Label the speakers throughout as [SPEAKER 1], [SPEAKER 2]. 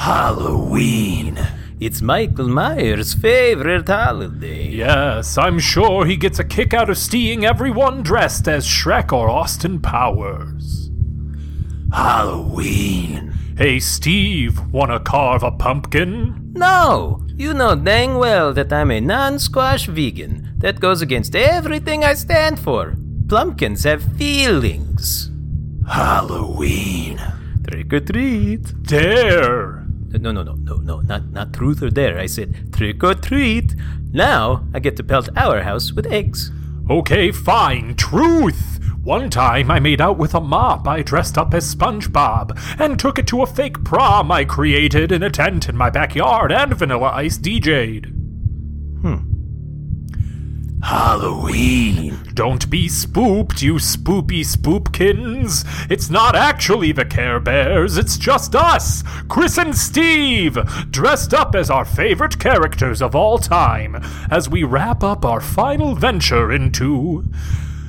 [SPEAKER 1] Halloween. It's Michael Myers' favorite holiday.
[SPEAKER 2] Yes, I'm sure he gets a kick out of seeing everyone dressed as Shrek or Austin Powers.
[SPEAKER 1] Halloween.
[SPEAKER 2] Hey, Steve, wanna carve a pumpkin?
[SPEAKER 1] No, you know dang well that I'm a non squash vegan. That goes against everything I stand for. Plumpkins have feelings. Halloween. Trick or treat.
[SPEAKER 2] Dare!
[SPEAKER 1] No, no, no, no, no, not, not truth or dare. I said trick or treat. Now I get to pelt our house with eggs.
[SPEAKER 2] Okay, fine, truth! One time I made out with a mop I dressed up as SpongeBob and took it to a fake prom I created in a tent in my backyard and Vanilla Ice DJ'd.
[SPEAKER 1] Halloween.
[SPEAKER 2] Don't be spooped, you spoopy spoopkins. It's not actually the Care Bears, it's just us, Chris and Steve, dressed up as our favorite characters of all time, as we wrap up our final venture into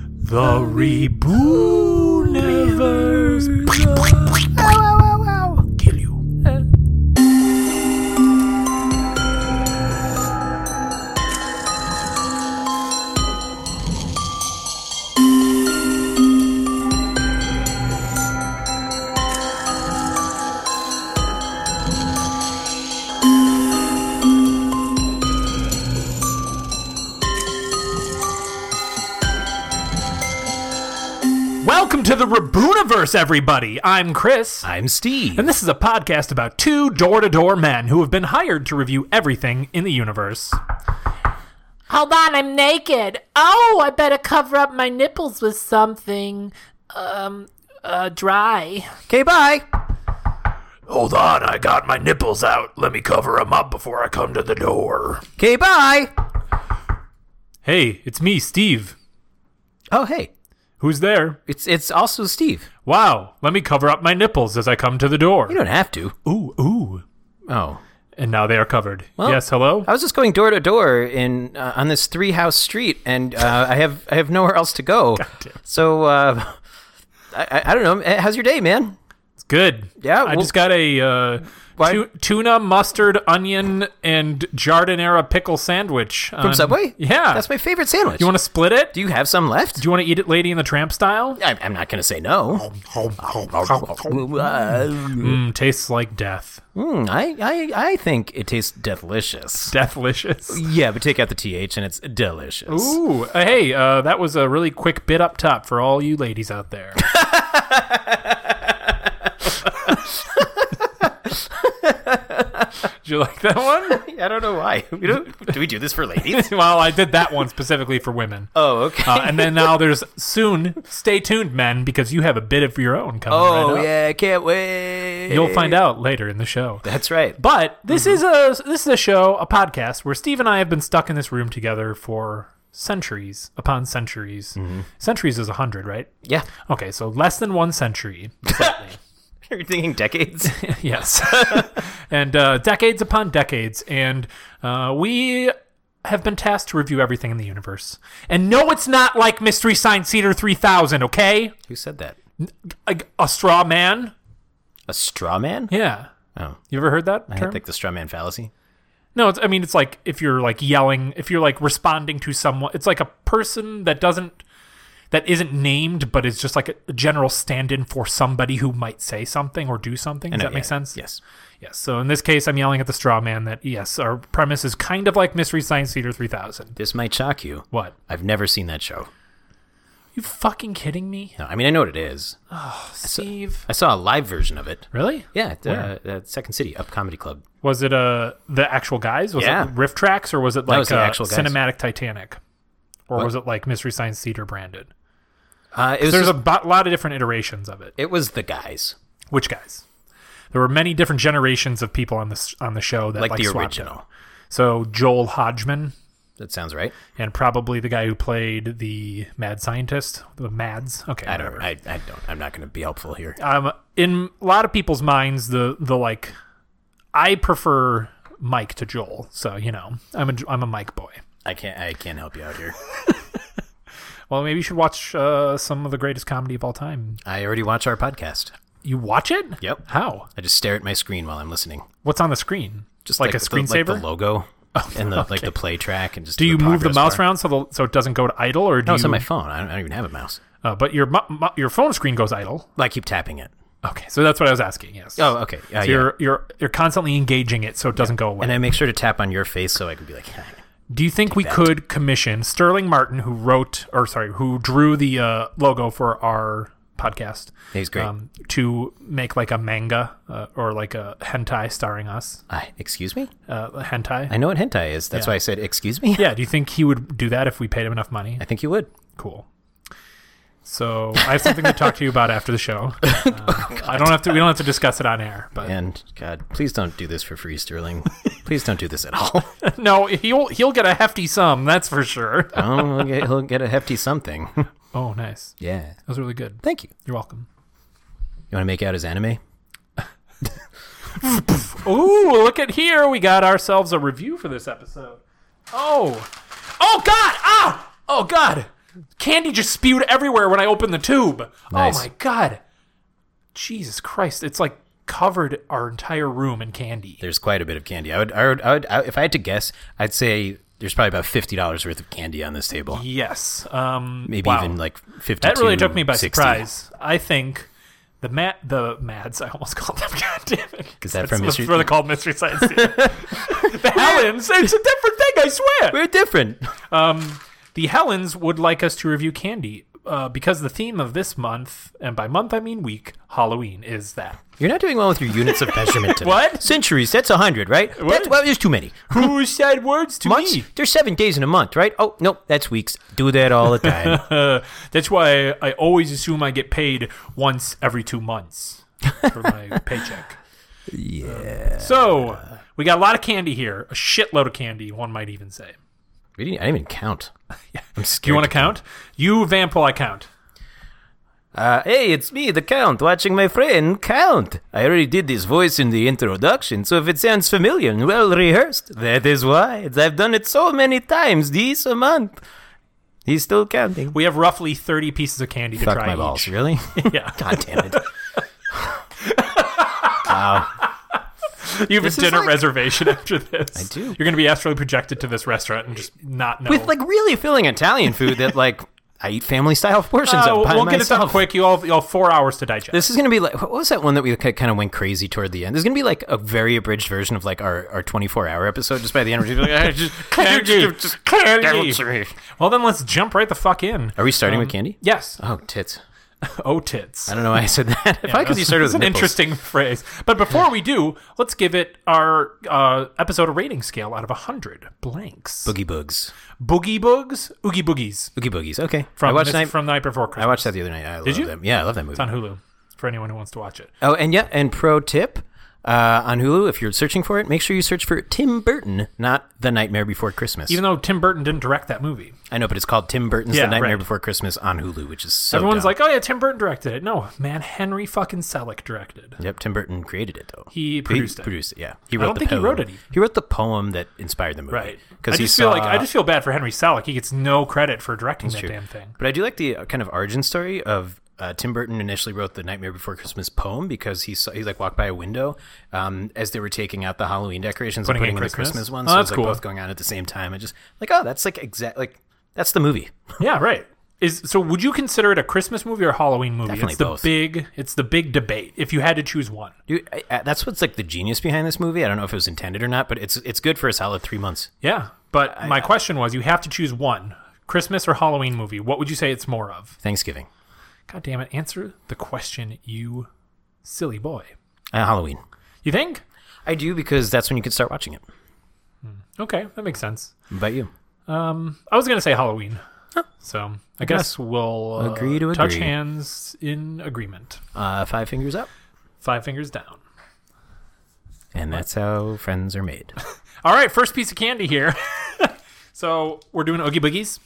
[SPEAKER 2] the Rebooniverse. Kill you. Welcome to the Rebooniverse, everybody. I'm Chris.
[SPEAKER 1] I'm Steve.
[SPEAKER 2] And this is a podcast about two door to door men who have been hired to review everything in the universe.
[SPEAKER 3] Hold on, I'm naked. Oh, I better cover up my nipples with something. Um, uh, dry.
[SPEAKER 1] Okay, bye.
[SPEAKER 2] Hold on, I got my nipples out. Let me cover them up before I come to the door.
[SPEAKER 1] Okay, bye.
[SPEAKER 2] Hey, it's me, Steve.
[SPEAKER 1] Oh, hey.
[SPEAKER 2] Who's there?
[SPEAKER 1] It's it's also Steve.
[SPEAKER 2] Wow, let me cover up my nipples as I come to the door.
[SPEAKER 1] You don't have to.
[SPEAKER 2] Ooh, ooh.
[SPEAKER 1] Oh.
[SPEAKER 2] And now they are covered.
[SPEAKER 1] Well-
[SPEAKER 2] yes, hello?
[SPEAKER 1] I was just going door to door in uh, on this three house street, and uh, I have I have nowhere else to go.
[SPEAKER 2] damn.
[SPEAKER 1] So uh, I, I I don't know. Eh, How's your day, man?
[SPEAKER 2] It's good.
[SPEAKER 1] Yeah,
[SPEAKER 2] I
[SPEAKER 1] well-
[SPEAKER 2] just got a uh,
[SPEAKER 1] Why-
[SPEAKER 2] tu- tuna, mustard, onion, and jardinera pickle sandwich.
[SPEAKER 1] From Subway?
[SPEAKER 2] Um, Yeah.
[SPEAKER 1] that's my favorite sandwich.
[SPEAKER 2] you want to split it?
[SPEAKER 1] Do you have some left?
[SPEAKER 2] Do you want to eat it Lady in the Tramp style?
[SPEAKER 1] I, I'm not gonna say no. Mm,
[SPEAKER 2] Mm, tastes like death.
[SPEAKER 1] I, I I think it tastes delicious.
[SPEAKER 2] Deathlicious.
[SPEAKER 1] Yeah, but take out the th, and it's delicious.
[SPEAKER 2] Ooh, uh, hey, uh, that was a really quick bit up top for all you ladies out there. Did you like that one?
[SPEAKER 1] I don't know why. We don't, do we do this for ladies?
[SPEAKER 2] well, I did that one specifically for women.
[SPEAKER 1] Oh, okay.
[SPEAKER 2] Uh, and then now there's soon. Stay tuned, men, because you have a bit of your own coming.
[SPEAKER 1] oh
[SPEAKER 2] right up.
[SPEAKER 1] yeah, I can't wait.
[SPEAKER 2] You'll find out later in the show.
[SPEAKER 1] That's right.
[SPEAKER 2] But this
[SPEAKER 1] Mm-hmm.
[SPEAKER 2] is a this is a show, a podcast where Steve and I have been stuck in this room together for centuries upon centuries.
[SPEAKER 1] Mm-hmm.
[SPEAKER 2] Centuries is a hundred, right?
[SPEAKER 1] Yeah,
[SPEAKER 2] Okay, so less than one century. slightly.
[SPEAKER 1] you're thinking decades.
[SPEAKER 2] yes, and uh, decades upon decades, and uh, we have been tasked to review everything in the universe. And no, it's not like Mystery Science Theater three thousand. Okay,
[SPEAKER 1] Who said that?
[SPEAKER 2] a, a straw man.
[SPEAKER 1] A straw man?
[SPEAKER 2] Yeah.
[SPEAKER 1] Oh.
[SPEAKER 2] You ever heard that
[SPEAKER 1] I
[SPEAKER 2] term?
[SPEAKER 1] think the straw man fallacy.
[SPEAKER 2] No, it's, I mean it's like if you're like yelling, if you're like responding to someone, it's like a person that doesn't that isn't named, but is just like a, a general stand-in for somebody who might say something or do something. Does
[SPEAKER 1] No,
[SPEAKER 2] that make
[SPEAKER 1] yeah,
[SPEAKER 2] sense?
[SPEAKER 1] Yes.
[SPEAKER 2] Yes. So in this case, I'm yelling at the straw man that yes, our premise is kind of like Mystery Science Theater 3000.
[SPEAKER 1] This might shock you.
[SPEAKER 2] What?
[SPEAKER 1] I've never seen that show.
[SPEAKER 2] You fucking kidding me,
[SPEAKER 1] No, I mean I know what it is.
[SPEAKER 2] Steve?
[SPEAKER 1] I saw a live version of it.
[SPEAKER 2] Really?
[SPEAKER 1] Yeah, at, uh, at Second City Up Comedy Club.
[SPEAKER 2] Was it uh the actual guys? Was
[SPEAKER 1] Yeah.
[SPEAKER 2] it riff tracks or was it like
[SPEAKER 1] was the
[SPEAKER 2] uh,
[SPEAKER 1] actual guys.
[SPEAKER 2] cinematic Titanic, or was it like Mystery Science Theater branded?
[SPEAKER 1] Uh, it was
[SPEAKER 2] There's
[SPEAKER 1] just-
[SPEAKER 2] a bo- lot of different iterations of it.
[SPEAKER 1] it was the guys,
[SPEAKER 2] Which guys? There were many different generations of people on this on the show that
[SPEAKER 1] like,
[SPEAKER 2] like,
[SPEAKER 1] the
[SPEAKER 2] swapped
[SPEAKER 1] original.
[SPEAKER 2] out. So Joel Hodgman
[SPEAKER 1] That sounds right.
[SPEAKER 2] and probably the guy who played the mad scientist, the Mads. Okay,
[SPEAKER 1] I don't.
[SPEAKER 2] whatever.
[SPEAKER 1] I, I don't. I'm not going to be helpful here.
[SPEAKER 2] Um, in a lot of people's minds, the the like, I prefer Mike to Joel. So you know, I'm a I'm a Mike boy.
[SPEAKER 1] I can't. I can't help you out here.
[SPEAKER 2] Well, maybe you should watch uh, some of the greatest comedy of all time.
[SPEAKER 1] I already watch our podcast.
[SPEAKER 2] You watch it?
[SPEAKER 1] Yep.
[SPEAKER 2] How?
[SPEAKER 1] I just stare at my screen while I'm listening.
[SPEAKER 2] What's on the screen?
[SPEAKER 1] Just
[SPEAKER 2] like, a
[SPEAKER 1] the- like
[SPEAKER 2] screensaver. Oh,
[SPEAKER 1] the logo and the like the play track and just
[SPEAKER 2] do you move the
[SPEAKER 1] progress
[SPEAKER 2] mouse
[SPEAKER 1] bar.
[SPEAKER 2] around so the, so it doesn't go to idle, or do
[SPEAKER 1] No,
[SPEAKER 2] you?
[SPEAKER 1] it's on my phone. I don't, I don't even have a mouse.
[SPEAKER 2] uh, but your mu- mu- your phone screen goes idle.
[SPEAKER 1] But I keep tapping it.
[SPEAKER 2] Okay, so that's what I was asking. Yes.
[SPEAKER 1] Oh, okay. Uh,
[SPEAKER 2] So
[SPEAKER 1] yeah.
[SPEAKER 2] you're you're you're constantly engaging it so it doesn't go away.
[SPEAKER 1] And I make sure to tap on your face so I can be like,
[SPEAKER 2] Do you think we could commission Sterling Martin, who wrote or sorry, who drew the uh, logo for our podcast?
[SPEAKER 1] He's great.
[SPEAKER 2] Um, to make like a manga uh, or like a hentai starring us,
[SPEAKER 1] I, excuse me?
[SPEAKER 2] uh, hentai.
[SPEAKER 1] I know what hentai is. That's why I said, excuse me?
[SPEAKER 2] yeah, do you think he would do that if we paid him enough money?
[SPEAKER 1] I think you would.
[SPEAKER 2] Cool. So I have something to talk to you about after the show. Uh, I don't have to. We don't have to discuss it on air, but
[SPEAKER 1] And God, please don't do this for free, Sterling. please don't do this at all.
[SPEAKER 2] no, he'll he'll get a hefty sum. That's for sure.
[SPEAKER 1] oh, he'll get, he'll get a hefty something.
[SPEAKER 2] Oh, nice.
[SPEAKER 1] yeah.
[SPEAKER 2] That was really good.
[SPEAKER 1] Thank you.
[SPEAKER 2] You're welcome.
[SPEAKER 1] You want to make out his anime?
[SPEAKER 2] Ooh, look at here. We got ourselves a review for this episode. Oh. Oh god. Ah. Oh god. Candy just spewed everywhere when I opened the tube.
[SPEAKER 1] Nice.
[SPEAKER 2] Oh my god. Jesus Christ. It's like covered our entire room in candy.
[SPEAKER 1] There's quite a bit of candy. I would, I would, I would I, if I had to guess, I'd say there's probably about fifty dollars worth of candy on this table.
[SPEAKER 2] Yes. Um
[SPEAKER 1] Maybe
[SPEAKER 2] wow.
[SPEAKER 1] even like fifty.
[SPEAKER 2] That really took me by surprise. I think the mat the mads I almost called them god damn it.
[SPEAKER 1] Is that from
[SPEAKER 2] That's
[SPEAKER 1] Mystery-
[SPEAKER 2] what they're called mystery science theater. the Helens, it's a different thing, I swear.
[SPEAKER 1] We're different.
[SPEAKER 2] the Helens would like us to review candy uh, because the theme of this month, and by month I mean week, Halloween is that.
[SPEAKER 1] You're not doing well with your units of measurement. Today.
[SPEAKER 2] What?
[SPEAKER 1] centuries? That's hundred, right? That's, well, there's too many.
[SPEAKER 2] Who said words to
[SPEAKER 1] Months? There's seven days in a month, right? Oh no, that's weeks. Do that all the time.
[SPEAKER 2] That's why I always assume I get paid once every two months for my paycheck. Yeah. So we got a lot of candy here, a shitload of candy, one might even say.
[SPEAKER 1] we didn't, I didn't even count. I'm scared.
[SPEAKER 2] Do you want to count? You, Vampol, I count.
[SPEAKER 1] Uh, hey, it's me, the Count, watching my friend Count. I already did this voice in the introduction, so if it sounds familiar and well rehearsed, that is why. I've done it so many times this month. He's still counting.
[SPEAKER 2] We have roughly 30 pieces of candy to
[SPEAKER 1] Fuck
[SPEAKER 2] try
[SPEAKER 1] my
[SPEAKER 2] each.
[SPEAKER 1] balls, really?
[SPEAKER 2] Yeah.
[SPEAKER 1] God damn it.
[SPEAKER 2] You have
[SPEAKER 1] This
[SPEAKER 2] a
[SPEAKER 1] is
[SPEAKER 2] dinner
[SPEAKER 1] like-
[SPEAKER 2] reservation after this. I
[SPEAKER 1] do.
[SPEAKER 2] You're going to be astrally projected to this restaurant and just not know.
[SPEAKER 1] With like really filling Italian food that like I eat family style portions
[SPEAKER 2] Uh,
[SPEAKER 1] of by
[SPEAKER 2] we'll get it
[SPEAKER 1] myself.
[SPEAKER 2] done quick. You all, you all have four hours to digest.
[SPEAKER 1] This is gonna be like what was that one that we kind of went crazy toward the end? This is gonna be like a very abridged version of like our, our twenty four hour episode. Just by the end, we're just like,
[SPEAKER 2] Candy.
[SPEAKER 1] just candy.
[SPEAKER 2] well, then let's jump right the fuck in.
[SPEAKER 1] Are we starting with candy?
[SPEAKER 2] Yes.
[SPEAKER 1] Oh, tits.
[SPEAKER 2] Oh, tits.
[SPEAKER 1] I don't know why I said that. Probably because you started
[SPEAKER 2] It's
[SPEAKER 1] with
[SPEAKER 2] an
[SPEAKER 1] nipples.
[SPEAKER 2] interesting phrase. But before we do, let's give it our uh, episode rating scale out of 100 blanks.
[SPEAKER 1] Boogie Bugs.
[SPEAKER 2] Boogie Boogs? Oogie Boogies.
[SPEAKER 1] Boogie Boogies. Okay. I
[SPEAKER 2] From,
[SPEAKER 1] watched
[SPEAKER 2] Miss-
[SPEAKER 1] night,
[SPEAKER 2] from the Night Before
[SPEAKER 1] I
[SPEAKER 2] Christmas
[SPEAKER 1] watched that the other night. I Did love
[SPEAKER 2] you?
[SPEAKER 1] Them. Yeah, I love that movie.
[SPEAKER 2] on Hulu for anyone who wants to watch it.
[SPEAKER 1] oh, and yeah, and pro tip uh, on Hulu, if you're searching for it, make sure you search for Tim Burton, not The Nightmare Before Christmas.
[SPEAKER 2] Even though Tim Burton didn't direct that movie.
[SPEAKER 1] I know, but it's called Tim Burton's
[SPEAKER 2] Yeah,
[SPEAKER 1] The Nightmare
[SPEAKER 2] right.
[SPEAKER 1] Before Christmas on Hulu, which is so.
[SPEAKER 2] Everyone's
[SPEAKER 1] dumb.
[SPEAKER 2] like, oh yeah, Tim Burton directed it. No, man, Henry fucking Selick directed.
[SPEAKER 1] Yep, Tim Burton created it though.
[SPEAKER 2] He produced it.
[SPEAKER 1] Produced it. Yeah, he
[SPEAKER 2] don't
[SPEAKER 1] the
[SPEAKER 2] think he
[SPEAKER 1] poem.
[SPEAKER 2] wrote it either.
[SPEAKER 1] He wrote the poem that inspired the movie.
[SPEAKER 2] Right. I
[SPEAKER 1] Because he
[SPEAKER 2] just feel
[SPEAKER 1] saw,
[SPEAKER 2] like I just feel bad for Henry Selick. He gets no credit for directing that
[SPEAKER 1] True.
[SPEAKER 2] damn thing.
[SPEAKER 1] But I do like the uh, kind of origin story of uh, Tim Burton initially wrote the Nightmare Before Christmas poem because he saw he like walked by a window um, as they were taking out the Halloween decorations
[SPEAKER 2] Putting
[SPEAKER 1] and
[SPEAKER 2] in
[SPEAKER 1] putting in
[SPEAKER 2] Christmas?
[SPEAKER 1] the Christmas ones.
[SPEAKER 2] Oh,
[SPEAKER 1] so it was,
[SPEAKER 2] that's
[SPEAKER 1] like,
[SPEAKER 2] cool.
[SPEAKER 1] both going on at the same time. I just like oh that's like exact like that's the movie.
[SPEAKER 2] Yeah, right. Is so would you consider it a Christmas movie or a Halloween movie?
[SPEAKER 1] Definitely
[SPEAKER 2] it's the
[SPEAKER 1] both.
[SPEAKER 2] big it's the big debate if you had to choose one.
[SPEAKER 1] Dude, I, I, that's what's like the genius behind this movie. I don't know if it was intended or not, but it's it's good for a solid three months.
[SPEAKER 2] Yeah. But my question was you have to choose one. Christmas or Halloween movie? What would you say it's more of?
[SPEAKER 1] Thanksgiving,
[SPEAKER 2] God damn it, answer the question, you silly boy.
[SPEAKER 1] uh, Halloween.
[SPEAKER 2] You think?
[SPEAKER 1] I do because that's when you could start watching it.
[SPEAKER 2] Okay, that makes sense.
[SPEAKER 1] What about you?
[SPEAKER 2] I was gonna say Halloween. So I guess we'll uh,
[SPEAKER 1] Agree to
[SPEAKER 2] touch
[SPEAKER 1] agree.
[SPEAKER 2] hands in agreement.
[SPEAKER 1] Uh, five fingers up,
[SPEAKER 2] Five fingers down.
[SPEAKER 1] and that's how friends are made.
[SPEAKER 2] All right, first piece of candy here. so we're doing Oogie Boogies.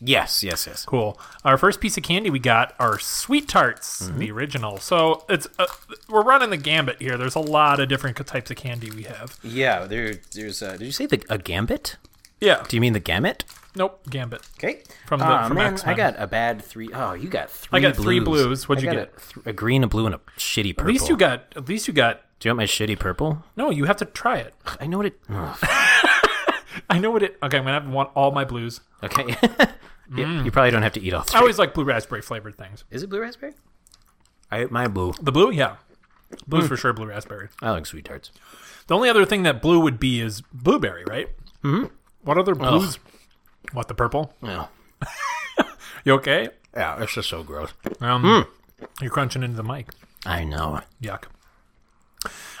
[SPEAKER 1] yes, yes, yes.
[SPEAKER 2] Cool. Our first piece of candy we got are Sweet Tarts, the original. So it's uh, we're running the gambit here. There's a lot of different types of candy we have.
[SPEAKER 1] Yeah, there, there's. Uh, did you say the, a gambit?
[SPEAKER 2] Yeah.
[SPEAKER 1] Do you mean the gamut?
[SPEAKER 2] Nope. Gambit.
[SPEAKER 1] Okay.
[SPEAKER 2] From the-
[SPEAKER 1] Aw,
[SPEAKER 2] from
[SPEAKER 1] man,
[SPEAKER 2] X-Men.
[SPEAKER 1] I got a bad three oh you got three.
[SPEAKER 2] I got three blues. What'd
[SPEAKER 1] I
[SPEAKER 2] you
[SPEAKER 1] got
[SPEAKER 2] get?
[SPEAKER 1] A, th- a green, a blue, and a shitty purple.
[SPEAKER 2] At least you got. At least you got.
[SPEAKER 1] Do you want my shitty purple?
[SPEAKER 2] No, you have to try it.
[SPEAKER 1] I know what it. oh,
[SPEAKER 2] I know what it. Okay, I'm gonna have to want all my blues.
[SPEAKER 1] okay. you, you probably don't have to eat all
[SPEAKER 2] I
[SPEAKER 1] three.
[SPEAKER 2] always like blue raspberry flavored things.
[SPEAKER 1] Is it blue raspberry? I ate my blue.
[SPEAKER 2] The blue, yeah, blue's for sure. Blue raspberry.
[SPEAKER 1] I like sweet tarts.
[SPEAKER 2] The only other thing that blue would be is blueberry, right? Mm-hmm. Mm. What other blues? What the purple?
[SPEAKER 1] Yeah.
[SPEAKER 2] You okay?
[SPEAKER 1] Yeah, it's just so gross.
[SPEAKER 2] Um, You're crunching into the mic.
[SPEAKER 1] I know.
[SPEAKER 2] Yuck.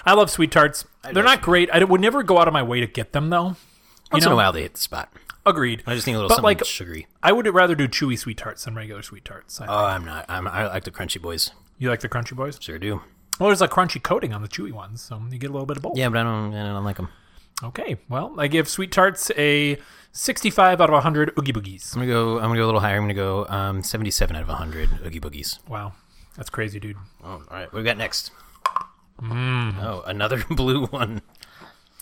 [SPEAKER 2] I love sweet tarts. They're not great. I would never go out of my way to get them though.
[SPEAKER 1] Once
[SPEAKER 2] know-
[SPEAKER 1] in a while they hit the spot.
[SPEAKER 2] Agreed.
[SPEAKER 1] I just need a little
[SPEAKER 2] But,
[SPEAKER 1] something
[SPEAKER 2] like-
[SPEAKER 1] sugary.
[SPEAKER 2] I would rather do chewy sweet tarts than regular sweet tarts. I-
[SPEAKER 1] Oh, I'm not. I'm, I like the crunchy boys.
[SPEAKER 2] you like the crunchy boys?
[SPEAKER 1] Sure do.
[SPEAKER 2] Well, there's a crunchy coating on the chewy ones, so you get a little bit of both.
[SPEAKER 1] Yeah, but I don't. I don't like them.
[SPEAKER 2] Okay. Well, I give sweet tarts a 65 out of 100 oogie boogies.
[SPEAKER 1] I'm gonna go. I'm gonna go a little higher. I'm gonna go um, 77 out of 100 Oogie Boogies.
[SPEAKER 2] Wow, that's crazy, dude.
[SPEAKER 1] Oh, all right. What we got next? Oh, another blue one.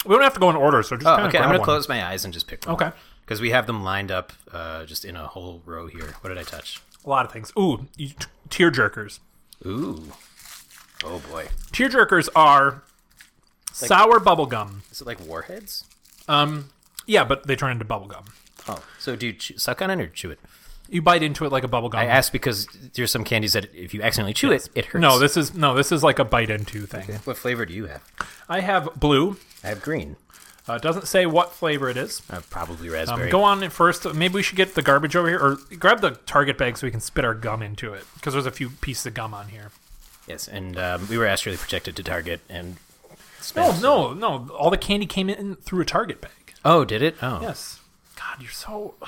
[SPEAKER 2] We don't have to go in order, so just
[SPEAKER 1] Oh,
[SPEAKER 2] kind of
[SPEAKER 1] okay. I'm
[SPEAKER 2] grab
[SPEAKER 1] gonna
[SPEAKER 2] one.
[SPEAKER 1] close my eyes and just pick one.
[SPEAKER 2] Okay.
[SPEAKER 1] Because we have them lined up, uh, just in a whole row here. What did I touch?
[SPEAKER 2] A lot of things. Ooh, you, t- tear jerkers.
[SPEAKER 1] Ooh. Oh boy.
[SPEAKER 2] Tear jerkers are sour bubble gum.
[SPEAKER 1] Is it like warheads?
[SPEAKER 2] Um, yeah, but they turn into bubble gum.
[SPEAKER 1] Oh. So do you chew, suck on it or chew it?
[SPEAKER 2] You bite into it like a bubble gum.
[SPEAKER 1] I asked because there's some candies that if you accidentally chew it, it hurts.
[SPEAKER 2] no, this is no, this is like a bite into thing.
[SPEAKER 1] What flavor do you have?
[SPEAKER 2] I have blue.
[SPEAKER 1] I have green.
[SPEAKER 2] Uh, it doesn't say what flavor it is.
[SPEAKER 1] I have probably
[SPEAKER 2] Um,
[SPEAKER 1] raspberry.
[SPEAKER 2] go on in first. Maybe we should get the garbage over here, or grab the target bag so we can spit our gum into it. Because there's a few pieces of gum on here.
[SPEAKER 1] Yes, and um, we were astrally projected to target and.
[SPEAKER 2] No,
[SPEAKER 1] Spence.
[SPEAKER 2] Oh, no, no. All the candy came in through a target bag.
[SPEAKER 1] Oh, did it? Oh,
[SPEAKER 2] Yes. God, you're so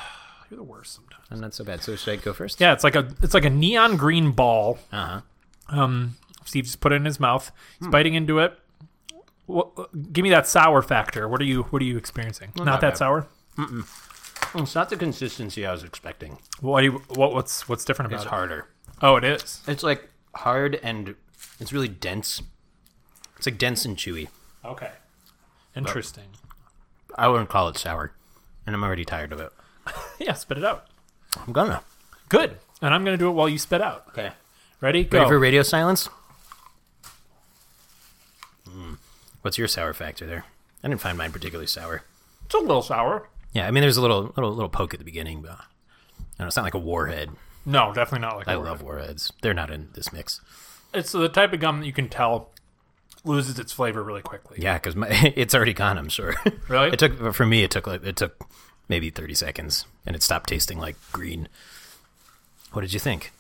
[SPEAKER 2] you're the worst sometimes.
[SPEAKER 1] I'm not so bad. So should I go first?
[SPEAKER 2] Yeah, it's like a it's like a neon green ball. Um,
[SPEAKER 1] Uh huh.
[SPEAKER 2] Steve just put it in his mouth.
[SPEAKER 1] Hmm.
[SPEAKER 2] He's biting into it. Well, give me that sour factor. What are you What are you experiencing? not,
[SPEAKER 1] not
[SPEAKER 2] that
[SPEAKER 1] bad.
[SPEAKER 2] sour.
[SPEAKER 1] It's not the consistency I was expecting.
[SPEAKER 2] What, do you, what What's What's different about
[SPEAKER 1] It's
[SPEAKER 2] it?
[SPEAKER 1] harder.
[SPEAKER 2] Oh, it is.
[SPEAKER 1] It's like hard and it's really dense. It's like dense and chewy.
[SPEAKER 2] Okay. Interesting.
[SPEAKER 1] I wouldn't call it sour, and I'm already tired of it.
[SPEAKER 2] Yeah, spit it out.
[SPEAKER 1] I'm gonna.
[SPEAKER 2] Good. And I'm gonna do it while you spit out.
[SPEAKER 1] Okay.
[SPEAKER 2] Ready?
[SPEAKER 1] Ready
[SPEAKER 2] Go.
[SPEAKER 1] for radio silence? Mm. What's your sour factor there? I didn't find mine particularly sour.
[SPEAKER 2] it's a little sour.
[SPEAKER 1] Yeah, I mean, there's a little little little poke at the beginning, but you know, it's not like a warhead.
[SPEAKER 2] No, definitely not like.
[SPEAKER 1] I
[SPEAKER 2] a
[SPEAKER 1] love warheads. They're not in this mix.
[SPEAKER 2] it's the type of gum that you can tell loses its flavor really quickly.
[SPEAKER 1] Yeah, because it's already gone. I'm sure.
[SPEAKER 2] Really?
[SPEAKER 1] It took for me. It took like it took maybe 30 seconds, and it stopped tasting like green. What did you think?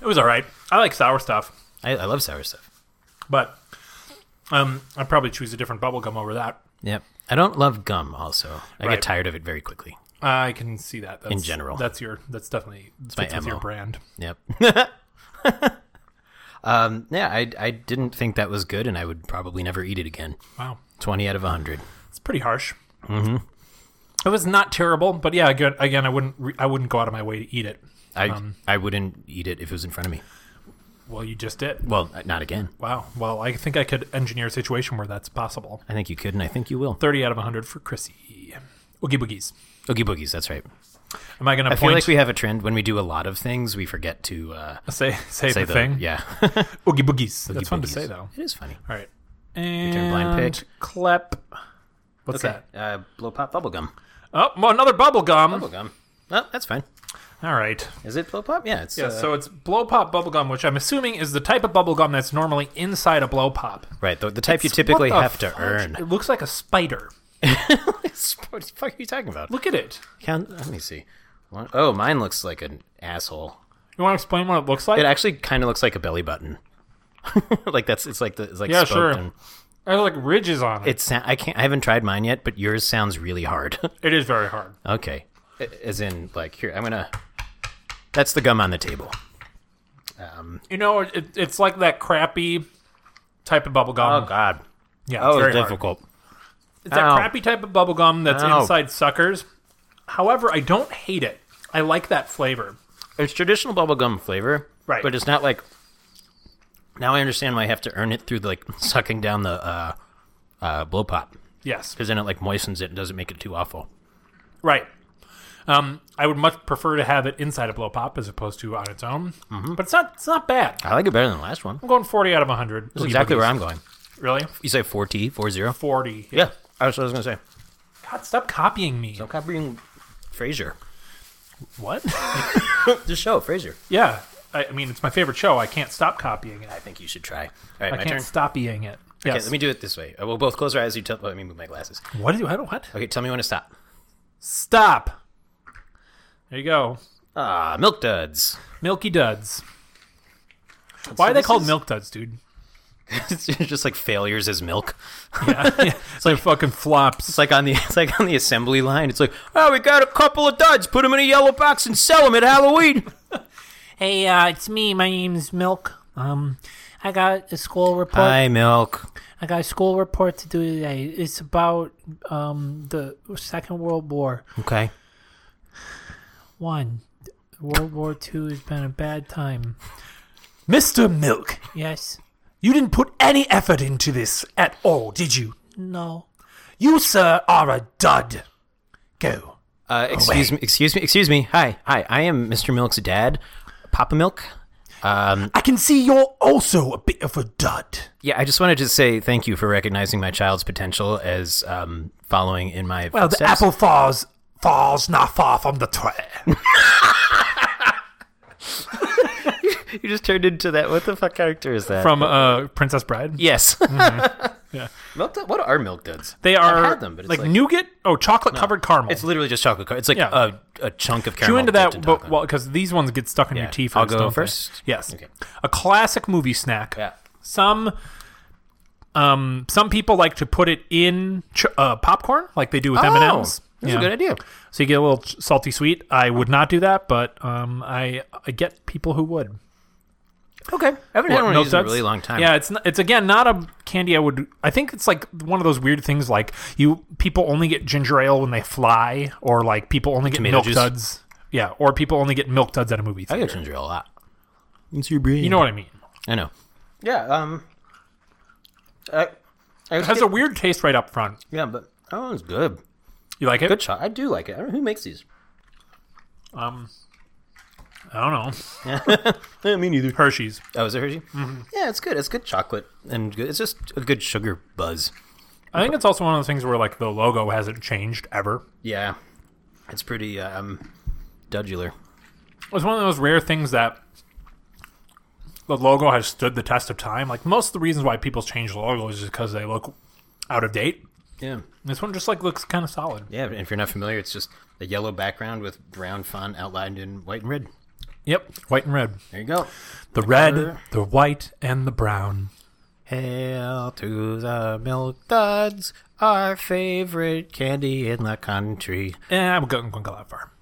[SPEAKER 2] It was all right. I like sour stuff,
[SPEAKER 1] I, I love sour stuff.
[SPEAKER 2] but um, I'd probably choose a different bubble gum over that.
[SPEAKER 1] Yep. I don't love gum. Also, I
[SPEAKER 2] Right.
[SPEAKER 1] get tired of it very quickly.
[SPEAKER 2] I can see that. That's,
[SPEAKER 1] In general.
[SPEAKER 2] that's your that's definitely it's
[SPEAKER 1] my
[SPEAKER 2] with your
[SPEAKER 1] MO.
[SPEAKER 2] brand.
[SPEAKER 1] Yep. um, yeah, I I didn't think that was good, and I would probably never eat it again.
[SPEAKER 2] Wow,
[SPEAKER 1] 20 out of 100.
[SPEAKER 2] it's pretty harsh. Mm-hmm. It was not terrible, but yeah, again, again I wouldn't re- I wouldn't go out of my way to eat it.
[SPEAKER 1] I
[SPEAKER 2] Um,
[SPEAKER 1] I wouldn't eat it if it was in front of me.
[SPEAKER 2] Well, you just did.
[SPEAKER 1] Well, not again.
[SPEAKER 2] Wow. Well, I think I could engineer a situation where that's possible.
[SPEAKER 1] I think you could, and I think you will.
[SPEAKER 2] Thirty out of hundred for Chrissy. Oogie boogies.
[SPEAKER 1] Oogie boogies. That's right.
[SPEAKER 2] Am I going to
[SPEAKER 1] I feel
[SPEAKER 2] point?
[SPEAKER 1] like we have a trend when we do a lot of things, we forget to uh,
[SPEAKER 2] say say,
[SPEAKER 1] say
[SPEAKER 2] the, thing.
[SPEAKER 1] Yeah,
[SPEAKER 2] Oogie boogies.
[SPEAKER 1] Oogie
[SPEAKER 2] That's fun to
[SPEAKER 1] boogies.
[SPEAKER 2] say though.
[SPEAKER 1] It is funny.
[SPEAKER 2] All right. And
[SPEAKER 1] blind pig.
[SPEAKER 2] Clep. What's that?
[SPEAKER 1] Uh, blow pop bubble gum.
[SPEAKER 2] Oh, well, another bubble gum.
[SPEAKER 1] Bubble gum. Oh, that's fine.
[SPEAKER 2] All right.
[SPEAKER 1] Is it blow pop? Yeah, it's
[SPEAKER 2] Yeah,
[SPEAKER 1] uh,
[SPEAKER 2] so it's blow pop bubble gum, which I'm assuming is the type of bubble gum that's normally inside a blow pop.
[SPEAKER 1] right. The, the type you
[SPEAKER 2] It's-
[SPEAKER 1] typically
[SPEAKER 2] what the
[SPEAKER 1] have to
[SPEAKER 2] fudge?
[SPEAKER 1] earn.
[SPEAKER 2] It looks like a spider.
[SPEAKER 1] what the fuck are you talking about?
[SPEAKER 2] Look at it.
[SPEAKER 1] Count, let me see. One- Oh, mine looks like an asshole.
[SPEAKER 2] You want to explain what it looks like?
[SPEAKER 1] It actually kind of looks like a belly button. like that's it's like the it's like
[SPEAKER 2] Yeah,
[SPEAKER 1] spoked
[SPEAKER 2] sure.
[SPEAKER 1] and-
[SPEAKER 2] There's like ridges on it.
[SPEAKER 1] It sa- I can't. I haven't tried mine yet, but yours sounds really hard.
[SPEAKER 2] It is very hard.
[SPEAKER 1] okay, A- as in like here. I'm gonna. That's the gum on the table.
[SPEAKER 2] You know, it, it's like that crappy type of bubble
[SPEAKER 1] Oh
[SPEAKER 2] gum.
[SPEAKER 1] God,
[SPEAKER 2] yeah,
[SPEAKER 1] that
[SPEAKER 2] it's
[SPEAKER 1] was
[SPEAKER 2] very hard.
[SPEAKER 1] Oh, difficult.
[SPEAKER 2] It's that
[SPEAKER 1] Ow.
[SPEAKER 2] crappy type of bubble gum that's
[SPEAKER 1] Ow.
[SPEAKER 2] inside suckers. However, I don't hate it. I like that flavor.
[SPEAKER 1] It's traditional bubblegum flavor,
[SPEAKER 2] Right.
[SPEAKER 1] But it's not like. Now I understand why I have to earn it through like sucking down the uh, uh, blow pop
[SPEAKER 2] Yes.
[SPEAKER 1] because then it like moistens it and doesn't make it too awful.
[SPEAKER 2] Right. Um, I would much prefer to have it inside a blow pop as opposed to on its own.
[SPEAKER 1] Mm-hmm.
[SPEAKER 2] But it's not it's not bad.
[SPEAKER 1] I like it better than the last one.
[SPEAKER 2] I'm going 40 out of 100.
[SPEAKER 1] That's exactly where I'm going.
[SPEAKER 2] Really?
[SPEAKER 1] You say 4T, 40?
[SPEAKER 2] 40.
[SPEAKER 1] Yeah, that's what I was going to say.
[SPEAKER 2] God, stop copying me.
[SPEAKER 1] Don't copying Frasier.
[SPEAKER 2] What?
[SPEAKER 1] The show, Frasier.
[SPEAKER 2] yeah. I, I mean, it's my favorite show. I can't stop copying it.
[SPEAKER 1] I think you should try. All right,
[SPEAKER 2] I
[SPEAKER 1] my
[SPEAKER 2] can't
[SPEAKER 1] turn.
[SPEAKER 2] stop being it.
[SPEAKER 1] Okay,
[SPEAKER 2] Yes.
[SPEAKER 1] let me do it this way. Uh, We'll both close our eyes. You tell, let me move my glasses.
[SPEAKER 2] what do you? I don't what?
[SPEAKER 1] Okay, tell me when to stop.
[SPEAKER 2] Stop. There you go.
[SPEAKER 1] Ah, milk duds.
[SPEAKER 2] Milky Duds. Why are they
[SPEAKER 1] this
[SPEAKER 2] called
[SPEAKER 1] is-
[SPEAKER 2] Milk Duds, dude?
[SPEAKER 1] it's just like failures as milk.
[SPEAKER 2] It's like fucking flops.
[SPEAKER 1] It's like on the it's like on the assembly line. It's like, oh, we got a couple of duds. Put them in a yellow box and sell them at Halloween.
[SPEAKER 3] Hey, uh, it's me. My name's Milk. Um, I got a school report.
[SPEAKER 1] Hi, milk.
[SPEAKER 3] I got a school report to do today. It's about um the Second World War.
[SPEAKER 1] Okay.
[SPEAKER 3] One, World War Two has been a bad time.
[SPEAKER 2] Mr. Milk,
[SPEAKER 3] Yes.
[SPEAKER 2] you didn't put any effort into this at all, did you?
[SPEAKER 3] No.
[SPEAKER 2] You, sir, are a dud. Go.
[SPEAKER 1] Uh, excuse me. Excuse me. Excuse me. Hi. Hi. I am Mr. Milk's dad, Papa Milk. Um,
[SPEAKER 2] I can see you're also a bit of a dud.
[SPEAKER 1] yeah, I just wanted to say thank you for recognizing my child's potential as um, following in my
[SPEAKER 2] Well, Oh, the
[SPEAKER 1] footsteps.
[SPEAKER 2] apple falls falls not far from the tree.
[SPEAKER 1] You just turned into that. What the fuck character is that?
[SPEAKER 2] From Mm-hmm. uh, Princess Bride.
[SPEAKER 1] yes. Milk dud, what are milk duds?
[SPEAKER 2] They are
[SPEAKER 1] I've had them, but it's
[SPEAKER 2] like,
[SPEAKER 1] like-
[SPEAKER 2] nougat. Oh, chocolate covered caramel.
[SPEAKER 1] It's literally just chocolate. Car- it's like
[SPEAKER 2] Yeah.
[SPEAKER 1] a, a chunk of caramel.
[SPEAKER 2] Chew into
[SPEAKER 1] dipped
[SPEAKER 2] that,
[SPEAKER 1] in
[SPEAKER 2] but
[SPEAKER 1] chocolate.
[SPEAKER 2] well, because these ones get stuck in
[SPEAKER 1] Yeah.
[SPEAKER 2] your teeth.
[SPEAKER 1] I'll
[SPEAKER 2] first,
[SPEAKER 1] go
[SPEAKER 2] don't they?
[SPEAKER 1] first?
[SPEAKER 2] Yes.
[SPEAKER 1] Okay.
[SPEAKER 2] A classic movie snack.
[SPEAKER 1] Yeah.
[SPEAKER 2] Some. Um, some people like to put it in ch- uh, popcorn, like they do with M and M's.
[SPEAKER 1] Oh, That's a good idea.
[SPEAKER 2] So you get a little ch- salty sweet. I would not do that, but um, I I get people who would.
[SPEAKER 1] Okay. I haven't had
[SPEAKER 2] What,
[SPEAKER 1] one of
[SPEAKER 2] milk
[SPEAKER 1] these in a
[SPEAKER 2] duds?
[SPEAKER 1] really long time.
[SPEAKER 2] Yeah, it's n- it's again not a candy I would. I think it's like one of those weird things like you people only get ginger ale when they fly, or like people only get
[SPEAKER 1] Tomato
[SPEAKER 2] milk
[SPEAKER 1] juice.
[SPEAKER 2] duds. Yeah, or people only get milk duds at a movie
[SPEAKER 1] I
[SPEAKER 2] theater.
[SPEAKER 1] get ginger ale a lot. It's your brain.
[SPEAKER 2] You know what I mean?
[SPEAKER 1] I know. Yeah. Um. I, I
[SPEAKER 2] It has a weird taste right up front.
[SPEAKER 1] yeah, but that one's good.
[SPEAKER 2] You like it?
[SPEAKER 1] Good shot. I do like it. I don't know who makes these.
[SPEAKER 2] I don't know.
[SPEAKER 1] Yeah, me neither.
[SPEAKER 2] Hershey's.
[SPEAKER 1] Oh, is it Hershey? Mm-hmm. Yeah, it's good. It's good chocolate and good. It's just a good sugar buzz.
[SPEAKER 2] I think it's also one of the things where like the logo hasn't changed ever.
[SPEAKER 1] Yeah, it's pretty um, dudular.
[SPEAKER 2] It's one of those rare things that the logo has stood the test of time. Like most of the reasons why people change the logo is because they look out of date.
[SPEAKER 1] Yeah.
[SPEAKER 2] This one just like looks kind of solid.
[SPEAKER 1] Yeah, and if you're not familiar, it's just a yellow background with brown font outlined in white and red.
[SPEAKER 2] Yep, white and red.
[SPEAKER 1] There you go.
[SPEAKER 2] The red,
[SPEAKER 1] color.
[SPEAKER 2] the white, and the brown.
[SPEAKER 1] Hail to the milk duds, our favorite candy in the country.
[SPEAKER 2] Eh, I'm going to go that far.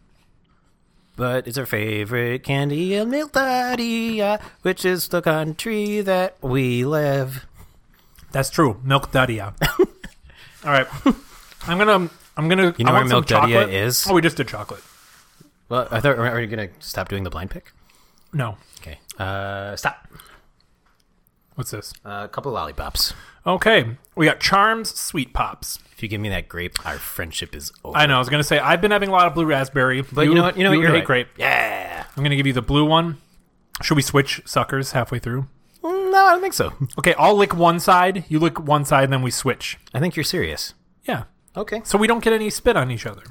[SPEAKER 1] But it's our favorite candy in milk duddy, which is the country that we live.
[SPEAKER 2] That's true. Milk Dadia. All right, I'm gonna. I'm gonna. You
[SPEAKER 1] know where
[SPEAKER 2] I want some
[SPEAKER 1] Milk Daddy
[SPEAKER 2] chocolate.
[SPEAKER 1] is?
[SPEAKER 2] Oh, we just did chocolate.
[SPEAKER 1] Well, I thought, are you going to stop doing the blind pick?
[SPEAKER 2] No,
[SPEAKER 1] Okay. Uh, stop.
[SPEAKER 2] what's this?
[SPEAKER 1] Uh, a couple of lollipops.
[SPEAKER 2] Okay, we got Charms Sweet Pops.
[SPEAKER 1] If you give me that grape, our friendship is over.
[SPEAKER 2] I know. I was gonna say I've been having a lot of blue raspberry,
[SPEAKER 1] but you, know what? You know what?
[SPEAKER 2] would
[SPEAKER 1] You're
[SPEAKER 2] hate
[SPEAKER 1] right.
[SPEAKER 2] grape.
[SPEAKER 1] Yeah.
[SPEAKER 2] I'm gonna give you the blue one. Should we switch suckers halfway through?
[SPEAKER 1] Mm, No, I don't think so.
[SPEAKER 2] Okay, I'll lick one side. You lick one side, and then we switch.
[SPEAKER 1] I think you're serious.
[SPEAKER 2] Yeah.
[SPEAKER 1] Okay.
[SPEAKER 2] So we don't get any spit on each other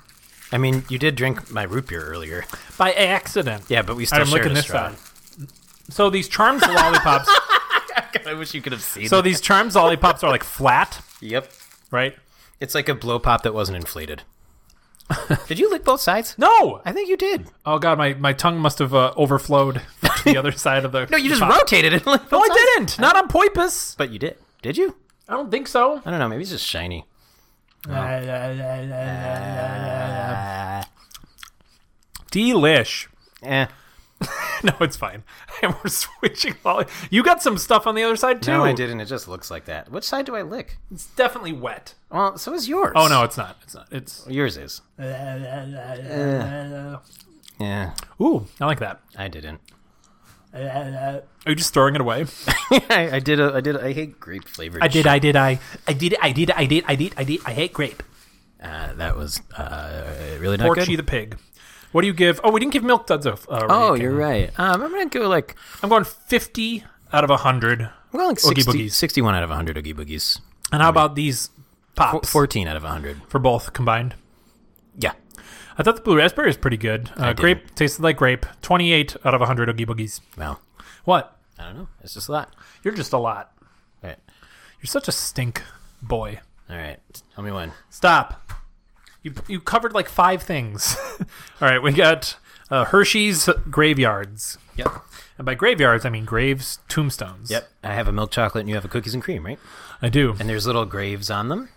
[SPEAKER 1] I mean, you did drink my root beer earlier.
[SPEAKER 2] by accident.
[SPEAKER 1] Yeah, but we still
[SPEAKER 2] I'm
[SPEAKER 1] shared
[SPEAKER 2] looking
[SPEAKER 1] a
[SPEAKER 2] this
[SPEAKER 1] straw.
[SPEAKER 2] side. So these charms lollipops.
[SPEAKER 1] I wish you could have seen.
[SPEAKER 2] so these charms lollipops are like flat,
[SPEAKER 1] yep,
[SPEAKER 2] right?
[SPEAKER 1] it's like a blow pop that wasn't inflated. did you lick both sides?
[SPEAKER 2] No.
[SPEAKER 1] I think you did.
[SPEAKER 2] Oh god, my, my tongue must have uh, overflowed to the other side of the.
[SPEAKER 1] No, you just
[SPEAKER 2] the pop.
[SPEAKER 1] rotated it. Like,
[SPEAKER 2] No, I didn't. Not on Poipus.
[SPEAKER 1] But you did. Did you?
[SPEAKER 2] I don't think so.
[SPEAKER 1] I don't know. Maybe it's just shiny. Uh,
[SPEAKER 2] Delish.
[SPEAKER 1] Eh.
[SPEAKER 2] No, it's fine. And we're switching. Lolli- you got some stuff on the other side too.
[SPEAKER 1] No, I didn't. It just looks like that. Which side do I lick?
[SPEAKER 2] It's definitely wet.
[SPEAKER 1] Well, so is yours.
[SPEAKER 2] Oh no, it's not. It's not. It's.
[SPEAKER 1] Yours is. Yeah,
[SPEAKER 2] Ooh, I like that.
[SPEAKER 1] I didn't.
[SPEAKER 2] Are you just throwing it away?
[SPEAKER 1] I, I did. A, I did. A, I hate grape flavored.
[SPEAKER 2] I did. I did. I. I did. I did. I did. I did. I did. I hate grape.
[SPEAKER 1] Uh, that was uh, really not
[SPEAKER 2] Porchy
[SPEAKER 1] good.
[SPEAKER 2] the pig. What do you give? Oh, we didn't give Milk Duds a. a
[SPEAKER 1] oh,
[SPEAKER 2] rating.
[SPEAKER 1] you're right. Um, I'm gonna go like
[SPEAKER 2] I'm going 50 out of 100.
[SPEAKER 1] I'm going like
[SPEAKER 2] Oogie
[SPEAKER 1] 60,
[SPEAKER 2] Boogies.
[SPEAKER 1] 61 out of 100 Oogie Boogies.
[SPEAKER 2] And how about these
[SPEAKER 1] Fo-
[SPEAKER 2] pops
[SPEAKER 1] 14 out of 100.
[SPEAKER 2] for both combined?
[SPEAKER 1] Yeah.
[SPEAKER 2] I thought the blue raspberry was pretty good. Uh,
[SPEAKER 1] didn't.
[SPEAKER 2] grape tasted like grape. 28 out of 100 Oogie Boogies.
[SPEAKER 1] Well,
[SPEAKER 2] What?
[SPEAKER 1] I don't know. It's just a lot.
[SPEAKER 2] You're just a lot.
[SPEAKER 1] All right.
[SPEAKER 2] You're such a stink boy.
[SPEAKER 1] All right. Tell me one.
[SPEAKER 2] Stop. You, you covered like five things. All right, we got uh, Hershey's Graveyards.
[SPEAKER 1] Yep.
[SPEAKER 2] And by graveyards, I mean graves, tombstones.
[SPEAKER 1] Yep. I have a milk chocolate and you have a cookies and cream, right?
[SPEAKER 2] I do.
[SPEAKER 1] And there's little graves on them.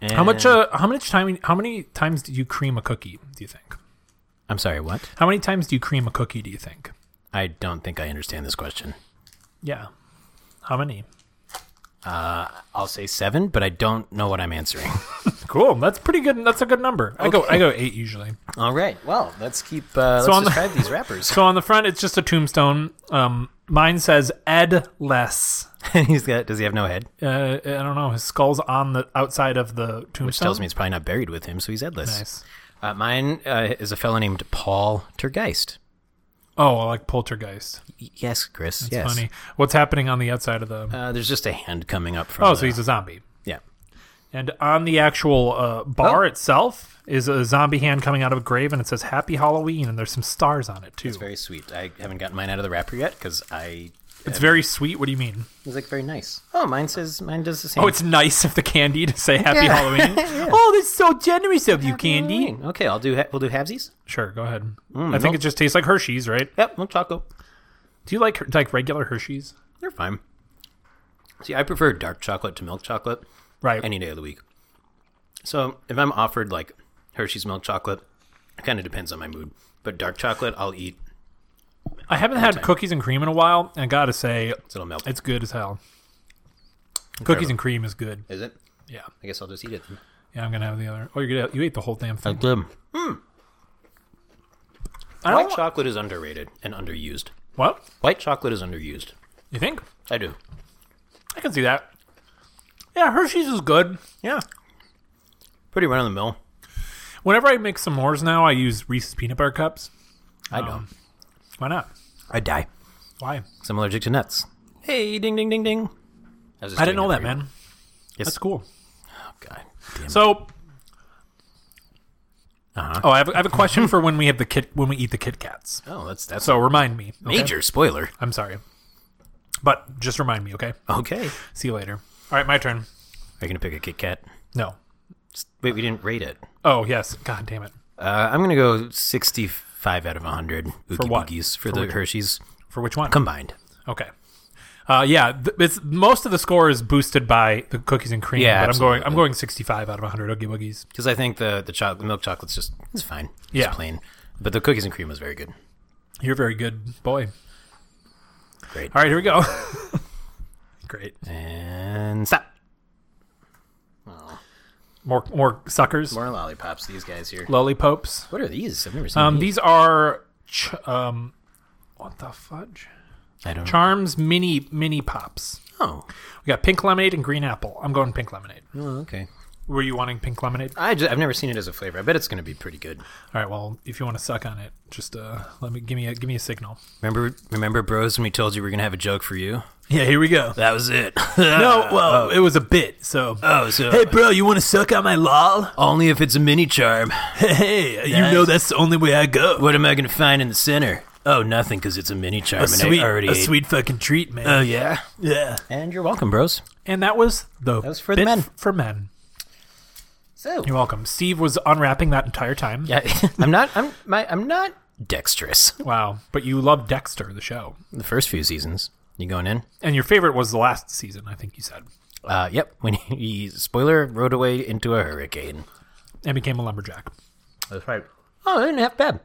[SPEAKER 1] And
[SPEAKER 2] How much? Uh, how much time? How many times did you cream a cookie? Do you think?
[SPEAKER 1] I'm sorry, what?
[SPEAKER 2] How many times do you cream a cookie? Do you think?
[SPEAKER 1] I don't think I understand this question.
[SPEAKER 2] Yeah. How many?
[SPEAKER 1] I'll say seven, but I don't know what I'm answering.
[SPEAKER 2] Cool. That's pretty good. That's a good number. I go. I go eight usually.
[SPEAKER 1] All right. Well, let's keep. Uh,
[SPEAKER 2] So on
[SPEAKER 1] let's
[SPEAKER 2] the-
[SPEAKER 1] describe these rappers.
[SPEAKER 2] So on the front, it's just a tombstone. Um, mine says Ed Less.
[SPEAKER 1] And he's got. Does he have no head?
[SPEAKER 2] Uh, I don't know. His skull's on the outside of the tombstone.
[SPEAKER 1] Which tells me it's probably not buried with him, so he's headless.
[SPEAKER 2] nice.
[SPEAKER 1] Uh, mine uh, is a fellow named Paul Tergeist.
[SPEAKER 2] Oh, I like poltergeist.
[SPEAKER 1] Y- yes, Chris. yes.
[SPEAKER 2] Funny. What's happening on the outside of the?
[SPEAKER 1] Uh, there's just a hand coming up from.
[SPEAKER 2] oh,
[SPEAKER 1] the-
[SPEAKER 2] so he's a zombie.
[SPEAKER 1] yeah.
[SPEAKER 2] And on the actual uh, bar
[SPEAKER 1] Oh.
[SPEAKER 2] itself is a zombie hand coming out of a grave, and it says "Happy Halloween," and there's some stars on it too.
[SPEAKER 1] It's very sweet. I haven't gotten mine out of the wrapper yet because I
[SPEAKER 2] It's very sweet. What do you mean?
[SPEAKER 1] It's like very nice. Oh, mine says mine does the same.
[SPEAKER 2] Oh, it's nice of the candy to say "Happy
[SPEAKER 1] Yeah.
[SPEAKER 2] Halloween." Oh, that's so generous of you, candy.
[SPEAKER 1] Okay, I'll do. Ha- we'll do halvesies.
[SPEAKER 2] Sure, go ahead.
[SPEAKER 1] Mm,
[SPEAKER 2] I think it just tastes like Hershey's, right?
[SPEAKER 1] Yep, no chocolate.
[SPEAKER 2] Do you like like regular Hershey's?
[SPEAKER 1] They're fine. See, I prefer dark chocolate to milk chocolate
[SPEAKER 2] Right.
[SPEAKER 1] any day of the week. So if I'm offered like Hershey's milk chocolate, it kind of depends on my mood. But dark chocolate, I'll eat.
[SPEAKER 2] I haven't had cookies and cream in a while, and gotta say,
[SPEAKER 1] So it'll melt.
[SPEAKER 2] it's good as hell. Cookies and cream is good.
[SPEAKER 1] Is it?
[SPEAKER 2] Yeah,
[SPEAKER 1] I guess I'll just eat it. Then.
[SPEAKER 2] yeah. I'm gonna have the other. Oh, you're gonna you ate the whole damn thing.
[SPEAKER 1] did.
[SPEAKER 2] I
[SPEAKER 1] White
[SPEAKER 2] don't.
[SPEAKER 1] chocolate is underrated and underused.
[SPEAKER 2] what
[SPEAKER 1] White chocolate is underused.
[SPEAKER 2] you think?
[SPEAKER 1] I do.
[SPEAKER 2] I can see that. Yeah, Hershey's is good.
[SPEAKER 1] Yeah. Pretty run of the mill.
[SPEAKER 2] Whenever I make s'mores now, I use Reese's peanut butter cups.
[SPEAKER 1] I don't.
[SPEAKER 2] Um. Why not?
[SPEAKER 1] I die.
[SPEAKER 2] Why?
[SPEAKER 1] Because I'm allergic to nuts. Hey, ding, ding, ding, ding. was just
[SPEAKER 2] I didn't
[SPEAKER 1] doing
[SPEAKER 2] know that,
[SPEAKER 1] for you.
[SPEAKER 2] man.
[SPEAKER 1] Yes.
[SPEAKER 2] That's cool.
[SPEAKER 1] Oh, God. Damn.
[SPEAKER 2] So,
[SPEAKER 1] Uh-huh.
[SPEAKER 2] oh, I have, I have a question for when we have the kit when we eat the Kit Kats.
[SPEAKER 1] Oh, that's that's
[SPEAKER 2] So remind me. okay?
[SPEAKER 1] major spoiler.
[SPEAKER 2] I'm sorry, but just remind me, okay?
[SPEAKER 1] Okay. Are
[SPEAKER 2] See you later. All right, my turn.
[SPEAKER 1] you gonna pick a Kit Kat?
[SPEAKER 2] No.
[SPEAKER 1] Wait, we didn't rate it.
[SPEAKER 2] Oh yes. God damn it.
[SPEAKER 1] Uh, I'm gonna go 65 out of 100 Oogie
[SPEAKER 2] what?
[SPEAKER 1] Boogies for,
[SPEAKER 2] For
[SPEAKER 1] the
[SPEAKER 2] which one?
[SPEAKER 1] Hershey's
[SPEAKER 2] For which one?
[SPEAKER 1] combined.
[SPEAKER 2] Okay. Uh, yeah, th- it's most of the score is boosted by the cookies and cream.
[SPEAKER 1] Yeah,
[SPEAKER 2] but I'm going. I'm
[SPEAKER 1] absolutely.
[SPEAKER 2] going 65 out of 100 Oogie Boogies.
[SPEAKER 1] Because I think the the, cho- the milk chocolate's just it's fine. It's
[SPEAKER 2] Yeah.
[SPEAKER 1] plain. But the cookies and cream was very good.
[SPEAKER 2] You're a very good boy.
[SPEAKER 1] Great.
[SPEAKER 2] All right, here we go. Great.
[SPEAKER 1] And stop.
[SPEAKER 2] More more suckers.
[SPEAKER 1] More lollipops. These guys here.
[SPEAKER 2] Lollipops.
[SPEAKER 1] What are these? I've never seen
[SPEAKER 2] Um,
[SPEAKER 1] these.
[SPEAKER 2] these are ch- um, what the fudge?
[SPEAKER 1] I don't.
[SPEAKER 2] Charms mini mini pops.
[SPEAKER 1] know.
[SPEAKER 2] We got pink lemonade and green apple. I'm going pink lemonade.
[SPEAKER 1] Oh, okay.
[SPEAKER 2] Were you wanting pink lemonade?
[SPEAKER 1] I ju- I've never seen it as a flavor. I bet it's gonna be pretty good.
[SPEAKER 2] All right. Well, if you want to suck on it, just uh, let me give me a give me a signal.
[SPEAKER 1] Remember, remember, bros, when we told you we were gonna have a joke for you?
[SPEAKER 2] Yeah, here we go.
[SPEAKER 1] That was it.
[SPEAKER 2] No, well, it was a bit. So,
[SPEAKER 1] oh, so
[SPEAKER 2] bro, you want to suck on my lol?
[SPEAKER 1] only if it's a mini charm.
[SPEAKER 2] Hey, you know that's the only way I go.
[SPEAKER 1] What am I gonna find in the center? Oh, nothing, because it's a mini charm. and I already ate-
[SPEAKER 2] fucking treat, man.
[SPEAKER 1] Oh yeah.
[SPEAKER 2] yeah.
[SPEAKER 1] And you're welcome, bros.
[SPEAKER 2] And that was the
[SPEAKER 1] was for the
[SPEAKER 2] bit
[SPEAKER 1] men.
[SPEAKER 2] f- For men,
[SPEAKER 1] So
[SPEAKER 2] you're welcome. Steve was unwrapping that entire time.
[SPEAKER 1] yeah, I'm not. I'm my. I'm not dexterous.
[SPEAKER 2] Wow, but you loved Dexter, the show,
[SPEAKER 1] The first few seasons, you going in?
[SPEAKER 2] and your favorite was the last season, I think you said,
[SPEAKER 1] Uh, yep. When he spoiler rode away into a hurricane.
[SPEAKER 2] and became a lumberjack.
[SPEAKER 1] That's right. Oh, I didn't have bad.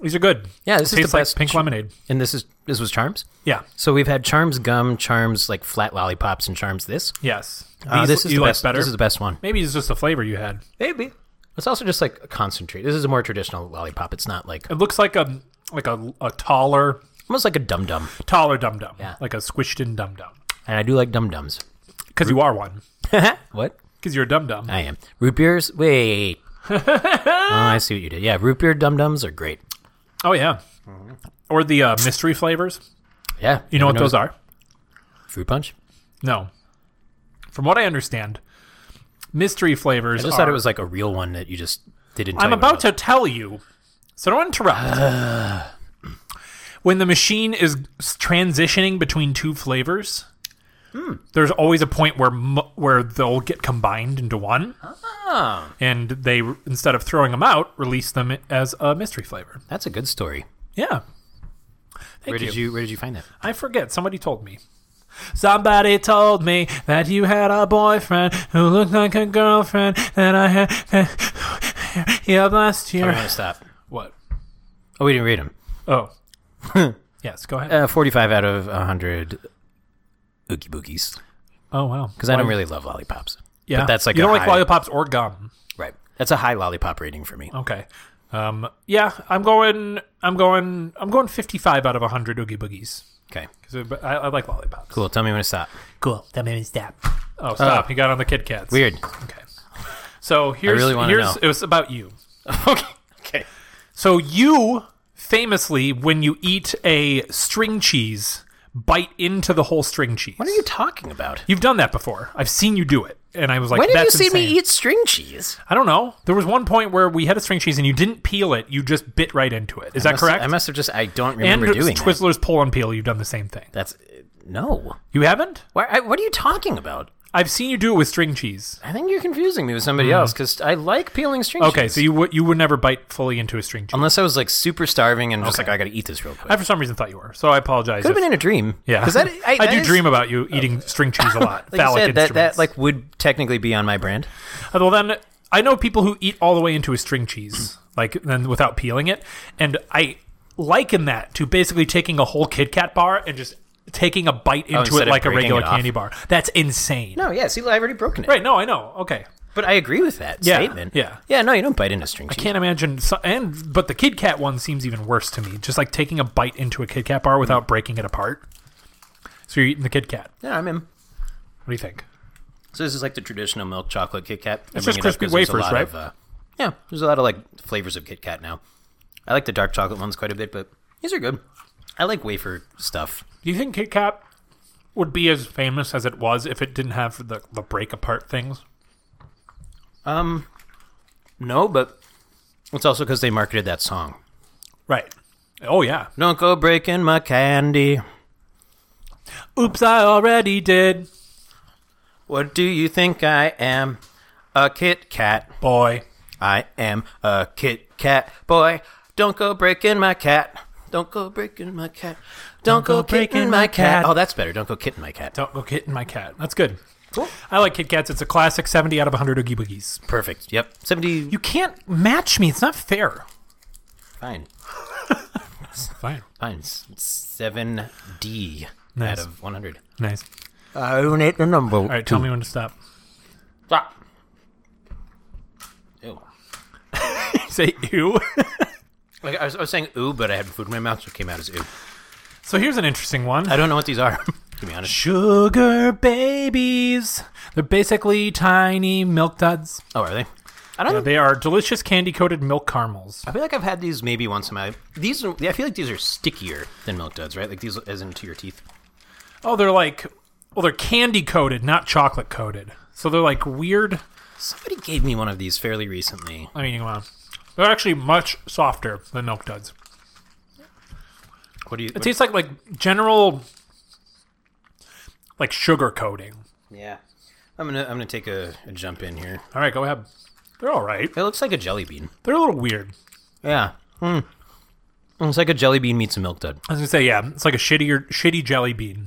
[SPEAKER 2] These are good.
[SPEAKER 1] Yeah, this is the
[SPEAKER 2] tastes like
[SPEAKER 1] best
[SPEAKER 2] pink
[SPEAKER 1] ch-
[SPEAKER 2] lemonade.
[SPEAKER 1] And this is this was charms.
[SPEAKER 2] Yeah.
[SPEAKER 1] So we've had charms gum, charms like flat lollipops, and charms this.
[SPEAKER 2] Yes.
[SPEAKER 1] Uh,
[SPEAKER 2] These
[SPEAKER 1] this is
[SPEAKER 2] you
[SPEAKER 1] the
[SPEAKER 2] like
[SPEAKER 1] best.
[SPEAKER 2] better.
[SPEAKER 1] This is the best one.
[SPEAKER 2] Maybe it's just the flavor you had.
[SPEAKER 1] Maybe. It's also just like a concentrate. This is a more traditional lollipop. It's not like
[SPEAKER 2] It looks like a like a, a taller
[SPEAKER 1] almost like a dum dum.
[SPEAKER 2] taller dum dum,
[SPEAKER 1] Yeah.
[SPEAKER 2] like a squished in dum dum.
[SPEAKER 1] And I do like dum dums.
[SPEAKER 2] Because you are one.
[SPEAKER 1] What?
[SPEAKER 2] Because you're a dum dum.
[SPEAKER 1] I am. Root beers? Wait. oh, I see what you did. Yeah, root beer dum dums are great.
[SPEAKER 2] Oh yeah. Or the uh, mystery flavors.
[SPEAKER 1] Yeah.
[SPEAKER 2] You know what those are?
[SPEAKER 1] Fruit punch?
[SPEAKER 2] No. From what I understand, mystery flavors.
[SPEAKER 1] I just
[SPEAKER 2] are,
[SPEAKER 1] thought it was like a real one that you just didn't tell
[SPEAKER 2] I'm
[SPEAKER 1] me what
[SPEAKER 2] about
[SPEAKER 1] it
[SPEAKER 2] to tell you, so don't interrupt. when the machine is s- transitioning between two flavors,
[SPEAKER 1] Hmm.
[SPEAKER 2] there's always a point where mu- where they'll get combined into one,
[SPEAKER 1] was. Oh,
[SPEAKER 2] and they r- instead of throwing them out, release them as a mystery flavor.
[SPEAKER 1] that's a good story.
[SPEAKER 2] Yeah. Thank
[SPEAKER 1] where did you where did you find that?
[SPEAKER 2] I forget. Somebody told me. Somebody told me that you had a boyfriend who looked like a girlfriend that I had yeah last
[SPEAKER 1] I'm
[SPEAKER 2] year.
[SPEAKER 1] gonna stop.
[SPEAKER 2] What?
[SPEAKER 1] Oh, we didn't read them.
[SPEAKER 2] Oh. yes, go ahead.
[SPEAKER 1] Uh, 45 out of 100 oogie boogies
[SPEAKER 2] oh wow.
[SPEAKER 1] because I don't really love lollipops.
[SPEAKER 2] Yeah.
[SPEAKER 1] but that's like
[SPEAKER 2] you
[SPEAKER 1] a
[SPEAKER 2] don't like
[SPEAKER 1] high-
[SPEAKER 2] lollipops or gum.
[SPEAKER 1] Right. That's a high lollipop rating for me.
[SPEAKER 2] Okay. Um. Yeah, I'm going. I'm going. I'm going 55 out of 100 Oogie Boogies
[SPEAKER 1] Okay.
[SPEAKER 2] because I, I like lollipops.
[SPEAKER 1] Cool. Tell me when to stop.
[SPEAKER 2] Cool. That made me stop. Oh, stop!
[SPEAKER 1] Oh.
[SPEAKER 2] He got on the Kit Kats.
[SPEAKER 1] Weird.
[SPEAKER 2] Okay. So here's
[SPEAKER 1] really wanna
[SPEAKER 2] here's
[SPEAKER 1] know.
[SPEAKER 2] it was about you.
[SPEAKER 1] okay. Okay.
[SPEAKER 2] So you famously, when you eat a string cheese, bite into the whole string cheese.
[SPEAKER 1] What are you talking about?
[SPEAKER 2] You've done that before. I've seen you do it, and I was like,
[SPEAKER 1] When did you
[SPEAKER 2] "That's
[SPEAKER 1] see
[SPEAKER 2] insane."
[SPEAKER 1] me eat string cheese?
[SPEAKER 2] I don't know. There was one point where we had a string cheese, and you didn't peel it; you just bit right into it. Is that
[SPEAKER 1] Must-
[SPEAKER 2] correct?
[SPEAKER 1] I must have just. I don't
[SPEAKER 2] and
[SPEAKER 1] remember doing that.
[SPEAKER 2] Twizzlers pull and peel. You've done the same thing.
[SPEAKER 1] That's no.
[SPEAKER 2] You haven't?
[SPEAKER 1] Why, I, what are you talking about?
[SPEAKER 2] I've seen you do it with string cheese.
[SPEAKER 1] I think you're confusing me with somebody else 'cause else because I like peeling string cheese.
[SPEAKER 2] Mm.
[SPEAKER 1] Um,
[SPEAKER 2] Okay, so you would you would never bite fully into a string cheese.
[SPEAKER 1] unless I was like super starving and just like I got to eat this real quick,
[SPEAKER 2] I for some reason thought you were, so I apologize.
[SPEAKER 1] could have
[SPEAKER 2] if-
[SPEAKER 1] been in a dream.
[SPEAKER 2] yeah,
[SPEAKER 1] because I, I, that
[SPEAKER 2] do
[SPEAKER 1] is-
[SPEAKER 2] dream about you eating string cheese a lot.
[SPEAKER 1] Like you
[SPEAKER 2] phallic
[SPEAKER 1] said, that, that
[SPEAKER 2] instruments.
[SPEAKER 1] like would technically be on my brand.
[SPEAKER 2] Well, then I know people who eat all the way into a string cheese, like then without peeling it, and I liken that to basically taking a whole Kit Kat bar and just taking a bite into
[SPEAKER 1] Oh, instead
[SPEAKER 2] it
[SPEAKER 1] of
[SPEAKER 2] like a
[SPEAKER 1] breaking
[SPEAKER 2] regular
[SPEAKER 1] it off.
[SPEAKER 2] candy bar. That's insane.
[SPEAKER 1] No, yeah. See, I've already broken it.
[SPEAKER 2] Right? No, I know. Okay,
[SPEAKER 1] But I agree with that
[SPEAKER 2] Yeah,
[SPEAKER 1] statement.
[SPEAKER 2] yeah.
[SPEAKER 1] Yeah. No, you don't bite into string cheese.
[SPEAKER 2] can't imagine. So, and but the Kit Kat one seems even worse to me. Just like taking a bite into a Kit Kat bar without
[SPEAKER 1] Hmm.
[SPEAKER 2] breaking it apart. So you're eating the Kit Kat.
[SPEAKER 1] Yeah, I'm in.
[SPEAKER 2] What do you think?
[SPEAKER 1] So this is like the traditional milk chocolate Kit Kat. I
[SPEAKER 2] It's
[SPEAKER 1] bring it
[SPEAKER 2] just
[SPEAKER 1] up
[SPEAKER 2] crispy
[SPEAKER 1] 'cause there's a
[SPEAKER 2] wafers,
[SPEAKER 1] lot
[SPEAKER 2] right?
[SPEAKER 1] of, uh, yeah, there's a lot of like flavors of Kit Kat now. I like the dark chocolate ones quite a bit, but these are good. I like wafer stuff.
[SPEAKER 2] Do you think Kit Kat would be as famous as it was if it didn't have the, the break apart things?
[SPEAKER 1] Um, no, but it's also because they marketed that song.
[SPEAKER 2] Right. Oh yeah.
[SPEAKER 1] Don't go breaking my candy.
[SPEAKER 2] Oops, I already did.
[SPEAKER 1] What do you think I am? A Kit Kat.
[SPEAKER 2] Boy.
[SPEAKER 1] I am a Kit Kat boy. Don't go breaking my cat. Don't go breaking my cat. Don't, go, breaking my cat. Oh, that's better. Don't go kitten my cat.
[SPEAKER 2] Don't go kitten my cat. That's good. Cool. I like Kit Kats. It's a classic 70 out of 100 Oogie Boogies.
[SPEAKER 1] Perfect. Yep. 70.
[SPEAKER 2] You can't match me. It's not fair.
[SPEAKER 1] Fine.
[SPEAKER 2] Fine.
[SPEAKER 1] Fine. S- 7D
[SPEAKER 2] Nice.
[SPEAKER 1] out of 100.
[SPEAKER 2] Nice.
[SPEAKER 1] I don't need the number. All
[SPEAKER 2] All right, tell me when to stop.
[SPEAKER 1] Stop. Ah. Ew.
[SPEAKER 2] Say ew.
[SPEAKER 1] Like, I, was, I was saying ooh, but I had food in my mouth, so it came out as ooh.
[SPEAKER 2] so here's an interesting one.
[SPEAKER 1] I don't know what these are, to be honest.
[SPEAKER 2] Sugar babies. They're basically tiny milk duds.
[SPEAKER 1] Oh, are they? I don't.
[SPEAKER 2] Uh, they are delicious candy coated milk caramels.
[SPEAKER 1] I feel like I've had these maybe once in my. These are- I feel like these are stickier than milk duds, right? Like these, as into your teeth.
[SPEAKER 2] Oh, they're like, well, they're candy coated, not chocolate coated. So they're like weird.
[SPEAKER 1] Somebody gave me one of these fairly recently.
[SPEAKER 2] I mean, come on. They're actually much softer than milk duds.
[SPEAKER 1] What do you?
[SPEAKER 2] It tastes like like general like sugar coating.
[SPEAKER 1] yeah, I'm gonna I'm gonna take a, a jump in here.
[SPEAKER 2] All right, go ahead. They're all right.
[SPEAKER 1] It looks like a jelly bean.
[SPEAKER 2] They're a little weird.
[SPEAKER 1] Yeah. Hmm. It's like a jelly bean meets a milk dud.
[SPEAKER 2] I was gonna say, yeah, it's like a shittier shitty jelly bean.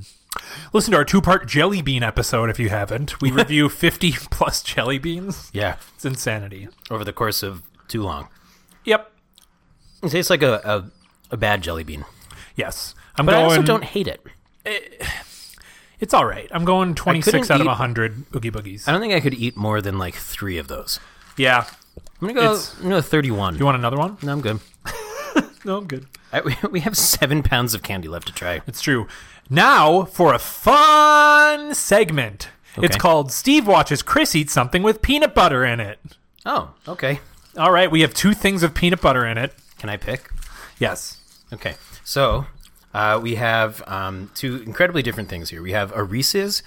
[SPEAKER 2] Listen to our two part jelly bean episode if you haven't. We review fifty plus jelly beans.
[SPEAKER 1] Yeah.
[SPEAKER 2] It's insanity.
[SPEAKER 1] Over the course of too long,
[SPEAKER 2] Yep.
[SPEAKER 1] it tastes like a a, a bad jelly bean.
[SPEAKER 2] Yes. I'm
[SPEAKER 1] But I
[SPEAKER 2] going
[SPEAKER 1] also don't hate it.
[SPEAKER 2] it's all right. I'm going twenty six out of
[SPEAKER 1] eat-
[SPEAKER 2] hundred Oogie Boogies.
[SPEAKER 1] I don't think I could eat more than like three of those.
[SPEAKER 2] Um, yeah.
[SPEAKER 1] I'm gonna go.
[SPEAKER 2] It's-
[SPEAKER 1] I'm gonna go 31.
[SPEAKER 2] You want another one?
[SPEAKER 1] no, I'm good.
[SPEAKER 2] No, I'm good.
[SPEAKER 1] I, we- we have seven pounds of candy left to try.
[SPEAKER 2] It's true. Now for a fun segment. It's
[SPEAKER 1] Okay.
[SPEAKER 2] called Steve Watches Chris Eat Something with Peanut Butter in It.
[SPEAKER 1] Oh, okay.
[SPEAKER 2] All right, we have two things with peanut butter in it.
[SPEAKER 1] Can I pick?
[SPEAKER 2] Yes.
[SPEAKER 1] Okay. So uh, we have um, two incredibly different things here. We have a Reese's,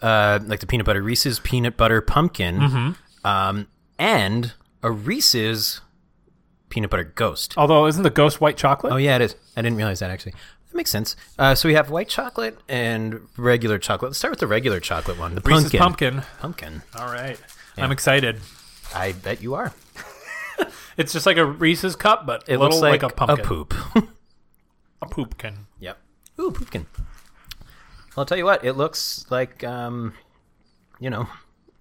[SPEAKER 1] uh, like the peanut butter Reese's peanut butter pumpkin,
[SPEAKER 2] Mm-hmm.
[SPEAKER 1] um, and a Reese's peanut butter ghost.
[SPEAKER 2] Although, isn't the ghost white chocolate?
[SPEAKER 1] Oh yeah, it is. I didn't realize that actually. That makes sense. Uh, so we have white chocolate and regular chocolate. Let's start with the regular chocolate one, the
[SPEAKER 2] Reese's
[SPEAKER 1] pumpkin.
[SPEAKER 2] pumpkin.
[SPEAKER 1] Pumpkin.
[SPEAKER 2] All right. I'm excited.
[SPEAKER 1] I bet you are.
[SPEAKER 2] It's just like a Reese's cup, but
[SPEAKER 1] It
[SPEAKER 2] a little
[SPEAKER 1] looks like,
[SPEAKER 2] a pumpkin.
[SPEAKER 1] a poop.
[SPEAKER 2] A poopkin.
[SPEAKER 1] Yep. Ooh, pumpkin. I'll tell you what, it looks like, um, you know,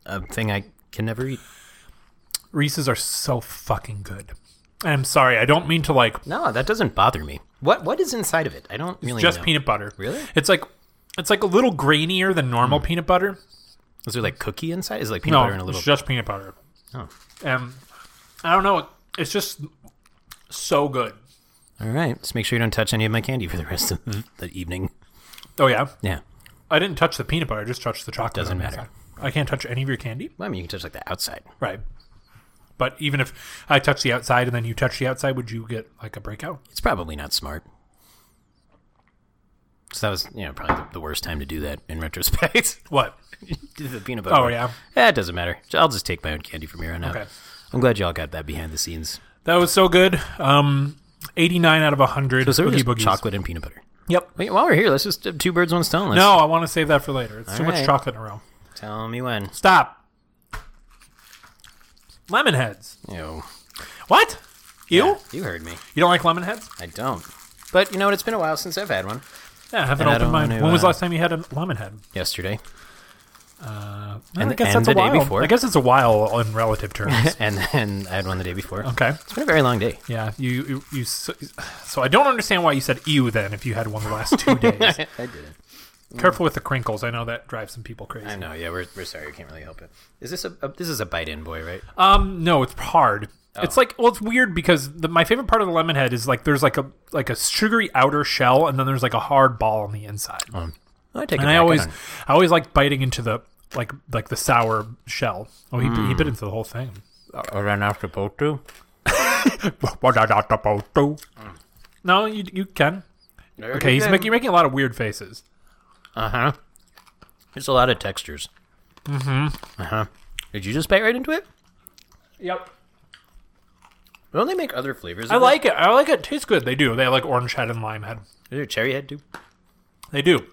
[SPEAKER 1] a thing I can never eat.
[SPEAKER 2] Reese's are so fucking good. And I'm sorry, I don't mean to like
[SPEAKER 1] No, that doesn't bother me. What What is inside of it? I don't really
[SPEAKER 2] just
[SPEAKER 1] know.
[SPEAKER 2] peanut butter.
[SPEAKER 1] Really? Hmm.
[SPEAKER 2] It's like it's like a little grainier than normal peanut butter.
[SPEAKER 1] Is there like cookie inside? Is it like peanut
[SPEAKER 2] No,
[SPEAKER 1] butter and a little?
[SPEAKER 2] it's just peanut butter.
[SPEAKER 1] Oh.
[SPEAKER 2] Um, I don't know. It's just so good.
[SPEAKER 1] All right. Just make sure you don't touch any of my candy for the rest of the evening.
[SPEAKER 2] Oh yeah,
[SPEAKER 1] Yeah.
[SPEAKER 2] I didn't touch the peanut butter. I just touched the chocolate.
[SPEAKER 1] Doesn't
[SPEAKER 2] on the
[SPEAKER 1] matter.
[SPEAKER 2] inside. I can't touch any of your candy.
[SPEAKER 1] Well, I mean, you can touch like the outside.
[SPEAKER 2] Right. But even if I touch the outside and then you touch the outside, would you get like a breakout?
[SPEAKER 1] It's probably not smart. So that was, you know, probably the- the worst time to do that in retrospect.
[SPEAKER 2] What?
[SPEAKER 1] Do the peanut butter.
[SPEAKER 2] Oh
[SPEAKER 1] one.
[SPEAKER 2] yeah,
[SPEAKER 1] Eh, it doesn't matter. I'll just take my own candy from here on out.
[SPEAKER 2] Okay.
[SPEAKER 1] I'm glad y'all got that behind the scenes.
[SPEAKER 2] that was so good. Um, eighty-nine out of hundred.
[SPEAKER 1] Was there
[SPEAKER 2] Oogie
[SPEAKER 1] just
[SPEAKER 2] Boogies.
[SPEAKER 1] chocolate and peanut butter?
[SPEAKER 2] Yep.
[SPEAKER 1] Wait, while we're here, let's just do two birds, one stone. Let's
[SPEAKER 2] No, I want to save that for later. It's too much
[SPEAKER 1] right.
[SPEAKER 2] chocolate in a row.
[SPEAKER 1] Tell me when.
[SPEAKER 2] Stop. Lemon heads.
[SPEAKER 1] Ew.
[SPEAKER 2] What? You?
[SPEAKER 1] Yeah, you heard me.
[SPEAKER 2] You don't like lemon heads?
[SPEAKER 1] I don't. But you know what? It's been a while since I've had one.
[SPEAKER 2] Yeah, have an
[SPEAKER 1] And I
[SPEAKER 2] open
[SPEAKER 1] don't
[SPEAKER 2] mind.
[SPEAKER 1] wanna,
[SPEAKER 2] when was the
[SPEAKER 1] uh,
[SPEAKER 2] last time you had a lemon head?
[SPEAKER 1] Yesterday
[SPEAKER 2] Uh, I
[SPEAKER 1] and-
[SPEAKER 2] guess
[SPEAKER 1] and
[SPEAKER 2] that's a
[SPEAKER 1] the day
[SPEAKER 2] while.
[SPEAKER 1] before.
[SPEAKER 2] I guess it's a while in relative terms.
[SPEAKER 1] and then I had one the day before.
[SPEAKER 2] okay.
[SPEAKER 1] It's been a very long day.
[SPEAKER 2] Yeah, you, you, you so, so I don't understand why you said ew then if you had one the last two days.
[SPEAKER 1] I didn't.
[SPEAKER 2] Careful with the crinkles. I know that drives some people
[SPEAKER 1] I
[SPEAKER 2] crazy.
[SPEAKER 1] know. Yeah, we're, we're sorry. We can't really help it. Is this a, a this is a bite in boy, right?
[SPEAKER 2] Um, no, it's hard. It's
[SPEAKER 1] Oh.
[SPEAKER 2] like well, it's weird because the, my favorite part of the lemon head is like there's like a like a sugary outer shell and then there's like a hard ball on the inside.
[SPEAKER 1] Um, I take it.
[SPEAKER 2] and I
[SPEAKER 1] back.
[SPEAKER 2] always
[SPEAKER 1] don't-
[SPEAKER 2] I always like biting into the like like the sour shell. Oh, he, he
[SPEAKER 1] Mm.
[SPEAKER 2] bit into the whole thing. No, you you can. Okay, he's making, you're making a lot of weird faces.
[SPEAKER 1] Uh huh. There's a lot of textures. Mm
[SPEAKER 2] Mm-hmm.
[SPEAKER 1] hmm. Uh huh. Did you just bite right into it?
[SPEAKER 2] Yep.
[SPEAKER 1] Don't they make other flavors? of
[SPEAKER 2] I
[SPEAKER 1] this?
[SPEAKER 2] like it. I like it. Tastes good. They do. They have like orange head and lime head.
[SPEAKER 1] Is there a cherry head too?
[SPEAKER 2] They do.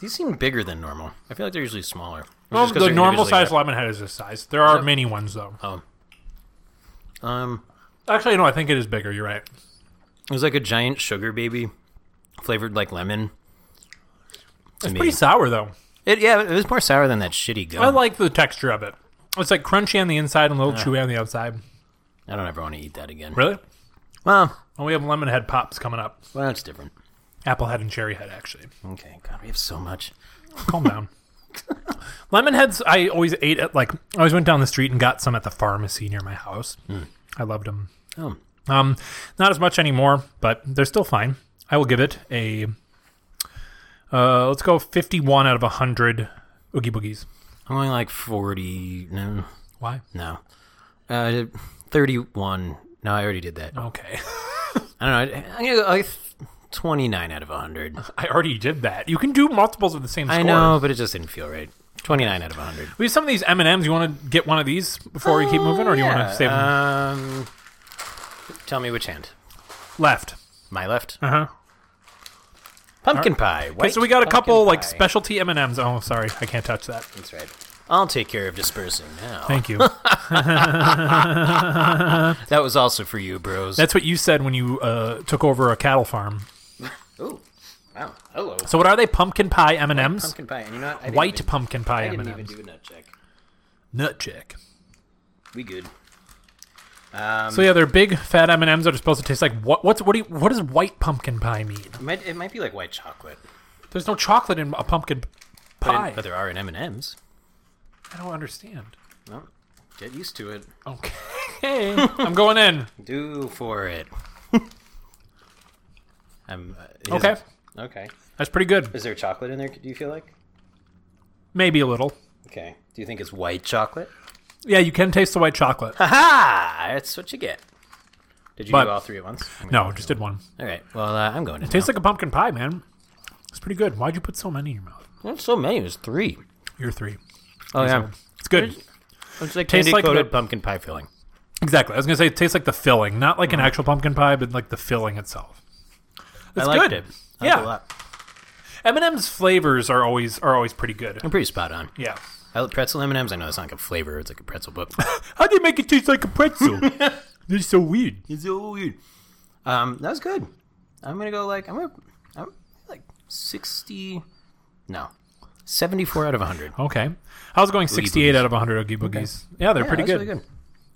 [SPEAKER 1] These seem bigger than normal. I feel like they're usually smaller.
[SPEAKER 2] Well,
[SPEAKER 1] Just 'cause
[SPEAKER 2] the
[SPEAKER 1] they're
[SPEAKER 2] normal
[SPEAKER 1] individually
[SPEAKER 2] size lemon head is this size. There are mini ones though.
[SPEAKER 1] wrapped. Oh. Um,
[SPEAKER 2] Actually, no, I think it is bigger. You're right.
[SPEAKER 1] it was like a giant sugar baby, flavored like lemon. To
[SPEAKER 2] It's
[SPEAKER 1] me.
[SPEAKER 2] pretty sour though.
[SPEAKER 1] It, yeah, it was more sour than that shitty gum.
[SPEAKER 2] I like the texture of it. It's like crunchy on the inside and a little chewy on the outside.
[SPEAKER 1] I don't ever want to eat that again.
[SPEAKER 2] Really?
[SPEAKER 1] Well,
[SPEAKER 2] Oh, we have lemon head pops coming up.
[SPEAKER 1] well, that's different.
[SPEAKER 2] Apple head and cherry head, actually.
[SPEAKER 1] Okay, God, we have so much.
[SPEAKER 2] Calm down. lemon heads, I always ate at like I always went down the street and got some at the pharmacy near my house. I loved them.
[SPEAKER 1] Hmm. Oh,
[SPEAKER 2] Um, not as much anymore, but they're still fine. I will give it a. Uh, let's go fifty-one out of hundred oogie boogies.
[SPEAKER 1] I'm only like forty. No,
[SPEAKER 2] Why?
[SPEAKER 1] no, uh, thirty-one. No, I already did that.
[SPEAKER 2] Okay,
[SPEAKER 1] I don't know. I'm gonna go like twenty-nine out of hundred.
[SPEAKER 2] I already did that. You can do multiples of the same. Score.
[SPEAKER 1] I know, but it just didn't feel right. Twenty-nine out of hundred.
[SPEAKER 2] We have some of these M and M's. You want to get one of these before we
[SPEAKER 1] Oh,
[SPEAKER 2] keep moving, or do you want to save them?
[SPEAKER 1] Um, tell me which hand.
[SPEAKER 2] left?
[SPEAKER 1] My left.
[SPEAKER 2] Uh huh.
[SPEAKER 1] Pumpkin pie. White
[SPEAKER 2] Okay, so we got a couple
[SPEAKER 1] pumpkin
[SPEAKER 2] like
[SPEAKER 1] pie.
[SPEAKER 2] specialty M and M's. Oh, sorry, I can't touch that.
[SPEAKER 1] That's right. I'll take care of dispersing now.
[SPEAKER 2] Thank you.
[SPEAKER 1] That was also for you, bros.
[SPEAKER 2] That's what you said when you uh, took over a cattle farm.
[SPEAKER 1] Ooh. Wow. Hello.
[SPEAKER 2] So what are they? Pumpkin pie M and M's.
[SPEAKER 1] Pumpkin pie. And you know what? I didn't
[SPEAKER 2] White
[SPEAKER 1] even-
[SPEAKER 2] pumpkin pie
[SPEAKER 1] I
[SPEAKER 2] M
[SPEAKER 1] didn't
[SPEAKER 2] and
[SPEAKER 1] even
[SPEAKER 2] M's.
[SPEAKER 1] do a nut check.
[SPEAKER 2] Nut chick.
[SPEAKER 1] We good. Um,
[SPEAKER 2] So yeah, they're big fat M and M's that are supposed to taste like what? What's what? Do you, what does white pumpkin pie mean?
[SPEAKER 1] it might, it might be like white chocolate.
[SPEAKER 2] There's no chocolate in a pumpkin
[SPEAKER 1] But, in-
[SPEAKER 2] pie.
[SPEAKER 1] but there are in M&M's.
[SPEAKER 2] I don't understand.
[SPEAKER 1] No. Get used to it.
[SPEAKER 2] Okay, I'm going in.
[SPEAKER 1] Do for it. I'm, uh, it
[SPEAKER 2] Okay,
[SPEAKER 1] isn't- Okay.
[SPEAKER 2] that's pretty good.
[SPEAKER 1] Is there chocolate in there? Do you feel like?
[SPEAKER 2] Maybe a little.
[SPEAKER 1] Okay. Do you think it's white chocolate?
[SPEAKER 2] Yeah, you can taste the white chocolate.
[SPEAKER 1] Haha! That's what you get. Did you
[SPEAKER 2] But-
[SPEAKER 1] do all three at once?
[SPEAKER 2] no, just did one.
[SPEAKER 1] All right. Well, uh, I'm going to.
[SPEAKER 2] Tastes like a pumpkin pie, man. It's pretty good. Why'd you put so many in your mouth?
[SPEAKER 1] There's so many. There's three.
[SPEAKER 2] You're three.
[SPEAKER 1] Oh yeah.
[SPEAKER 2] It's good.
[SPEAKER 1] It's like
[SPEAKER 2] Tastes
[SPEAKER 1] candy
[SPEAKER 2] like
[SPEAKER 1] coated
[SPEAKER 2] the-
[SPEAKER 1] pumpkin pie filling.
[SPEAKER 2] Exactly. I was gonna say it tastes like the filling, not like an actual pumpkin pie, but like the filling itself. It's
[SPEAKER 1] I liked
[SPEAKER 2] good.
[SPEAKER 1] it. I liked it a
[SPEAKER 2] Yeah,
[SPEAKER 1] lot.
[SPEAKER 2] M and M's flavors are always are always pretty good.
[SPEAKER 1] I'm pretty spot on.
[SPEAKER 2] Yeah.
[SPEAKER 1] I like pretzel M&Ms. I know it's not like a flavor. It's like a pretzel, but
[SPEAKER 2] How do you make it taste like a pretzel? This is so weird.
[SPEAKER 1] it's so weird. Um, that was good. I'm gonna go like I'm gonna I'm like sixty, no, seventy four out of hundred.
[SPEAKER 2] Okay. How's it going? Sixty-eight out of one hundred Oogie Boogies. Yeah, they're
[SPEAKER 1] Yeah,
[SPEAKER 2] pretty
[SPEAKER 1] that's
[SPEAKER 2] good.
[SPEAKER 1] really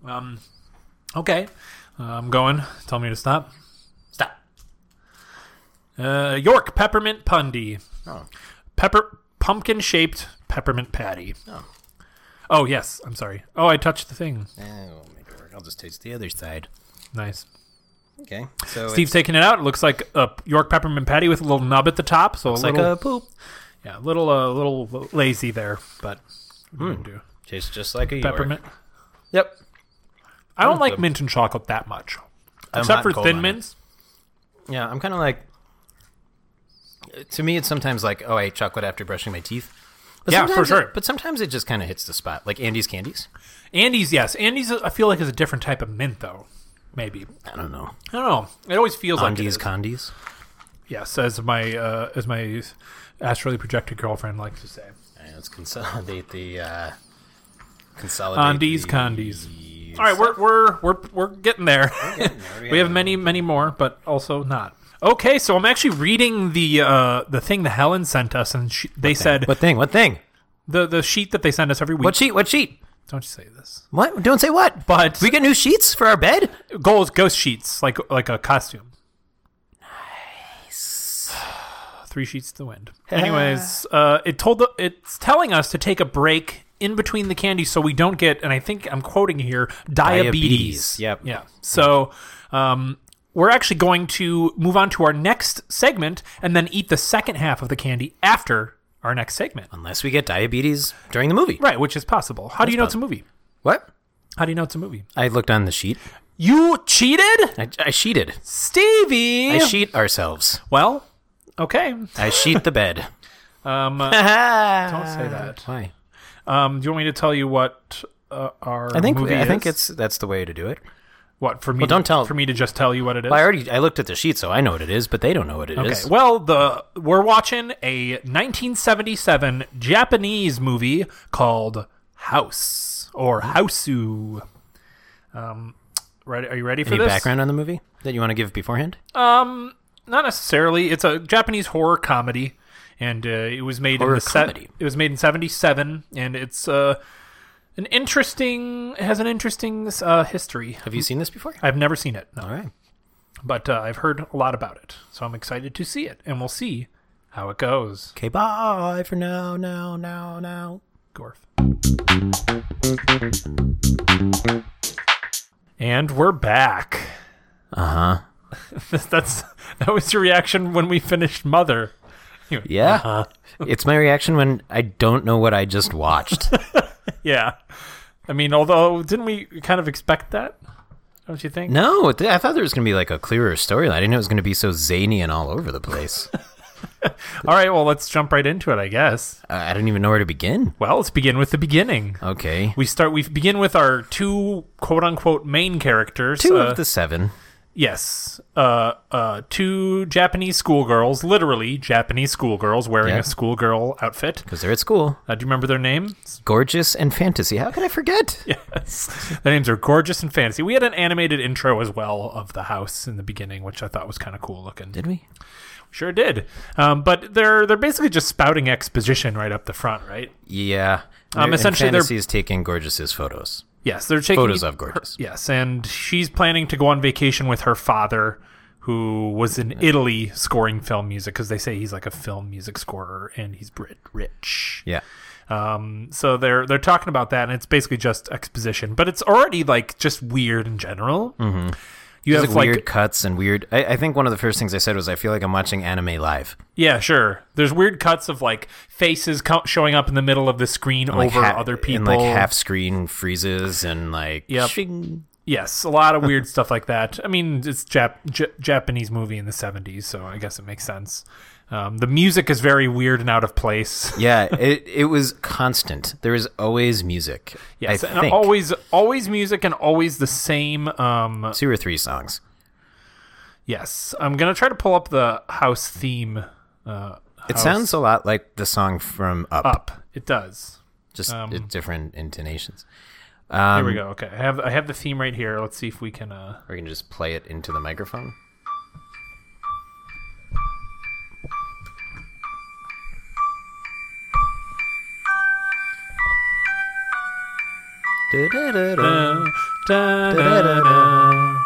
[SPEAKER 1] good.
[SPEAKER 2] Um, okay. Uh, I'm going. Tell me to stop.
[SPEAKER 1] Stop.
[SPEAKER 2] Uh, York peppermint pundy.
[SPEAKER 1] Oh.
[SPEAKER 2] Pepper pumpkin shaped peppermint patty.
[SPEAKER 1] Oh.
[SPEAKER 2] Oh yes. I'm sorry. Oh, I touched the thing.
[SPEAKER 1] Eh, we'll make it work. I'll just taste the other side.
[SPEAKER 2] Nice.
[SPEAKER 1] Okay. So
[SPEAKER 2] Steve's taking it out. It looks like a York peppermint patty with a little nub at the top. So
[SPEAKER 1] it's
[SPEAKER 2] a
[SPEAKER 1] like
[SPEAKER 2] little,
[SPEAKER 1] a poop.
[SPEAKER 2] yeah, a little, uh, little lazy there, but mm. do
[SPEAKER 1] Tastes just like a Hmm. York.
[SPEAKER 2] peppermint.
[SPEAKER 1] Yep.
[SPEAKER 2] I don't like
[SPEAKER 1] the-
[SPEAKER 2] mint and chocolate that much,
[SPEAKER 1] I'm hot
[SPEAKER 2] except for
[SPEAKER 1] and cold on
[SPEAKER 2] thin
[SPEAKER 1] it.
[SPEAKER 2] mints.
[SPEAKER 1] Yeah, I'm kind of like. To me, it's sometimes like, oh, I ate chocolate after brushing my teeth. But
[SPEAKER 2] Yeah, for
[SPEAKER 1] sometimes it-
[SPEAKER 2] sure.
[SPEAKER 1] but sometimes it just kind of hits the spot, like Andy's candies.
[SPEAKER 2] Andy's, yes, Andy's. I feel like is a different type of mint though. Maybe
[SPEAKER 1] I don't know.
[SPEAKER 2] I don't know. It always feels like it
[SPEAKER 1] Andy's
[SPEAKER 2] is.
[SPEAKER 1] candies.
[SPEAKER 2] yes, as my uh, as my astrally projected girlfriend likes to say.
[SPEAKER 1] All right, let's consolidate the. Uh, consolidate
[SPEAKER 2] Andy's
[SPEAKER 1] the-
[SPEAKER 2] condies. All right, we're we're we're we're getting there. we have many many more, but also not. Okay, so I'm actually reading the uh, the thing that Helen sent us, and she, they said
[SPEAKER 1] What thing? What thing?
[SPEAKER 2] the the sheet that they send us every week.
[SPEAKER 1] What sheet? What sheet?
[SPEAKER 2] Don't you say this?
[SPEAKER 1] What? Don't say what.
[SPEAKER 2] But
[SPEAKER 1] We get new sheets for our bed.
[SPEAKER 2] goals ghost sheets like like a costume. Nice. Three sheets to the wind. Anyways, uh, it told the, it's telling us to take a break in between the candy so we don't get and I think I'm quoting here diabetes.
[SPEAKER 1] Diabetes, yep.
[SPEAKER 2] Yeah. So um, we're actually going to move on to our next segment and then eat the second half of the candy after our next segment.
[SPEAKER 1] Unless we get diabetes during the movie.
[SPEAKER 2] Right, which is possible. How do you know it's a movie?
[SPEAKER 1] What?
[SPEAKER 2] How do you know it's a movie?
[SPEAKER 1] I looked on the sheet.
[SPEAKER 2] You cheated,
[SPEAKER 1] I, I sheeted.
[SPEAKER 2] Stevie.
[SPEAKER 1] I sheet ourselves.
[SPEAKER 2] Well, okay.
[SPEAKER 1] I sheet the bed.
[SPEAKER 2] Um, uh,
[SPEAKER 1] Don't
[SPEAKER 2] say that.
[SPEAKER 1] Why?
[SPEAKER 2] Um, do you want me to tell you what uh, our
[SPEAKER 1] I think
[SPEAKER 2] movie
[SPEAKER 1] I
[SPEAKER 2] is?
[SPEAKER 1] think it's that's the way to do it.
[SPEAKER 2] what for me. to,
[SPEAKER 1] don't tell-
[SPEAKER 2] for me to just tell you what it is.
[SPEAKER 1] I already I looked at the sheet, so I know what it is, but they don't know what it is.
[SPEAKER 2] Okay. Well, the we're watching a 1977 Japanese movie called House or Houseu. Um, right? Are you ready for
[SPEAKER 1] Any
[SPEAKER 2] this?
[SPEAKER 1] background on the movie that you want to give beforehand?
[SPEAKER 2] Not necessarily. It's a Japanese horror comedy, and uh, it was made
[SPEAKER 1] Horror
[SPEAKER 2] in the se-
[SPEAKER 1] comedy.
[SPEAKER 2] It was made in '77, and it's uh, an interesting. It has an interesting uh, history.
[SPEAKER 1] Have you seen this before?
[SPEAKER 2] I've never seen it. No.
[SPEAKER 1] All right.
[SPEAKER 2] but uh, I've heard a lot about it, so I'm excited to see it, and we'll see how it goes.
[SPEAKER 1] Okay, bye for now, now, now, now.
[SPEAKER 2] Gorf. And we're back.
[SPEAKER 1] Uh huh.
[SPEAKER 2] That's that was your reaction when we finished Mother. You-
[SPEAKER 1] Yeah.
[SPEAKER 2] Uh-huh.
[SPEAKER 1] it's my reaction when I don't know what I just watched.
[SPEAKER 2] yeah. I mean, although didn't we kind of expect that? Don't you think?
[SPEAKER 1] no, th- I thought there was going to be like a clearer storyline. I didn't know it was going to be so zany and all over the place.
[SPEAKER 2] All right, well, let's jump right into it, I guess.
[SPEAKER 1] I I don't even know where to begin.
[SPEAKER 2] Well, let's begin with the beginning.
[SPEAKER 1] Okay.
[SPEAKER 2] We start. We begin with our two quote-unquote main characters.
[SPEAKER 1] Two
[SPEAKER 2] uh,
[SPEAKER 1] of the seven.
[SPEAKER 2] Yes. Uh, uh, two Japanese schoolgirls, literally Japanese schoolgirls, wearing
[SPEAKER 1] Yeah.
[SPEAKER 2] a schoolgirl outfit.
[SPEAKER 1] Because they're at school.
[SPEAKER 2] Uh, do you remember their names?
[SPEAKER 1] Gorgeous and fantasy. How could I forget?
[SPEAKER 2] Yes. their names are Gorgeous and Fantasy. We had an animated intro as well of the house in the beginning, which I thought was kind of cool looking.
[SPEAKER 1] Did we?
[SPEAKER 2] Sure did. Um, but they're they're basically just spouting exposition right up the front, right?
[SPEAKER 1] Yeah.
[SPEAKER 2] Um,
[SPEAKER 1] And
[SPEAKER 2] essentially they're-
[SPEAKER 1] fantasy is taking Gorgeous's photos.
[SPEAKER 2] Yes, they're taking
[SPEAKER 1] Photos of Gorgeous.
[SPEAKER 2] Yes, and she's planning to go on vacation with her father, who was in Italy scoring film music because they say he's like a film music scorer and he's Brit rich.
[SPEAKER 1] Yeah.
[SPEAKER 2] Um, so they're they're talking about that, and it's basically just exposition, but it's already like just weird in general. You
[SPEAKER 1] There's
[SPEAKER 2] have
[SPEAKER 1] like
[SPEAKER 2] like
[SPEAKER 1] Mm-hmm. weird cuts and weird. I, I think one of the first things I said was, I feel like I'm watching anime live.
[SPEAKER 2] yeah, sure. There's weird cuts of like faces co- showing up in the middle of the screen
[SPEAKER 1] Like
[SPEAKER 2] over
[SPEAKER 1] ha-
[SPEAKER 2] other people.
[SPEAKER 1] And like half screen freezes and like.
[SPEAKER 2] Yep.
[SPEAKER 1] shing.
[SPEAKER 2] Yes, a lot of weird stuff like that. I mean, it's Jap- J- Japanese movie in the 70s, so I guess it makes sense. Um, the music is very weird and out of place.
[SPEAKER 1] Yeah, it, it was constant. There was always music.
[SPEAKER 2] Yes,
[SPEAKER 1] I
[SPEAKER 2] and
[SPEAKER 1] think.
[SPEAKER 2] always always music and always the same um,
[SPEAKER 1] Two or three songs.
[SPEAKER 2] yes. I'm going to try to pull up the house theme uh
[SPEAKER 1] It
[SPEAKER 2] house
[SPEAKER 1] sounds a lot like the song from Up,
[SPEAKER 2] up. It does.
[SPEAKER 1] just at different intonations. Um,
[SPEAKER 2] Here we go. Okay. I have I have the theme right here. Let's see if we can uh
[SPEAKER 1] Or you can just play it into the microphone. Du-du-du-du.
[SPEAKER 2] Da, da, da, da.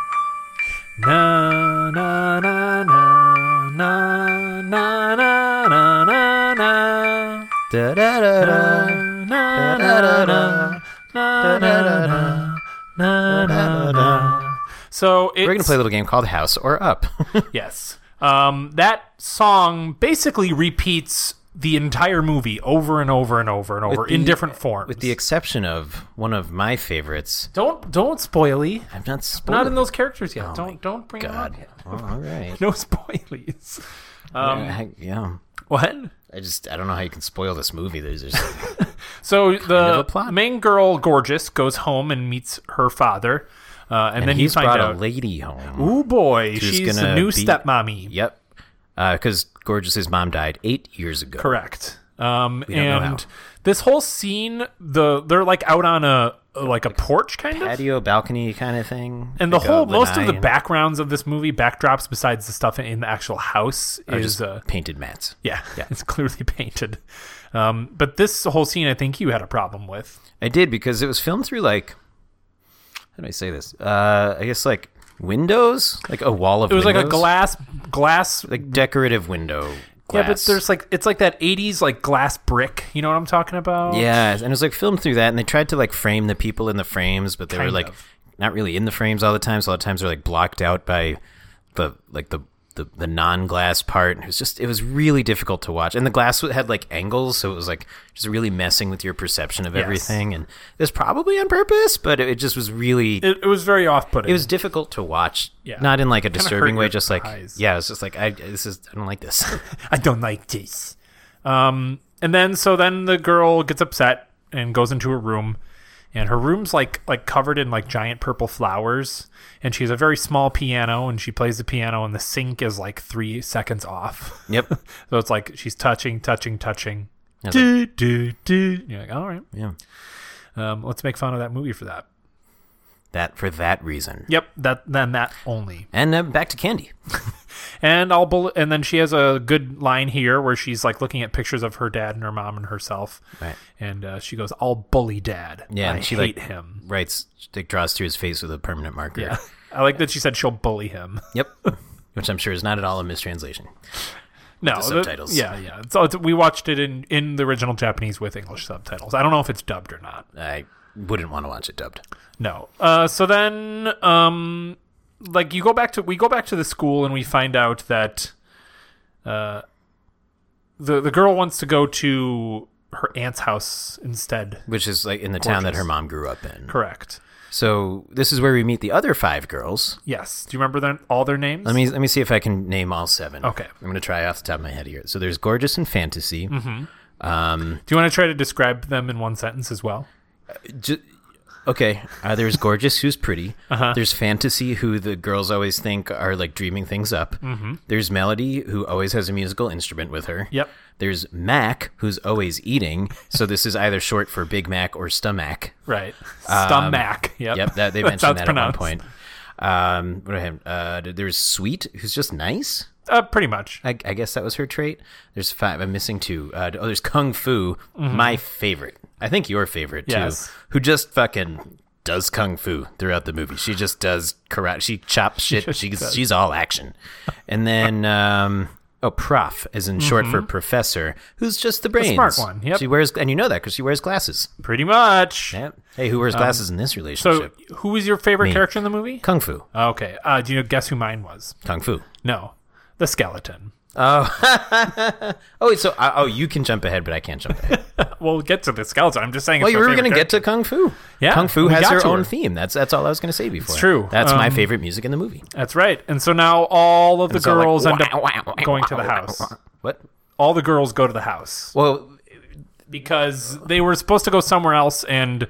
[SPEAKER 2] Na, na, na, na, na, na, na, na, na.
[SPEAKER 1] Da-da-da-da.
[SPEAKER 2] Na, na, na, na. Na, na, na, na. Na, na, na. So it's,
[SPEAKER 1] We're going to play a little game called House or Up.
[SPEAKER 2] yes. Um, that song basically repeats the entire movie over and over and over and over in
[SPEAKER 1] the-
[SPEAKER 2] different forms.
[SPEAKER 1] With the exception of one of my favorites.
[SPEAKER 2] don't don't spoily.
[SPEAKER 1] I'm not spoiling.
[SPEAKER 2] Not in those characters yet.
[SPEAKER 1] Oh my
[SPEAKER 2] don't don't bring them
[SPEAKER 1] God.
[SPEAKER 2] up yet.
[SPEAKER 1] Oh, all right.
[SPEAKER 2] No spoilies. Um,
[SPEAKER 1] Yeah, heck, yeah.
[SPEAKER 2] What?
[SPEAKER 1] I just I don't know how you can spoil this movie. There's just
[SPEAKER 2] So
[SPEAKER 1] of
[SPEAKER 2] the
[SPEAKER 1] a plot.
[SPEAKER 2] main girl, gorgeous, goes home and meets her father, uh, and, then you
[SPEAKER 1] he's
[SPEAKER 2] find
[SPEAKER 1] brought
[SPEAKER 2] out.
[SPEAKER 1] a lady home.
[SPEAKER 2] Ooh boy, she's the
[SPEAKER 1] gonna
[SPEAKER 2] new
[SPEAKER 1] be-
[SPEAKER 2] stepmommy.
[SPEAKER 1] Yep. Because Gorgeous's mom died eight years ago.
[SPEAKER 2] Correct. Um,
[SPEAKER 1] don't know how.
[SPEAKER 2] and this whole scene, the they're like out on a like a porch kind of.
[SPEAKER 1] Patio balcony kind of thing.
[SPEAKER 2] And the
[SPEAKER 1] Like a
[SPEAKER 2] whole, most of the
[SPEAKER 1] lanai
[SPEAKER 2] backgrounds of this movie, backdrops besides the stuff in the actual house,
[SPEAKER 1] are
[SPEAKER 2] is
[SPEAKER 1] just
[SPEAKER 2] uh,
[SPEAKER 1] painted mats.
[SPEAKER 2] yeah, it's clearly painted. Um, but this whole scene, I think you had a problem with.
[SPEAKER 1] I did because it was filmed through like how do I say this? Uh, I guess like windows, like a wall of.
[SPEAKER 2] It was like a
[SPEAKER 1] windows?
[SPEAKER 2] glass, glass
[SPEAKER 1] like decorative window. Glass.
[SPEAKER 2] Mm-hmm. Yeah, but there's like it's like that '80s like glass brick. You know what I'm talking about?
[SPEAKER 1] Yeah, and it was like filmed through that, and they tried to like frame the people in the frames, but they were
[SPEAKER 2] Kind
[SPEAKER 1] like
[SPEAKER 2] of.
[SPEAKER 1] not really in the frames all the time. So a lot of times they're like blocked out by the like the the, the non glass part. And it was just it was really difficult to watch, and the glass w- had like angles, so it was like just really messing with your perception of everything. And it was probably on purpose, but it, it just was really. It-
[SPEAKER 2] It, it was very off-putting.
[SPEAKER 1] was difficult to watch,
[SPEAKER 2] Yeah.
[SPEAKER 1] not in like a
[SPEAKER 2] Kinda hurt
[SPEAKER 1] disturbing way.
[SPEAKER 2] your
[SPEAKER 1] Just like,
[SPEAKER 2] eyes.
[SPEAKER 1] yeah, it's just like I this is I don't like this.
[SPEAKER 2] I don't like this. Um, and then so then the girl gets upset and goes into her room, and her room's like like covered in like giant purple flowers, and she has a very small piano, and she plays the piano, and the sync is like three seconds off.
[SPEAKER 1] yep.
[SPEAKER 2] so it's like she's touching, touching, touching.
[SPEAKER 1] Yeah, it's
[SPEAKER 2] Do, do, do. You're like, all right.
[SPEAKER 1] Yeah.
[SPEAKER 2] Um, let's make fun of that movie for that.
[SPEAKER 1] That for that reason.
[SPEAKER 2] Yep, that then that only.
[SPEAKER 1] And uh, back to Candy.
[SPEAKER 2] And I'll bel- and then she has a good line here where she's like looking at pictures of her dad and her mom and herself,
[SPEAKER 1] Right.
[SPEAKER 2] and uh, she goes, "I'll bully dad.
[SPEAKER 1] Yeah,
[SPEAKER 2] I
[SPEAKER 1] and she,
[SPEAKER 2] hate
[SPEAKER 1] like-
[SPEAKER 2] him.
[SPEAKER 1] writes like draws through his face with a permanent marker.
[SPEAKER 2] Yeah, I like that she said she'll bully him.
[SPEAKER 1] Yep. Which I'm sure is not at all a mistranslation.
[SPEAKER 2] No
[SPEAKER 1] the
[SPEAKER 2] the-
[SPEAKER 1] subtitles.
[SPEAKER 2] yeah, yeah. So it's, we watched it in in the original Japanese with English subtitles. I don't know if it's dubbed or not.
[SPEAKER 1] I wouldn't want to watch it dubbed.
[SPEAKER 2] No. Uh, so then, um, like you go back to we go back to the school and we find out that, uh, the the girl wants to go to her aunt's house instead.
[SPEAKER 1] Which is like in the town that
[SPEAKER 2] Gorgeous.
[SPEAKER 1] her mom grew up in.
[SPEAKER 2] Correct.
[SPEAKER 1] So this is where we meet the other five girls.
[SPEAKER 2] Yes. Do you remember their, all their names?
[SPEAKER 1] Let me let me see if I can name all seven.
[SPEAKER 2] Okay.
[SPEAKER 1] I'm gonna try off the top of my head here. So there's Gorgeous and Fantasy. Mm-hmm. Um
[SPEAKER 2] Do you want to try to describe them in one sentence as well?
[SPEAKER 1] j- Okay, uh, there's gorgeous who's pretty.
[SPEAKER 2] Uh-huh.
[SPEAKER 1] There's fantasy who the girls always think are like dreaming things up. Mm-hmm. There's melody who always has a musical instrument with her.
[SPEAKER 2] Yep.
[SPEAKER 1] There's Mac, who's always eating. So this is either short for Big Mac or Stomach.
[SPEAKER 2] Right. Stomach. Yep.
[SPEAKER 1] Um, Yep, that, they mentioned
[SPEAKER 2] That's how
[SPEAKER 1] that
[SPEAKER 2] it's
[SPEAKER 1] at one
[SPEAKER 2] pronounced.
[SPEAKER 1] point. Um, what do I have? Uh, there's Sweet, who's just nice.
[SPEAKER 2] Uh, pretty much.
[SPEAKER 1] I, I guess that was her trait. There's five. I'm missing two. Uh, oh, there's Kung Fu, my favorite. I think your favorite too.
[SPEAKER 2] Mm-hmm. Yes.
[SPEAKER 1] Who just fucking does kung fu throughout the movie. She just does karate. She chops shit.
[SPEAKER 2] just
[SPEAKER 1] She's
[SPEAKER 2] does.
[SPEAKER 1] she's all action. And then um, Oh, prof, as in short for professor, who's just the brains.
[SPEAKER 2] Mm-hmm. smart one, yep.
[SPEAKER 1] She wears, and you know that because she wears glasses.
[SPEAKER 2] Pretty much.
[SPEAKER 1] Yeah. Hey, who wears glasses in this
[SPEAKER 2] Um, So,
[SPEAKER 1] relationship?
[SPEAKER 2] who was your favorite
[SPEAKER 1] Me.
[SPEAKER 2] character in the movie?
[SPEAKER 1] Kung Fu.
[SPEAKER 2] Okay. Uh, do you guess who mine was?
[SPEAKER 1] Kung Fu.
[SPEAKER 2] No, the skeleton.
[SPEAKER 1] Oh, wait, so I oh, you can jump ahead, but I can't jump ahead.
[SPEAKER 2] We'll get to the skeleton. I'm just saying.
[SPEAKER 1] well,
[SPEAKER 2] it's
[SPEAKER 1] you
[SPEAKER 2] my
[SPEAKER 1] were going to
[SPEAKER 2] favorite
[SPEAKER 1] get to Kung Fu.
[SPEAKER 2] Yeah,
[SPEAKER 1] Kung Fu
[SPEAKER 2] we
[SPEAKER 1] has
[SPEAKER 2] got
[SPEAKER 1] her
[SPEAKER 2] to
[SPEAKER 1] own
[SPEAKER 2] her.
[SPEAKER 1] theme. That's that's all I was going to say before. It's
[SPEAKER 2] true.
[SPEAKER 1] That's my
[SPEAKER 2] Um,
[SPEAKER 1] favorite music in the movie.
[SPEAKER 2] That's right. And so now all of the
[SPEAKER 1] It's all like,
[SPEAKER 2] girls end
[SPEAKER 1] "Wow,
[SPEAKER 2] up
[SPEAKER 1] wow, wow,
[SPEAKER 2] going to
[SPEAKER 1] wow,
[SPEAKER 2] the
[SPEAKER 1] wow,
[SPEAKER 2] house.
[SPEAKER 1] wow." What?
[SPEAKER 2] All the girls go to the house
[SPEAKER 1] Well,
[SPEAKER 2] because they were supposed to go somewhere else and.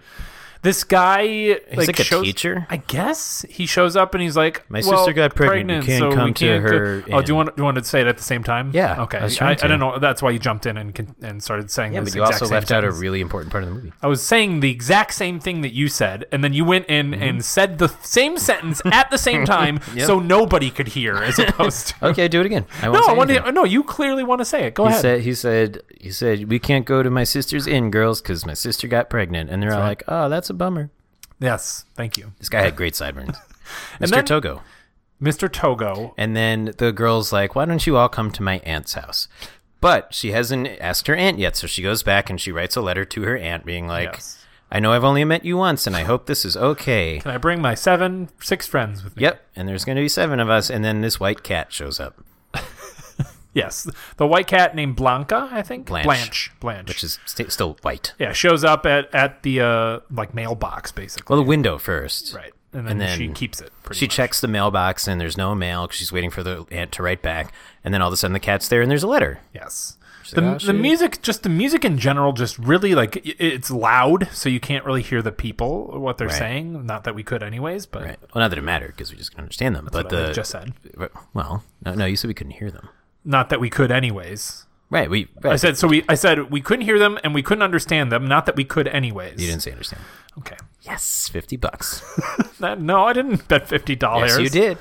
[SPEAKER 2] This guy, he's like,
[SPEAKER 1] like a
[SPEAKER 2] shows-
[SPEAKER 1] teacher?
[SPEAKER 2] I guess he shows up and he's like,
[SPEAKER 1] My
[SPEAKER 2] well,
[SPEAKER 1] sister got pregnant. You can't
[SPEAKER 2] so we
[SPEAKER 1] come to
[SPEAKER 2] can't go-
[SPEAKER 1] her
[SPEAKER 2] Oh, do
[SPEAKER 1] and-
[SPEAKER 2] you want do you want to say it at the same time?
[SPEAKER 1] Yeah,
[SPEAKER 2] Okay.
[SPEAKER 1] I
[SPEAKER 2] I,
[SPEAKER 1] was
[SPEAKER 2] I,
[SPEAKER 1] trying to.
[SPEAKER 2] don't know. That's why you jumped in and con- and started saying.
[SPEAKER 1] yeah,
[SPEAKER 2] this
[SPEAKER 1] but you
[SPEAKER 2] exact
[SPEAKER 1] also
[SPEAKER 2] same
[SPEAKER 1] left out a
[SPEAKER 2] sentence.
[SPEAKER 1] really important part of the movie.
[SPEAKER 2] I was saying the exact same thing that you said, and then you went in
[SPEAKER 1] Mm-hmm.
[SPEAKER 2] and said the same sentence at the same time, so nobody could hear, as opposed to.
[SPEAKER 1] Okay, do it again. I
[SPEAKER 2] no,
[SPEAKER 1] won't
[SPEAKER 2] I
[SPEAKER 1] say
[SPEAKER 2] want
[SPEAKER 1] anything.
[SPEAKER 2] to. No, you clearly want to say it. Go
[SPEAKER 1] He
[SPEAKER 2] ahead.
[SPEAKER 1] said, he said, he said, we can't go to my sister's inn, girls, because my sister got pregnant. And they're all like, oh, that's a bummer.
[SPEAKER 2] yes, thank you,
[SPEAKER 1] This guy had great sideburns. Mr.
[SPEAKER 2] then-
[SPEAKER 1] Togo.
[SPEAKER 2] Mr. Togo.
[SPEAKER 1] And then the girl's like, why don't you all come to my aunt's house? But she hasn't asked her aunt yet. So she goes back and she writes a letter to her aunt being like,
[SPEAKER 2] Yes.
[SPEAKER 1] I know I've only met you once and I hope this is okay.
[SPEAKER 2] Can I bring my seven, six friends with me?
[SPEAKER 1] Yep. And there's going to be seven of us. And then this white cat shows up,
[SPEAKER 2] Yes, the white cat named Blanca, I think.
[SPEAKER 1] Blanche.
[SPEAKER 2] Blanche. Blanche.
[SPEAKER 1] which is st- still white.
[SPEAKER 2] yeah, shows up at at the uh like mailbox basically.
[SPEAKER 1] Well, the window first.
[SPEAKER 2] right, and then,
[SPEAKER 1] and then
[SPEAKER 2] she keeps it. Pretty
[SPEAKER 1] She
[SPEAKER 2] much.
[SPEAKER 1] checks the mailbox and there's no mail 'cause she's waiting for the aunt to write back. And then all of a sudden the cat's there and there's a letter.
[SPEAKER 2] Yes. The,
[SPEAKER 1] like, "Ah,
[SPEAKER 2] the
[SPEAKER 1] shit."
[SPEAKER 2] music, just the music in general, just really like i- it's loud, so you can't really hear the people what they're saying. Not that we could, anyways, but
[SPEAKER 1] Right. Well, not that it mattered because we just can understand them. but
[SPEAKER 2] what I
[SPEAKER 1] the
[SPEAKER 2] just said.
[SPEAKER 1] well, no, no, you said we couldn't hear them.
[SPEAKER 2] not that we could, anyways.
[SPEAKER 1] Right. We.
[SPEAKER 2] I
[SPEAKER 1] right,
[SPEAKER 2] said so. We I said we couldn't hear them and we couldn't understand them. Not that we could, anyways.
[SPEAKER 1] you didn't say understand.
[SPEAKER 2] Okay.
[SPEAKER 1] Yes, fifty bucks.
[SPEAKER 2] That- no, I didn't bet fifty dollars.
[SPEAKER 1] yes, you did.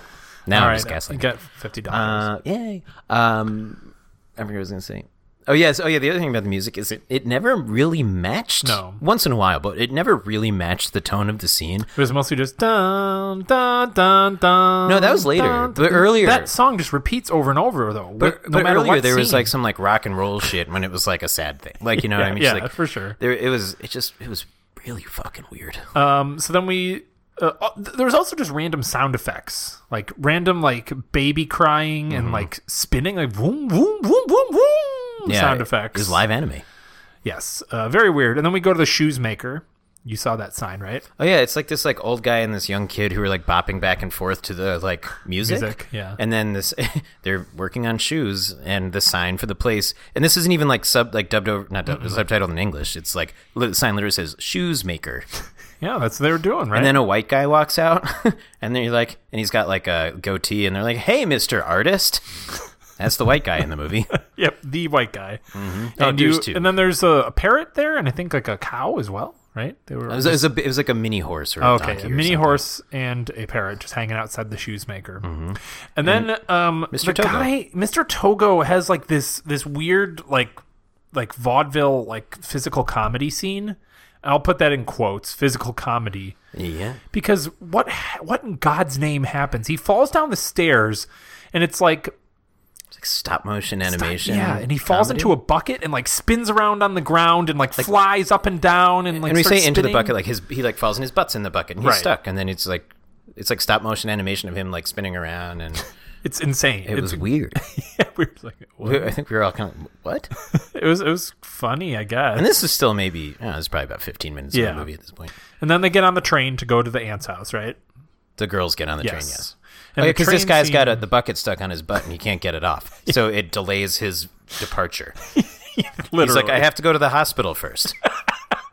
[SPEAKER 1] Now
[SPEAKER 2] All
[SPEAKER 1] I'm
[SPEAKER 2] right,
[SPEAKER 1] just gaslighting.
[SPEAKER 2] get fifty dollars.
[SPEAKER 1] Uh, yay. Um, I forget what I was gonna say. Oh yes. Oh yeah. The other thing about the music is it, it never really matched.
[SPEAKER 2] No.
[SPEAKER 1] Once in a while, but it never really matched the tone of the scene.
[SPEAKER 2] it was mostly just dun dun dun dun.
[SPEAKER 1] No, that was later.
[SPEAKER 2] dun,
[SPEAKER 1] But earlier-
[SPEAKER 2] that song just repeats over and over though.
[SPEAKER 1] But,
[SPEAKER 2] no
[SPEAKER 1] but
[SPEAKER 2] matter
[SPEAKER 1] earlier
[SPEAKER 2] what
[SPEAKER 1] there was
[SPEAKER 2] scene.
[SPEAKER 1] like some like rock and roll shit when it was like a sad thing. Like you know what I
[SPEAKER 2] Yeah,
[SPEAKER 1] mean? It's
[SPEAKER 2] yeah,
[SPEAKER 1] like,
[SPEAKER 2] for sure.
[SPEAKER 1] There it was. It just it was really fucking weird.
[SPEAKER 2] Um, so then we. Uh, uh, th- there was also just random sound effects, like random like baby crying
[SPEAKER 1] Mm-hmm.
[SPEAKER 2] and like spinning, like boom, boom, boom, boom, boom
[SPEAKER 1] Yeah, It
[SPEAKER 2] sound
[SPEAKER 1] was
[SPEAKER 2] effects.
[SPEAKER 1] live anime.
[SPEAKER 2] Yes, uh, very weird. And then we go to the shoes maker. You saw that sign, right?
[SPEAKER 1] Oh yeah, it's like this like old guy and this young kid who are like bopping back and forth to the like music.
[SPEAKER 2] Music, yeah.
[SPEAKER 1] And then this they're working on shoes and the sign for the place. And this isn't even like sub like dubbed over not dubbed, subtitled in English. It's like li- the sign literally says shoes maker.
[SPEAKER 2] Yeah, that's what they were doing, right?
[SPEAKER 1] And then a white guy walks out and then you're like and he's got like a goatee and they're like, "Hey, Mr. Artist." That's the white guy in the movie.
[SPEAKER 2] yep, the white guy. Mm-hmm.
[SPEAKER 1] Oh,
[SPEAKER 2] And, you,
[SPEAKER 1] there's two.
[SPEAKER 2] and then there's a, a parrot there, and I think like a cow as well, right? They were
[SPEAKER 1] It was, it was a it was like a mini horse or a
[SPEAKER 2] okay,
[SPEAKER 1] donkey
[SPEAKER 2] a
[SPEAKER 1] or
[SPEAKER 2] mini
[SPEAKER 1] something.
[SPEAKER 2] horse and a parrot just hanging outside the shoes maker. And then um,
[SPEAKER 1] Mr.
[SPEAKER 2] the
[SPEAKER 1] Mm-hmm. Togo.
[SPEAKER 2] guy, Mr. Togo, has like this this weird like like vaudeville like physical comedy scene. I'll put that in quotes, physical comedy,
[SPEAKER 1] Yeah.
[SPEAKER 2] because what ha- what in God's name happens? He falls down the stairs, and it's like
[SPEAKER 1] It's like stop motion animation.
[SPEAKER 2] yeah, and he falls
[SPEAKER 1] comedy.
[SPEAKER 2] into a bucket and like spins around on the ground and like, flies up and down and like
[SPEAKER 1] and we say
[SPEAKER 2] starts
[SPEAKER 1] into the
[SPEAKER 2] spinning.
[SPEAKER 1] bucket like his he like falls and his butt's in the bucket and he's
[SPEAKER 2] Right.
[SPEAKER 1] stuck and then it's like it's like stop motion animation of him like spinning around and
[SPEAKER 2] It's insane.
[SPEAKER 1] it was
[SPEAKER 2] it's,
[SPEAKER 1] weird
[SPEAKER 2] we were like, what?
[SPEAKER 1] i think we were all kind of what
[SPEAKER 2] it was it was funny, I guess.
[SPEAKER 1] and this is still maybe oh, it's probably about 15 minutes of
[SPEAKER 2] Yeah.
[SPEAKER 1] the movie at this point
[SPEAKER 2] And then they get on the train to go to the aunt's house, right?
[SPEAKER 1] the girls get on the train
[SPEAKER 2] Yes.
[SPEAKER 1] yes
[SPEAKER 2] And the
[SPEAKER 1] because this
[SPEAKER 2] train
[SPEAKER 1] guy's got a,
[SPEAKER 2] scene-
[SPEAKER 1] the bucket stuck on his butt and he can't get it off so it delays his departure
[SPEAKER 2] Literally.
[SPEAKER 1] he's like i have to go to the hospital first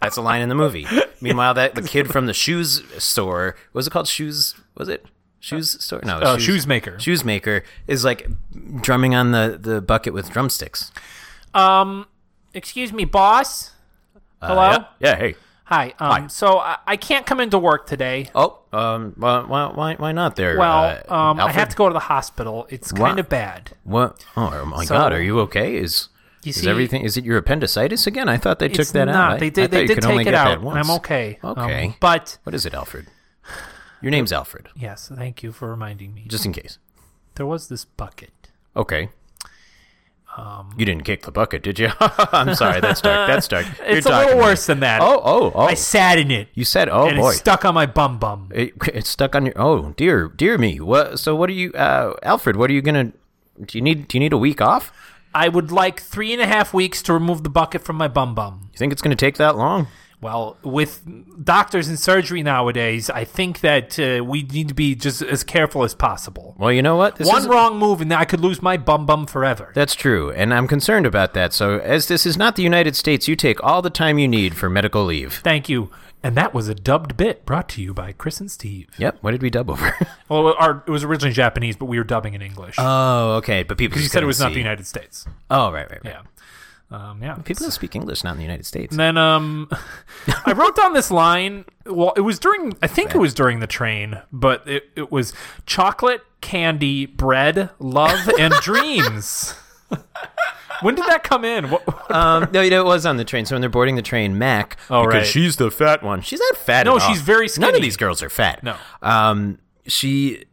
[SPEAKER 1] that's a line in the movie meanwhile that the kid from the shoes store what was it called shoes was it shoes store no
[SPEAKER 2] uh, shoesmaker.
[SPEAKER 1] Shoesmaker is like drumming on the, the bucket with drumsticks.
[SPEAKER 2] um, excuse me, boss. Hello.
[SPEAKER 1] Uh, Yeah, yeah, hey.
[SPEAKER 2] Hi. Um, So I, I can't come into work today.
[SPEAKER 1] Oh, um, why, why, why- why not there?
[SPEAKER 2] Well,
[SPEAKER 1] uh,
[SPEAKER 2] um, I
[SPEAKER 1] Alfred?
[SPEAKER 2] have to go to the hospital. It's kind of bad.
[SPEAKER 1] What? Oh my
[SPEAKER 2] So-
[SPEAKER 1] God, are you okay? Is
[SPEAKER 2] You
[SPEAKER 1] is
[SPEAKER 2] see-
[SPEAKER 1] everything? Is it your appendicitis again? I thought they took
[SPEAKER 2] it's
[SPEAKER 1] that
[SPEAKER 2] not.
[SPEAKER 1] out. I-
[SPEAKER 2] They
[SPEAKER 1] I
[SPEAKER 2] did.
[SPEAKER 1] thought
[SPEAKER 2] they
[SPEAKER 1] you
[SPEAKER 2] did
[SPEAKER 1] could
[SPEAKER 2] take
[SPEAKER 1] only
[SPEAKER 2] it
[SPEAKER 1] get that
[SPEAKER 2] out, and
[SPEAKER 1] once.
[SPEAKER 2] I'm okay. Um,
[SPEAKER 1] Okay.
[SPEAKER 2] but
[SPEAKER 1] What is it, Alfred? Your name's Alfred,
[SPEAKER 2] yes, thank you for reminding me.
[SPEAKER 1] just in case.
[SPEAKER 2] There was this bucket.
[SPEAKER 1] Okay.
[SPEAKER 2] Um,
[SPEAKER 1] You didn't kick the bucket, did you? I'm sorry. That's dark. That's dark. You're
[SPEAKER 2] It's a
[SPEAKER 1] talking
[SPEAKER 2] little
[SPEAKER 1] to me.
[SPEAKER 2] worse than that.
[SPEAKER 1] Oh, oh, oh.
[SPEAKER 2] I sat in it.
[SPEAKER 1] you said, oh
[SPEAKER 2] and
[SPEAKER 1] boy.
[SPEAKER 2] it's stuck on my bum bum.
[SPEAKER 1] It, it's stuck on your. Oh dear, dear me. What? So what are you, uh, Alfred? What are you gonna? Do you need? Do you need a week off?
[SPEAKER 2] I would like three and a half weeks to remove the bucket from my bum bum.
[SPEAKER 1] You think it's gonna take that long?
[SPEAKER 2] Well, with doctors and surgery nowadays, I think that uh, we need to be just as careful as possible.
[SPEAKER 1] Well, you know what. This
[SPEAKER 2] One
[SPEAKER 1] is-
[SPEAKER 2] wrong move, and I could lose my bum bum forever.
[SPEAKER 1] That's true, and I'm concerned about that. So, as this is not the United States, you take all the time you need for medical leave.
[SPEAKER 2] Thank you. And that was a dubbed bit brought to you by Chris and Steve.
[SPEAKER 1] Yep. What did we dub over?
[SPEAKER 2] Well, our, it was originally Japanese, but we were dubbing in English. Because
[SPEAKER 1] oh, okay. But people.
[SPEAKER 2] you
[SPEAKER 1] just
[SPEAKER 2] said it
[SPEAKER 1] couldn't
[SPEAKER 2] was not the
[SPEAKER 1] see.
[SPEAKER 2] United States.
[SPEAKER 1] Oh, right, right, right.
[SPEAKER 2] Yeah. Um, yeah.
[SPEAKER 1] People that speak English, not in the United States.
[SPEAKER 2] And then um, I wrote down this line. Well, it was during, I think it was during the train, but it, it was chocolate, candy, bread, love, and dreams. when did that come in? What,
[SPEAKER 1] Um, no, you know, it was on the train. So when they're boarding the train, Mac.
[SPEAKER 2] Oh,
[SPEAKER 1] because
[SPEAKER 2] right.
[SPEAKER 1] she's the fat one. She's not fat.
[SPEAKER 2] No,
[SPEAKER 1] at all.
[SPEAKER 2] she's very
[SPEAKER 1] None
[SPEAKER 2] skinny.
[SPEAKER 1] of these girls are fat.
[SPEAKER 2] No.
[SPEAKER 1] Um, she.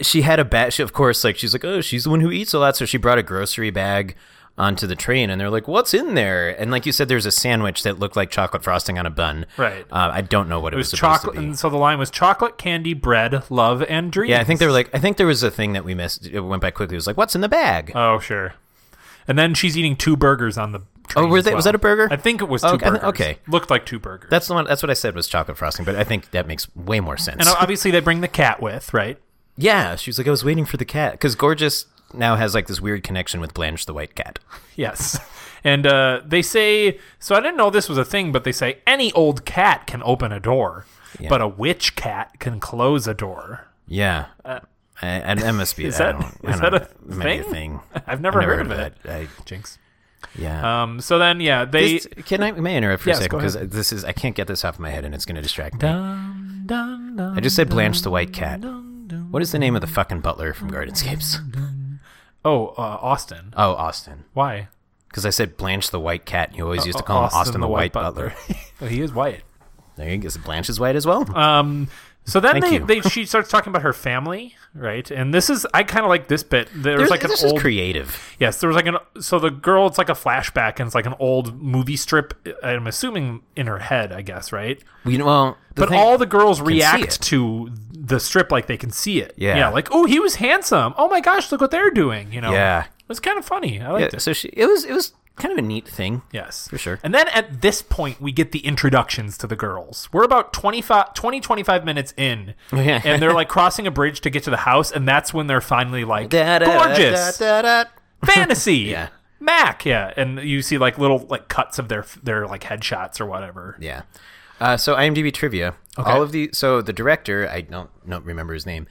[SPEAKER 1] She had a bag. She, of course, like she's like, oh, she's the one who eats a lot. So she brought a grocery bag onto the train, and they're like, what's in there? And like you said, there's a sandwich that looked like chocolate frosting on a bun.
[SPEAKER 2] Right.
[SPEAKER 1] Uh, I don't know what it,
[SPEAKER 2] it was
[SPEAKER 1] supposed
[SPEAKER 2] chocolate.
[SPEAKER 1] to be.
[SPEAKER 2] And so the line was chocolate, candy, bread, love, and dreams.
[SPEAKER 1] yeah, I think they were like, I think there was a thing that we missed. It went by quickly. It was like, what's in the bag?
[SPEAKER 2] Oh, sure. And then she's eating two burgers on the. Train
[SPEAKER 1] Oh, were
[SPEAKER 2] as
[SPEAKER 1] they- was
[SPEAKER 2] well.
[SPEAKER 1] that a burger?
[SPEAKER 2] I think it was two
[SPEAKER 1] Oh, okay, I
[SPEAKER 2] burgers.
[SPEAKER 1] think- okay.
[SPEAKER 2] looked like two burgers.
[SPEAKER 1] that's the one. That's what I said was chocolate frosting, but I think that makes way more sense.
[SPEAKER 2] and obviously they bring the cat with, right?
[SPEAKER 1] Yeah, she was like, I was waiting for the cat because Gorgeous now has like this weird connection with Blanche the White Cat.
[SPEAKER 2] Yes. And uh, they say, so I didn't know this was a thing, but they say any old cat can open a door, but a witch cat can close a door.
[SPEAKER 1] Yeah, I- and that must be
[SPEAKER 2] Uh, Is
[SPEAKER 1] I
[SPEAKER 2] that-
[SPEAKER 1] don't- I don't
[SPEAKER 2] is that a
[SPEAKER 1] know. It might be
[SPEAKER 2] thing?
[SPEAKER 1] thing.
[SPEAKER 2] I've never, heard, of it.
[SPEAKER 1] that.
[SPEAKER 2] Jinx.
[SPEAKER 1] I- yeah.
[SPEAKER 2] Um, so then, yeah, they.
[SPEAKER 1] This- can I may I interrupt for
[SPEAKER 2] Yes,
[SPEAKER 1] a second
[SPEAKER 2] go
[SPEAKER 1] because
[SPEAKER 2] ahead.
[SPEAKER 1] this is I can't get this off my head and it's going to distract me.
[SPEAKER 2] Dun, dun, dun,
[SPEAKER 1] I just said Blanche the White Cat.
[SPEAKER 2] dun, dun.
[SPEAKER 1] What is the name of the fucking butler from Gardenscapes?
[SPEAKER 2] Oh, uh, Austin.
[SPEAKER 1] Oh, Austin.
[SPEAKER 2] Why?
[SPEAKER 1] Because I said Blanche the White Cat, and you always used to
[SPEAKER 2] Oh,
[SPEAKER 1] call him Austin the, White, Butler.
[SPEAKER 2] Well, he is white.
[SPEAKER 1] there you go. So Blanche is white as well.
[SPEAKER 2] Um, so then they,
[SPEAKER 1] Thank
[SPEAKER 2] they she starts talking about her family, right? And this is I kind of like this bit. There was
[SPEAKER 1] There's-
[SPEAKER 2] like an
[SPEAKER 1] this
[SPEAKER 2] old
[SPEAKER 1] is creative.
[SPEAKER 2] Yes, there was like an so the girl. It's like a flashback, and it's like an old movie strip. I'm assuming in her head, I guess, right?
[SPEAKER 1] We well, the
[SPEAKER 2] But
[SPEAKER 1] thing-
[SPEAKER 2] all the girls
[SPEAKER 1] it.
[SPEAKER 2] react to the strip like they can see it.
[SPEAKER 1] Yeah.
[SPEAKER 2] yeah, like oh, he was handsome. Oh my gosh, look what they're doing. You know,
[SPEAKER 1] Yeah.
[SPEAKER 2] it was kind of funny. I
[SPEAKER 1] Yeah,
[SPEAKER 2] liked it.
[SPEAKER 1] so she it was it was kind of a neat thing.
[SPEAKER 2] Yes.
[SPEAKER 1] For sure.
[SPEAKER 2] And then at this point, we get the introductions to the girls. We're about 25, 20, 25 minutes in.
[SPEAKER 1] Yeah.
[SPEAKER 2] and they're like crossing a bridge to get to the house. And that's when they're finally like,
[SPEAKER 1] Da, da,
[SPEAKER 2] gorgeous.
[SPEAKER 1] da, da, da.
[SPEAKER 2] fantasy.
[SPEAKER 1] Yeah.
[SPEAKER 2] Mac. Yeah. And you see like little like cuts of their, their like headshots or whatever.
[SPEAKER 1] Yeah. Uh, so IMDb trivia. All of the so the director I don't don't remember his name.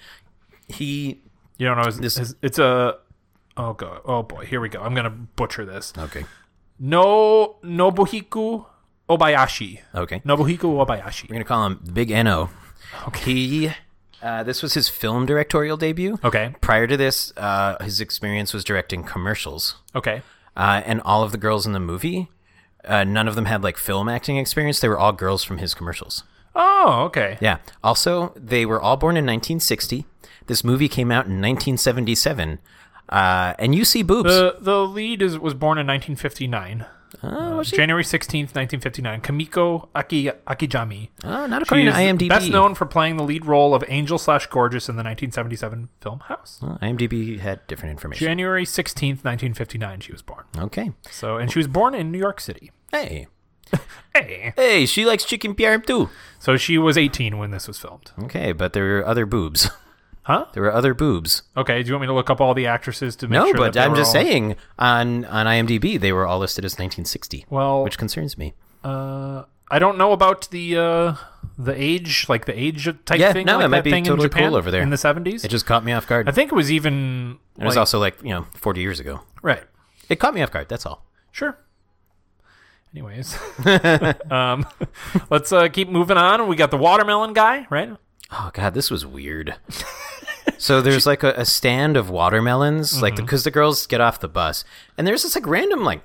[SPEAKER 1] He
[SPEAKER 2] You don't know. His, his- it's a, oh God. Oh boy. Here we go. I'm going to butcher this.
[SPEAKER 1] okay
[SPEAKER 2] No, Nobuhiku Obayashi.
[SPEAKER 1] okay.
[SPEAKER 2] Nobuhiku Obayashi.
[SPEAKER 1] We're gonna call him Big No. Okay. He uh, this was his film directorial debut.
[SPEAKER 2] Okay.
[SPEAKER 1] Prior to this, uh, his experience was directing commercials,
[SPEAKER 2] Okay.
[SPEAKER 1] uh, and all of the girls in the movie, uh, none of them had like film acting experience. They were all girls from his commercials.
[SPEAKER 2] Oh, okay.
[SPEAKER 1] Yeah. Also, they were all born in 1960. This movie came out in 1977. Uh, and you see boobs.
[SPEAKER 2] The the lead is was born in 1959,
[SPEAKER 1] oh, was she?
[SPEAKER 2] January 16th, 1959. Kamiko Aki, Akijami.
[SPEAKER 1] Oh, not
[SPEAKER 2] She
[SPEAKER 1] according to
[SPEAKER 2] is
[SPEAKER 1] IMDb.
[SPEAKER 2] best known for playing the lead role of Angel slash Gorgeous in the 1977 film House.
[SPEAKER 1] Well, IMDb had different information.
[SPEAKER 2] January 16th, 1959, she was born.
[SPEAKER 1] Okay.
[SPEAKER 2] So, and she was born in New York City.
[SPEAKER 1] Hey.
[SPEAKER 2] Hey.
[SPEAKER 1] Hey, she likes chicken parm too.
[SPEAKER 2] So she was 18 when this was filmed.
[SPEAKER 1] Okay, but there were other boobs.
[SPEAKER 2] Huh?
[SPEAKER 1] There were other boobs.
[SPEAKER 2] Okay. Do you want me to look up all the actresses to make
[SPEAKER 1] No,
[SPEAKER 2] sure? that
[SPEAKER 1] but
[SPEAKER 2] they
[SPEAKER 1] I'm
[SPEAKER 2] were
[SPEAKER 1] just
[SPEAKER 2] all-
[SPEAKER 1] saying on on IMDb they were all listed as 1960,
[SPEAKER 2] Well,
[SPEAKER 1] which concerns me.
[SPEAKER 2] uh, I don't know about the uh, the age, like the age type
[SPEAKER 1] Yeah,
[SPEAKER 2] thing.
[SPEAKER 1] no,
[SPEAKER 2] like
[SPEAKER 1] it might
[SPEAKER 2] that
[SPEAKER 1] be
[SPEAKER 2] thing in
[SPEAKER 1] totally cool
[SPEAKER 2] Japan
[SPEAKER 1] over there.
[SPEAKER 2] in the 70s.
[SPEAKER 1] It just caught me off guard.
[SPEAKER 2] I think it was even
[SPEAKER 1] it was
[SPEAKER 2] like-
[SPEAKER 1] also like you know 40 years ago.
[SPEAKER 2] right.
[SPEAKER 1] It caught me off guard. That's all.
[SPEAKER 2] Sure. Anyways, um, let's uh, keep moving on. We got the watermelon guy, right?
[SPEAKER 1] Oh god, this was weird. so there's like a, a stand of watermelons, like
[SPEAKER 2] Mm-hmm.
[SPEAKER 1] because the girls get off the bus, and there's this like random like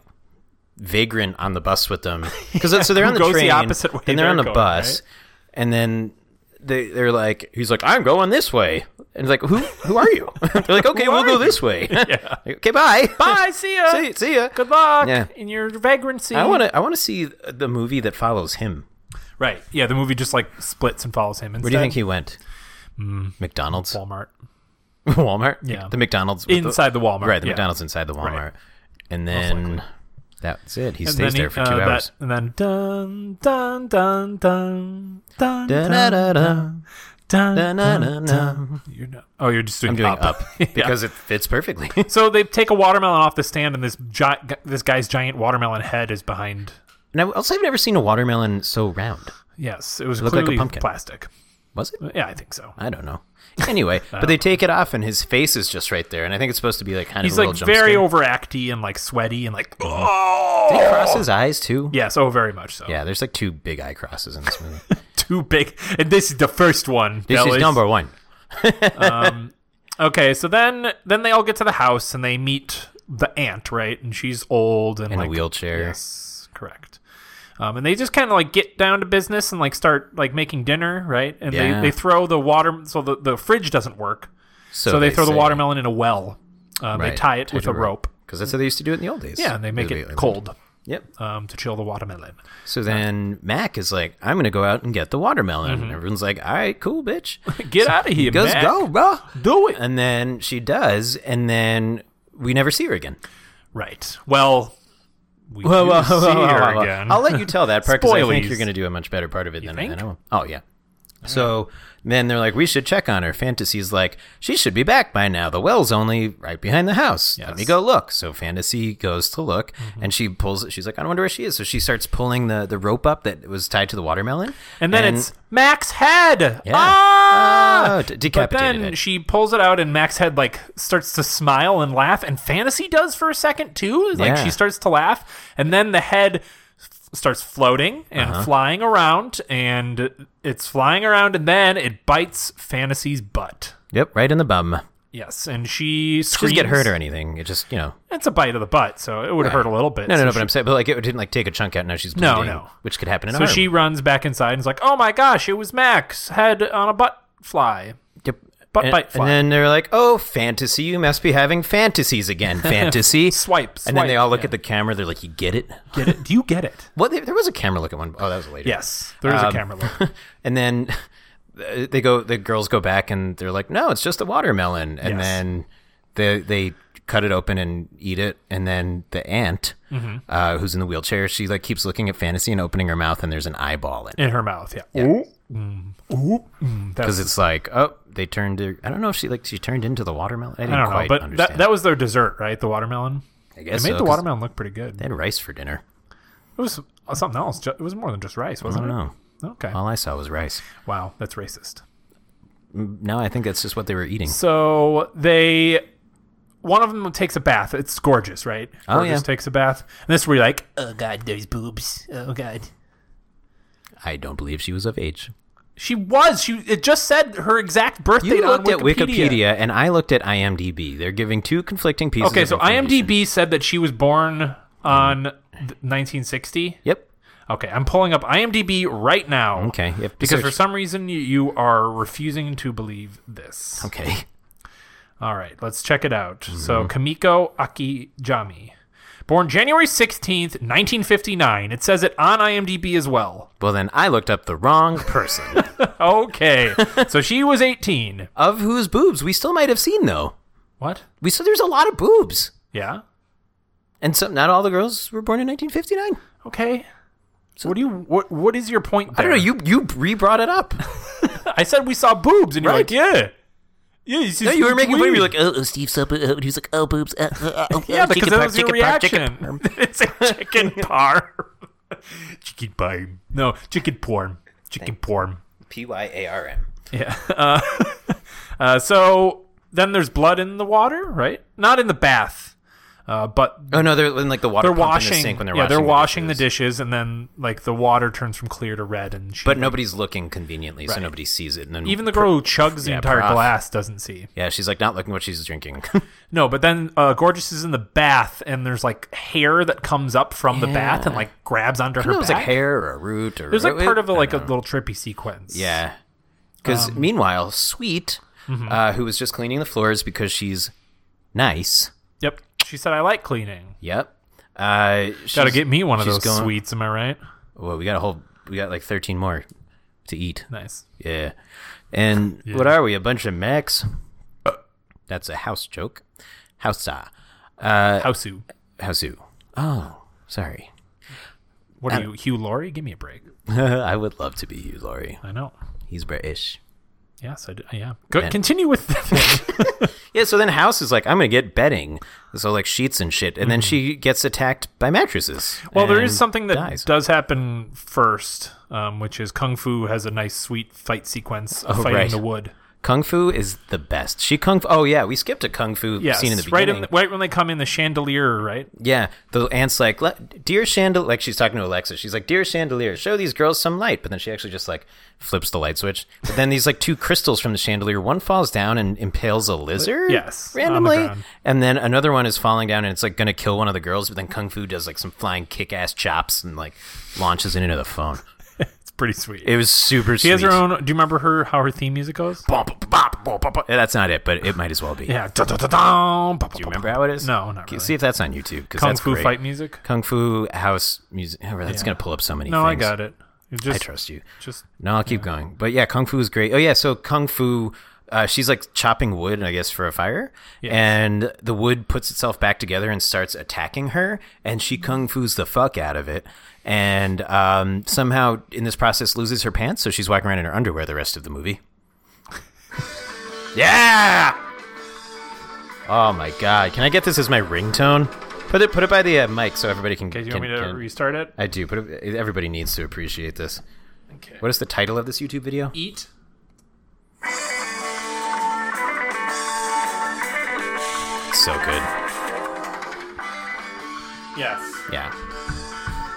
[SPEAKER 1] vagrant on the bus with them because so they're on
[SPEAKER 2] who
[SPEAKER 1] the
[SPEAKER 2] goes the
[SPEAKER 1] train,
[SPEAKER 2] opposite way
[SPEAKER 1] then they're
[SPEAKER 2] they're
[SPEAKER 1] on the
[SPEAKER 2] going,
[SPEAKER 1] bus, and then they they're like he's like I'm going this way, and he's like who who are you? they're like okay, we'll go this way. Like, okay, bye.
[SPEAKER 2] Bye, see ya.
[SPEAKER 1] Ah, see, see ya.
[SPEAKER 2] Good luck
[SPEAKER 1] Yeah.
[SPEAKER 2] in your vagrancy.
[SPEAKER 1] I want to I want to see the movie that follows him.
[SPEAKER 2] Right. Yeah, the movie just like splits and follows him. Instead.
[SPEAKER 1] Where do you think he went? McDonald's,
[SPEAKER 2] Walmart.
[SPEAKER 1] Walmart,
[SPEAKER 2] Mm. Yeah.
[SPEAKER 1] the McDonald's with the-
[SPEAKER 2] Inside the, Walmart.
[SPEAKER 1] right? The
[SPEAKER 2] yeah.
[SPEAKER 1] McDonald's inside the Walmart, and then that's it. He
[SPEAKER 2] And
[SPEAKER 1] stays
[SPEAKER 2] then
[SPEAKER 1] there
[SPEAKER 2] he-
[SPEAKER 1] for two
[SPEAKER 2] uh,
[SPEAKER 1] hours.
[SPEAKER 2] That, and then dun dun dun dun dun dun
[SPEAKER 1] Da-da-da-da.
[SPEAKER 2] dun dun
[SPEAKER 1] Da-na-na-na.
[SPEAKER 2] dun. You're not. Oh, you're just doing.
[SPEAKER 1] I'm doing up,
[SPEAKER 2] Yeah.
[SPEAKER 1] because it fits perfectly.
[SPEAKER 2] So they take a watermelon off the stand, and this gi- this guy's giant watermelon head is behind.
[SPEAKER 1] and I, also, I've never seen a watermelon so round.
[SPEAKER 2] Yes, it was
[SPEAKER 1] looked like a
[SPEAKER 2] clearly
[SPEAKER 1] pumpkin.
[SPEAKER 2] plastic.
[SPEAKER 1] Was it?
[SPEAKER 2] Yeah, I think so.
[SPEAKER 1] I don't know. Anyway, but they take it off, and his face is just right there. And I think it's supposed to be like kind
[SPEAKER 2] He's
[SPEAKER 1] of a
[SPEAKER 2] like
[SPEAKER 1] little
[SPEAKER 2] very
[SPEAKER 1] jump
[SPEAKER 2] overacty and like sweaty and like oh.
[SPEAKER 1] scare. Did he cross his eyes too?
[SPEAKER 2] Yes, oh, very much so.
[SPEAKER 1] Yeah, there's like two big eye crosses in this movie.
[SPEAKER 2] Too big, and this is the first one.
[SPEAKER 1] this is
[SPEAKER 2] fellas.
[SPEAKER 1] number one.
[SPEAKER 2] Okay, so then then they all get to the house and they meet the aunt, right? And she's old and
[SPEAKER 1] In
[SPEAKER 2] like
[SPEAKER 1] a wheelchair.
[SPEAKER 2] Yes, correct. Um, and they just kind of like get down to business and like start like making dinner, right? And
[SPEAKER 1] Yeah.
[SPEAKER 2] they, they throw the water, so the, the fridge doesn't work. So, they, throw the watermelon in a well. Um, They tie it with a rope.
[SPEAKER 1] Because that's how they used to do it in the old days.
[SPEAKER 2] Yeah, and they make it
[SPEAKER 1] Basically.
[SPEAKER 2] cold
[SPEAKER 1] Yep.
[SPEAKER 2] um, to chill the watermelon.
[SPEAKER 1] So then Mac is like, I'm going to go out and get the watermelon. And everyone's like, all right, cool, bitch.
[SPEAKER 2] Get out of Mm-hmm. here,
[SPEAKER 1] Let's
[SPEAKER 2] Mac.
[SPEAKER 1] go, bro.
[SPEAKER 2] Do it.
[SPEAKER 1] And then she does. And then we never see her again.
[SPEAKER 2] Right. Well, we do see her again.
[SPEAKER 1] I'll let you tell that part because I think
[SPEAKER 2] oh, Spoilies.
[SPEAKER 1] you're going to do a much better part of it than
[SPEAKER 2] think?
[SPEAKER 1] I know. Oh, yeah. So then they're like, we should check on her. Fantasy's like, she should be back by now. The well's only right behind the house. Let me
[SPEAKER 2] Yes. Mm-hmm.
[SPEAKER 1] go look. So Fantasy goes to look, and she pulls. She's like, I wonder where she is. So she starts pulling the, the rope up that was tied to the watermelon,
[SPEAKER 2] And then it's Mac's head.
[SPEAKER 1] Yeah.
[SPEAKER 2] Ah!
[SPEAKER 1] Oh, d- decapitated
[SPEAKER 2] But then
[SPEAKER 1] it.
[SPEAKER 2] she pulls it out, and Mac's head like starts to smile and laugh, and Fantasy does for a second too. Like
[SPEAKER 1] Yeah.
[SPEAKER 2] she starts to laugh, and then the head f- starts floating and
[SPEAKER 1] Uh-huh.
[SPEAKER 2] flying around, and it's flying around, and then it bites Fantasy's butt.
[SPEAKER 1] Yep, right in the bum.
[SPEAKER 2] Yes, and she
[SPEAKER 1] She
[SPEAKER 2] screams.
[SPEAKER 1] doesn't get hurt or anything. It just you know.
[SPEAKER 2] It's a bite of the butt, so it would have hurt a little bit.
[SPEAKER 1] No, no,
[SPEAKER 2] so
[SPEAKER 1] no.
[SPEAKER 2] she-
[SPEAKER 1] But I'm saying, but like it didn't like take a chunk out. Now she's
[SPEAKER 2] No,
[SPEAKER 1] bleeding,
[SPEAKER 2] no.
[SPEAKER 1] which could happen in a
[SPEAKER 2] so
[SPEAKER 1] horror
[SPEAKER 2] she runs back inside and is like, "Oh my gosh, it was Mac's head on a butt fly."
[SPEAKER 1] Yep.
[SPEAKER 2] Butt
[SPEAKER 1] and,
[SPEAKER 2] bite fly.
[SPEAKER 1] and then they're like, "Oh, fantasy! You must be having fantasies again, fantasy."
[SPEAKER 2] Swipe,
[SPEAKER 1] And then they
[SPEAKER 2] swipe,
[SPEAKER 1] all look
[SPEAKER 2] yeah.
[SPEAKER 1] at the camera. They're like, "You get it?"
[SPEAKER 2] Get it? Do you get it?
[SPEAKER 1] Well, there, there was a camera look at one. Oh, that was later.
[SPEAKER 2] Yes, there
[SPEAKER 1] Um,
[SPEAKER 2] is a camera look.
[SPEAKER 1] And then uh, they go. The girls go back, and they're like, "No, it's just a watermelon." And
[SPEAKER 2] Yes.
[SPEAKER 1] then they they cut it open and eat it. And then the aunt,
[SPEAKER 2] Mm-hmm.
[SPEAKER 1] uh, who's in the wheelchair, she like keeps looking at fantasy and opening her mouth, and there's an eyeball in it
[SPEAKER 2] in her mouth. Yeah. Ooh. Ooh. Mm, that's,
[SPEAKER 1] because it's like, oh, they turned. Her, I don't know if she like she turned into the watermelon. I didn't
[SPEAKER 2] I don't know,
[SPEAKER 1] quite
[SPEAKER 2] but
[SPEAKER 1] understand.
[SPEAKER 2] that, that was their dessert, right? The watermelon.
[SPEAKER 1] I
[SPEAKER 2] It
[SPEAKER 1] guess
[SPEAKER 2] made
[SPEAKER 1] so,
[SPEAKER 2] the
[SPEAKER 1] 'cause
[SPEAKER 2] watermelon look pretty good.
[SPEAKER 1] They had rice for dinner.
[SPEAKER 2] It was something else. ju- It was more than just rice,
[SPEAKER 1] I
[SPEAKER 2] wasn't
[SPEAKER 1] don't
[SPEAKER 2] it?
[SPEAKER 1] know.
[SPEAKER 2] Okay.
[SPEAKER 1] All I saw was rice.
[SPEAKER 2] Wow, that's racist.
[SPEAKER 1] No, I think that's just what they were eating.
[SPEAKER 2] So they, one of them takes a bath. It's gorgeous, right?
[SPEAKER 1] Oh,
[SPEAKER 2] Gorgeous
[SPEAKER 1] yeah.
[SPEAKER 2] takes a bath, and this we're like,
[SPEAKER 3] Oh god, there's boobs. Oh god.
[SPEAKER 1] I don't believe she was of age.
[SPEAKER 2] she was. She it just said her exact birthday.
[SPEAKER 1] You looked
[SPEAKER 2] on
[SPEAKER 1] at Wikipedia and I looked at IMDb. They're giving two conflicting pieces.
[SPEAKER 2] Okay,
[SPEAKER 1] of
[SPEAKER 2] so
[SPEAKER 1] information.
[SPEAKER 2] IMDb said that she was born on th- 1960.
[SPEAKER 1] Yep.
[SPEAKER 2] Okay, I'm pulling up IMDb right now.
[SPEAKER 1] Okay, you have to
[SPEAKER 2] Because for
[SPEAKER 1] search.
[SPEAKER 2] some reason you, you are refusing to believe this.
[SPEAKER 1] Okay.
[SPEAKER 2] All right, let's check it out. So
[SPEAKER 1] Mm-hmm.
[SPEAKER 2] Kamiko Akijami, born January 16th, 1959. It says it on IMDb as well.
[SPEAKER 1] Well, then I looked up the wrong person.
[SPEAKER 2] Okay, so she was 18.
[SPEAKER 1] of whose boobs we still might have seen though.
[SPEAKER 2] What?
[SPEAKER 1] We saw there's a lot of boobs,
[SPEAKER 2] Yeah.
[SPEAKER 1] and some not all the girls were born in 1959.
[SPEAKER 2] Okay. So what do you what what is your point?
[SPEAKER 1] I
[SPEAKER 2] There?
[SPEAKER 1] don't know. You you re brought it up.
[SPEAKER 2] I said we saw boobs, and you're
[SPEAKER 1] Right.
[SPEAKER 2] like, yeah, yeah. it's
[SPEAKER 1] No,
[SPEAKER 2] just
[SPEAKER 1] you were making fun of me.
[SPEAKER 2] weird.
[SPEAKER 1] You're like, oh, oh Steve Supper. Oh, and he was like, oh, boobs. Uh, uh, uh, oh,
[SPEAKER 2] Yeah, because
[SPEAKER 1] chicken
[SPEAKER 2] that
[SPEAKER 1] parm,
[SPEAKER 2] was your
[SPEAKER 1] chicken parm, chicken
[SPEAKER 2] reaction. it's a chicken par. chicken par. No, chicken porn. Chicken porn.
[SPEAKER 1] P Y A R M.
[SPEAKER 2] Yeah. Uh, uh, so then there's blood in the water, right? Not in the bath, uh, but
[SPEAKER 1] Oh no, they're in like the water
[SPEAKER 2] they're
[SPEAKER 1] pump in
[SPEAKER 2] washing.
[SPEAKER 1] the sink when they're
[SPEAKER 2] yeah,
[SPEAKER 1] washing.
[SPEAKER 2] they're washing
[SPEAKER 1] dishes.
[SPEAKER 2] the dishes, and then like the water turns from clear to red, and she,
[SPEAKER 1] But nobody's looking conveniently, so
[SPEAKER 2] Right.
[SPEAKER 1] nobody sees it. And then
[SPEAKER 2] even the girl who chugs the
[SPEAKER 1] yeah,
[SPEAKER 2] entire
[SPEAKER 1] prof.
[SPEAKER 2] glass doesn't see.
[SPEAKER 1] yeah, she's like not looking what she's drinking.
[SPEAKER 2] No, but then uh, Gorgeous is in the bath, and there's like hair that comes up from the bath and like grabs onto her
[SPEAKER 1] it was like
[SPEAKER 2] back.
[SPEAKER 1] hair or a root or
[SPEAKER 2] There's like
[SPEAKER 1] it-
[SPEAKER 2] part of a,
[SPEAKER 1] I
[SPEAKER 2] like a
[SPEAKER 1] don't know.
[SPEAKER 2] little trippy sequence.
[SPEAKER 1] yeah. Because
[SPEAKER 2] Um,
[SPEAKER 1] meanwhile, Sweet,
[SPEAKER 2] mm-hmm.
[SPEAKER 1] uh, who was just cleaning the floors because she's nice.
[SPEAKER 2] Yep. She said, I like cleaning.
[SPEAKER 1] Yep. Uh,
[SPEAKER 2] Gotta
[SPEAKER 1] she's-
[SPEAKER 2] get me one of
[SPEAKER 1] she's
[SPEAKER 2] those
[SPEAKER 1] going-
[SPEAKER 2] sweets, am I right?
[SPEAKER 1] Well, we got a whole. We got like thirteen more to eat.
[SPEAKER 2] Nice.
[SPEAKER 1] Yeah. And what are we? A bunch of mechs? That's a house joke. Housea. Uh,
[SPEAKER 2] Howsu.
[SPEAKER 1] Houseu. Oh, sorry. uh,
[SPEAKER 2] What are you, Hugh Laurie? Give me a break.
[SPEAKER 1] I would love to be you, Laurie.
[SPEAKER 2] I know.
[SPEAKER 1] He's British.
[SPEAKER 2] Yes, I do. Yeah. Go, continue with the thing.
[SPEAKER 1] Yeah, so then House is like, I'm going to get bedding. So, like, sheets and shit. And then she gets attacked by mattresses.
[SPEAKER 2] Mm-hmm. well, there is
[SPEAKER 1] and
[SPEAKER 2] something that
[SPEAKER 1] dies.
[SPEAKER 2] does happen first, um, which is Kung Fu has a nice, sweet fight sequence of
[SPEAKER 1] Oh,
[SPEAKER 2] fighting
[SPEAKER 1] right.
[SPEAKER 2] the wood.
[SPEAKER 1] Kung Fu is the best. She Kung Fu. Oh, yeah, we skipped a Kung Fu
[SPEAKER 2] Yes,
[SPEAKER 1] scene in the
[SPEAKER 2] right,
[SPEAKER 1] beginning.
[SPEAKER 2] in the, right when they come in the chandelier, right?
[SPEAKER 1] Yeah, the aunt's like, "Le- dear chandelier, like she's talking to Alexa. She's like, dear chandelier, show these girls some light. But then she actually just like flips the light switch. But then these like two crystals from the chandelier, one falls down and impales a lizard.
[SPEAKER 2] Yes, on the
[SPEAKER 1] randomly.
[SPEAKER 2] ground.
[SPEAKER 1] and then another one is falling down and it's like gonna kill one of the girls. But then Kung Fu does like some flying kick ass chops and like launches it into the phone.
[SPEAKER 2] It's pretty sweet.
[SPEAKER 1] It was super.
[SPEAKER 2] she has her own. Do you remember her how her theme music goes?
[SPEAKER 1] That's not it, but it might as well be.
[SPEAKER 2] Yeah. Da, da, da, da, Do you
[SPEAKER 1] Remember how it is?
[SPEAKER 2] No, not
[SPEAKER 1] Can you
[SPEAKER 2] really.
[SPEAKER 1] See if that's on YouTube. 'cause
[SPEAKER 2] Kung
[SPEAKER 1] that's
[SPEAKER 2] Fu
[SPEAKER 1] great.
[SPEAKER 2] fight music?
[SPEAKER 1] Kung Fu house music. Oh, that's gonna pull up so many.
[SPEAKER 2] No, I
[SPEAKER 1] things.
[SPEAKER 2] got it. You
[SPEAKER 1] I
[SPEAKER 2] Just,
[SPEAKER 1] trust you.
[SPEAKER 2] Just
[SPEAKER 1] No, I'll keep going. But yeah, kung fu is great. Oh yeah, so kung fu. Uh, she's like chopping wood, I guess, for a fire, and the wood puts itself back together and starts attacking her, and she kung fu's the fuck out of it, and um, somehow in this process loses her pants, so she's walking around in her underwear the rest of the movie. yeah. Oh my god! Can I get this as my ringtone? Put it put it by the uh, mic so everybody can.
[SPEAKER 2] Okay, do you
[SPEAKER 1] can,
[SPEAKER 2] want me to
[SPEAKER 1] can-
[SPEAKER 2] restart it?
[SPEAKER 1] I do, but it- everybody needs to appreciate this.
[SPEAKER 2] Okay. E-
[SPEAKER 1] What is the title of this YouTube video?
[SPEAKER 2] Eat.
[SPEAKER 1] So good.
[SPEAKER 2] Yes.
[SPEAKER 1] Yeah.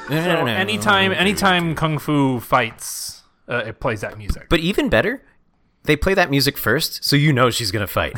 [SPEAKER 2] So anytime, anytime Kung Fu fights, uh, it plays that music.
[SPEAKER 1] But even better, they play that music first, so you know she's gonna fight.